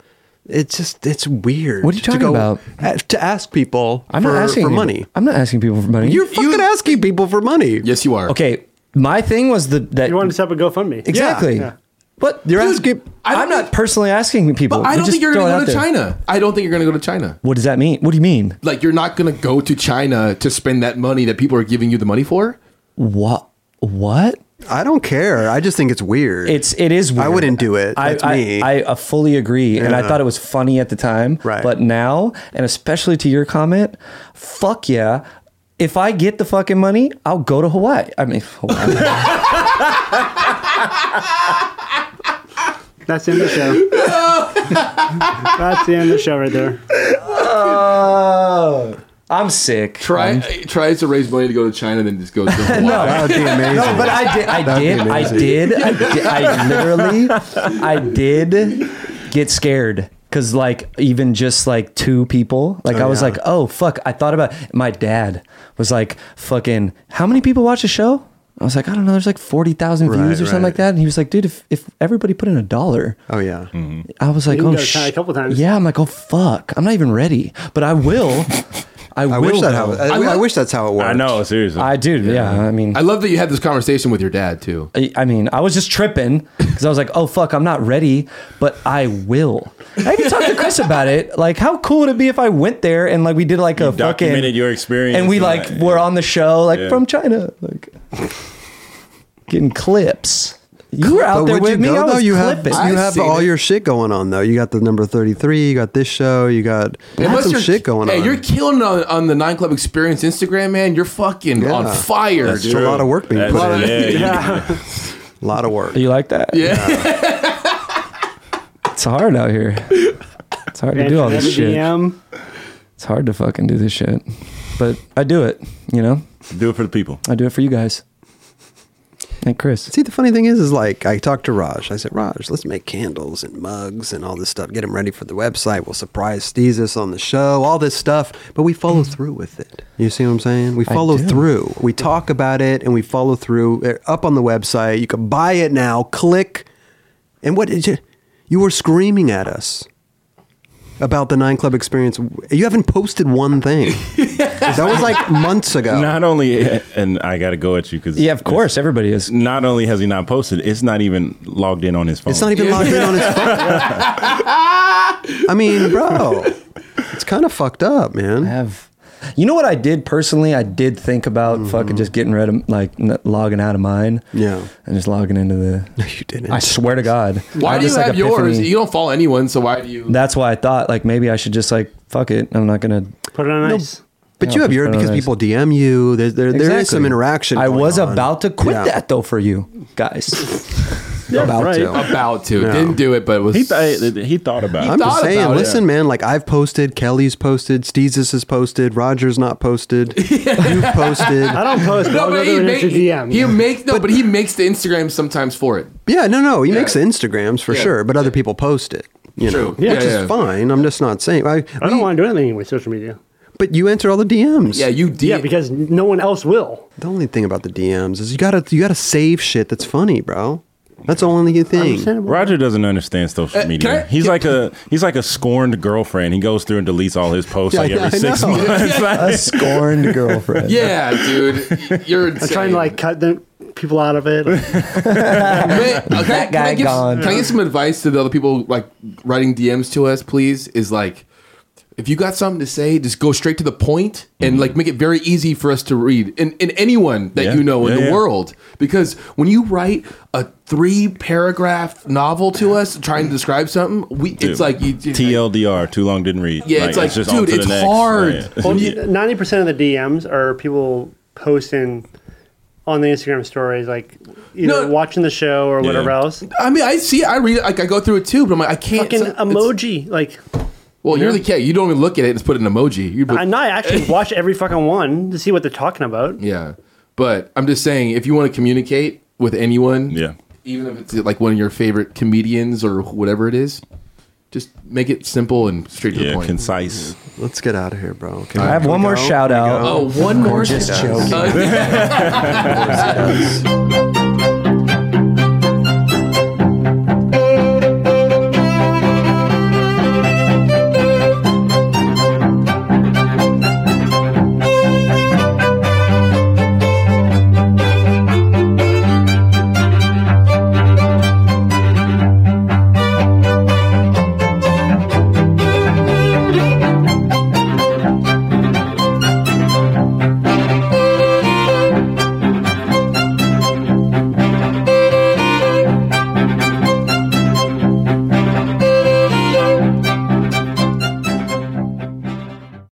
[SPEAKER 1] it's just it's weird.
[SPEAKER 5] What are you
[SPEAKER 1] to
[SPEAKER 5] talking
[SPEAKER 1] go
[SPEAKER 5] about?
[SPEAKER 1] a- to ask people
[SPEAKER 5] I'm
[SPEAKER 1] for,
[SPEAKER 5] not asking
[SPEAKER 1] for
[SPEAKER 5] people-
[SPEAKER 1] money.
[SPEAKER 5] I'm not asking people for money.
[SPEAKER 1] You're fucking asking people for money.
[SPEAKER 3] Yes, you are.
[SPEAKER 5] okay. My thing was the that
[SPEAKER 2] You wanted to set up a GoFundMe.
[SPEAKER 5] exactly.
[SPEAKER 2] Yeah.
[SPEAKER 5] But
[SPEAKER 1] You're
[SPEAKER 5] dude,
[SPEAKER 1] asking.
[SPEAKER 3] I don't
[SPEAKER 5] I'm not
[SPEAKER 3] think-
[SPEAKER 5] personally asking people.
[SPEAKER 3] But I
[SPEAKER 5] We
[SPEAKER 3] don't
[SPEAKER 5] just
[SPEAKER 3] think you're
[SPEAKER 5] throw it
[SPEAKER 3] gonna
[SPEAKER 5] out
[SPEAKER 3] go to
[SPEAKER 5] there.
[SPEAKER 3] China. I don't think you're gonna go to China.
[SPEAKER 5] What does that mean? What do you mean?
[SPEAKER 3] Like you're not gonna go to China to spend that money that people are giving you the money for.
[SPEAKER 5] What? What?
[SPEAKER 1] I don't care. I just think it's weird.
[SPEAKER 5] It's it is. Weird.
[SPEAKER 1] I wouldn't do it. That's
[SPEAKER 5] I,
[SPEAKER 1] me.
[SPEAKER 5] I, I uh, fully agree, and I
[SPEAKER 1] Yeah.
[SPEAKER 5] thought it was funny at the time.
[SPEAKER 1] Right.
[SPEAKER 5] But now, and especially to your comment, fuck yeah. If I get the fucking money, I'll go to Hawaii. I mean, Hawaii.
[SPEAKER 2] That's the end of the show. That's the end of the show right there.
[SPEAKER 5] I'm sick.
[SPEAKER 3] Try tries to raise money to go to China, then just goes to Hawaii.
[SPEAKER 1] that would be amazing.
[SPEAKER 5] No, but I did. I
[SPEAKER 1] be
[SPEAKER 5] did. I
[SPEAKER 1] amazing.
[SPEAKER 5] did. I did. I literally, I did get scared because, like, even just like two people, like, I was
[SPEAKER 1] yeah.
[SPEAKER 5] like, oh fuck. I thought about my dad was like, fucking, how many people watch the show? I was like, I don't know. There's like forty thousand views
[SPEAKER 1] Right,
[SPEAKER 5] or something
[SPEAKER 1] right.
[SPEAKER 5] like that. And he was like, dude, if if everybody put in a dollar,
[SPEAKER 1] Oh yeah.
[SPEAKER 3] Mm.
[SPEAKER 5] I was like,
[SPEAKER 2] You can
[SPEAKER 5] oh
[SPEAKER 2] go to China a
[SPEAKER 5] shit.
[SPEAKER 2] couple times.
[SPEAKER 5] Yeah, I'm like, oh fuck. I'm not even ready, but I will. I,
[SPEAKER 1] I
[SPEAKER 5] will
[SPEAKER 1] wish that how
[SPEAKER 5] go.
[SPEAKER 1] I, I wish that's how it works.
[SPEAKER 4] I know, seriously.
[SPEAKER 5] I do. yeah I mean,
[SPEAKER 3] I love that you had this conversation with your dad too.
[SPEAKER 5] I I mean, I was just tripping because I was like, "Oh fuck, I'm not ready, but I will." I even talked to Chris about it. Like, how cool would it be if I went there and like we did like a
[SPEAKER 4] documented
[SPEAKER 5] fucking
[SPEAKER 4] your experience
[SPEAKER 5] and we like were on the show like
[SPEAKER 4] Yeah.
[SPEAKER 5] from China, like getting clips. You were out
[SPEAKER 1] But
[SPEAKER 5] there
[SPEAKER 1] would
[SPEAKER 5] with
[SPEAKER 1] you
[SPEAKER 5] me.
[SPEAKER 1] go
[SPEAKER 5] I was
[SPEAKER 1] though? You have
[SPEAKER 5] clipping.
[SPEAKER 3] I
[SPEAKER 1] you have
[SPEAKER 3] seen
[SPEAKER 1] all
[SPEAKER 3] it.
[SPEAKER 1] your shit going on though. You got the number thirty three. You got this show. You got you got
[SPEAKER 3] Unless
[SPEAKER 1] some
[SPEAKER 3] you're-
[SPEAKER 1] shit going
[SPEAKER 3] hey,
[SPEAKER 1] on.
[SPEAKER 3] You're killing it on, on the Nine Club Experience Instagram, man. You're fucking
[SPEAKER 1] Yeah.
[SPEAKER 3] on fire,
[SPEAKER 1] That's
[SPEAKER 3] dude.
[SPEAKER 1] true. a lot of work being put
[SPEAKER 4] That's-
[SPEAKER 3] in.
[SPEAKER 4] Yeah, you-
[SPEAKER 1] a lot of work.
[SPEAKER 5] you like that?
[SPEAKER 3] Yeah.
[SPEAKER 5] It's hard out here. It's hard to do all this
[SPEAKER 2] Every
[SPEAKER 5] shit.
[SPEAKER 2] DM.
[SPEAKER 5] It's hard to fucking do this shit, but I do it. You know,
[SPEAKER 4] do it for the people.
[SPEAKER 5] I do it for you guys. And Chris.
[SPEAKER 1] See, the funny thing is, is like I talked to Raj. I said, Raj, let's make candles and mugs and all this stuff. Get them ready for the website. We'll surprise Thesis on the show. All this stuff, but we follow through with it. You see what I'm saying? We follow
[SPEAKER 5] do.
[SPEAKER 1] through. We talk about it and we follow through. They're up on the website. You can buy it now. Click. And what did you? You were screaming at us about the Nine Club experience. You haven't posted one thing. that was like months ago.
[SPEAKER 4] Not only, and I got to go at you because
[SPEAKER 5] Yeah, of course, everybody is.
[SPEAKER 4] Not only has he not posted, it's not even logged in on his phone.
[SPEAKER 1] It's not
[SPEAKER 3] Oh.
[SPEAKER 1] even logged in on his phone. I mean, bro, it's kind of fucked up,
[SPEAKER 5] I
[SPEAKER 1] man.
[SPEAKER 5] have. You know what I did personally? I did think about fucking just getting rid of like n- logging out of mine.
[SPEAKER 1] Mm-hmm. Yeah.
[SPEAKER 5] And just logging into the.
[SPEAKER 1] You didn't.
[SPEAKER 5] I swear to God. I
[SPEAKER 3] Why do you
[SPEAKER 5] this, like,
[SPEAKER 3] have yours?
[SPEAKER 5] epiphany.
[SPEAKER 3] You don't follow anyone, so why do you?
[SPEAKER 5] That's why I thought like maybe I should just like fuck it. I'm not gonna.
[SPEAKER 2] Put it on ice.
[SPEAKER 1] but
[SPEAKER 5] Yeah,
[SPEAKER 1] you have
[SPEAKER 5] but
[SPEAKER 1] your
[SPEAKER 5] I don't
[SPEAKER 1] because
[SPEAKER 5] know.
[SPEAKER 1] people DM you. There, there, there is some
[SPEAKER 5] Exactly.
[SPEAKER 1] interaction.
[SPEAKER 5] I
[SPEAKER 1] going
[SPEAKER 5] was
[SPEAKER 1] on.
[SPEAKER 5] about to quit
[SPEAKER 1] Yeah.
[SPEAKER 5] that though for you guys.
[SPEAKER 1] about
[SPEAKER 2] right.
[SPEAKER 1] to.
[SPEAKER 3] About to
[SPEAKER 1] No.
[SPEAKER 3] didn't do it, but it was
[SPEAKER 4] He, th- he thought about
[SPEAKER 1] I'm
[SPEAKER 4] it.
[SPEAKER 1] just
[SPEAKER 3] thought
[SPEAKER 1] saying.
[SPEAKER 3] about it.
[SPEAKER 1] Listen, man. Like I've posted, Kelly's posted, Steezus is posted, Rogers not posted, you've posted.
[SPEAKER 2] I don't post, but
[SPEAKER 3] no,
[SPEAKER 2] I'll go
[SPEAKER 3] but he,
[SPEAKER 2] to an
[SPEAKER 3] make,
[SPEAKER 2] extra DM.
[SPEAKER 3] he makes no, but, he makes the Instagram sometimes for it.
[SPEAKER 1] Yeah, no, no. He
[SPEAKER 3] Yeah.
[SPEAKER 1] makes the Instagrams for
[SPEAKER 3] Yeah.
[SPEAKER 1] sure, but other people post it. You know,
[SPEAKER 3] True. Yeah,
[SPEAKER 1] which
[SPEAKER 3] yeah.
[SPEAKER 1] is fine. I'm just not saying. I,
[SPEAKER 2] I don't want to do anything with social media.
[SPEAKER 1] But you answer all the DMs.
[SPEAKER 3] Yeah, you did.
[SPEAKER 2] Yeah, because no one else will.
[SPEAKER 1] The only thing about the DMs is you gotta you gotta save shit that's funny, bro. That's the only thing.
[SPEAKER 2] Understandable.
[SPEAKER 4] Roger doesn't understand social
[SPEAKER 3] Uh,
[SPEAKER 4] media.
[SPEAKER 3] can I-
[SPEAKER 4] he's
[SPEAKER 3] can-
[SPEAKER 4] like a he's like a scorned girlfriend. He goes through and deletes all his posts
[SPEAKER 1] Yeah,
[SPEAKER 4] like
[SPEAKER 1] yeah, I
[SPEAKER 4] every six
[SPEAKER 1] know.
[SPEAKER 4] months.
[SPEAKER 5] A scorned girlfriend.
[SPEAKER 3] yeah, dude, you're insane.
[SPEAKER 2] I'm trying to like cut the people out of it.
[SPEAKER 3] Man, uh, can, I-
[SPEAKER 5] That
[SPEAKER 3] can I
[SPEAKER 5] guy
[SPEAKER 3] give,
[SPEAKER 5] gone.
[SPEAKER 3] Can I get some advice to the other people like writing DMs to us, please? Is like, if you got something to say, just go straight to the point and like make it very easy for us to read. And, and anyone that
[SPEAKER 4] Mm-hmm. Yeah.
[SPEAKER 3] you know in
[SPEAKER 4] Yeah,
[SPEAKER 3] the
[SPEAKER 4] yeah.
[SPEAKER 3] world, because when you write a three paragraph novel to us trying to describe something, we it's like you it's like-
[SPEAKER 4] TLDR, too long didn't read.
[SPEAKER 3] Yeah, it's like,
[SPEAKER 4] on
[SPEAKER 3] dude,
[SPEAKER 4] to the
[SPEAKER 3] it's
[SPEAKER 4] next.
[SPEAKER 3] hard.
[SPEAKER 4] Right.
[SPEAKER 2] Ninety percent of the DMs are people posting on the Instagram stories, like either
[SPEAKER 3] No.
[SPEAKER 2] watching the show or whatever
[SPEAKER 4] Yeah.
[SPEAKER 2] else.
[SPEAKER 3] I mean, I see, it, I read it, like I go through it too, but I'm like, I can't.
[SPEAKER 2] Fucking
[SPEAKER 3] so- it's-
[SPEAKER 2] emoji. Like,
[SPEAKER 3] Well, you're the cat. You don't even look at it and just put an emoji. You put,
[SPEAKER 2] I know I actually watch every fucking one to see what they're talking about.
[SPEAKER 3] yeah, but I'm just saying, if you want to communicate with anyone,
[SPEAKER 4] Yeah.
[SPEAKER 3] even if it's like one of your favorite comedians or whatever it is, just make it simple and straight to the
[SPEAKER 4] Yeah,
[SPEAKER 3] point.
[SPEAKER 4] concise.
[SPEAKER 1] Let's get out of here, bro. Okay.
[SPEAKER 5] I have one more shout out.
[SPEAKER 3] oh, one more.
[SPEAKER 5] Just joking.
[SPEAKER 3] Uh,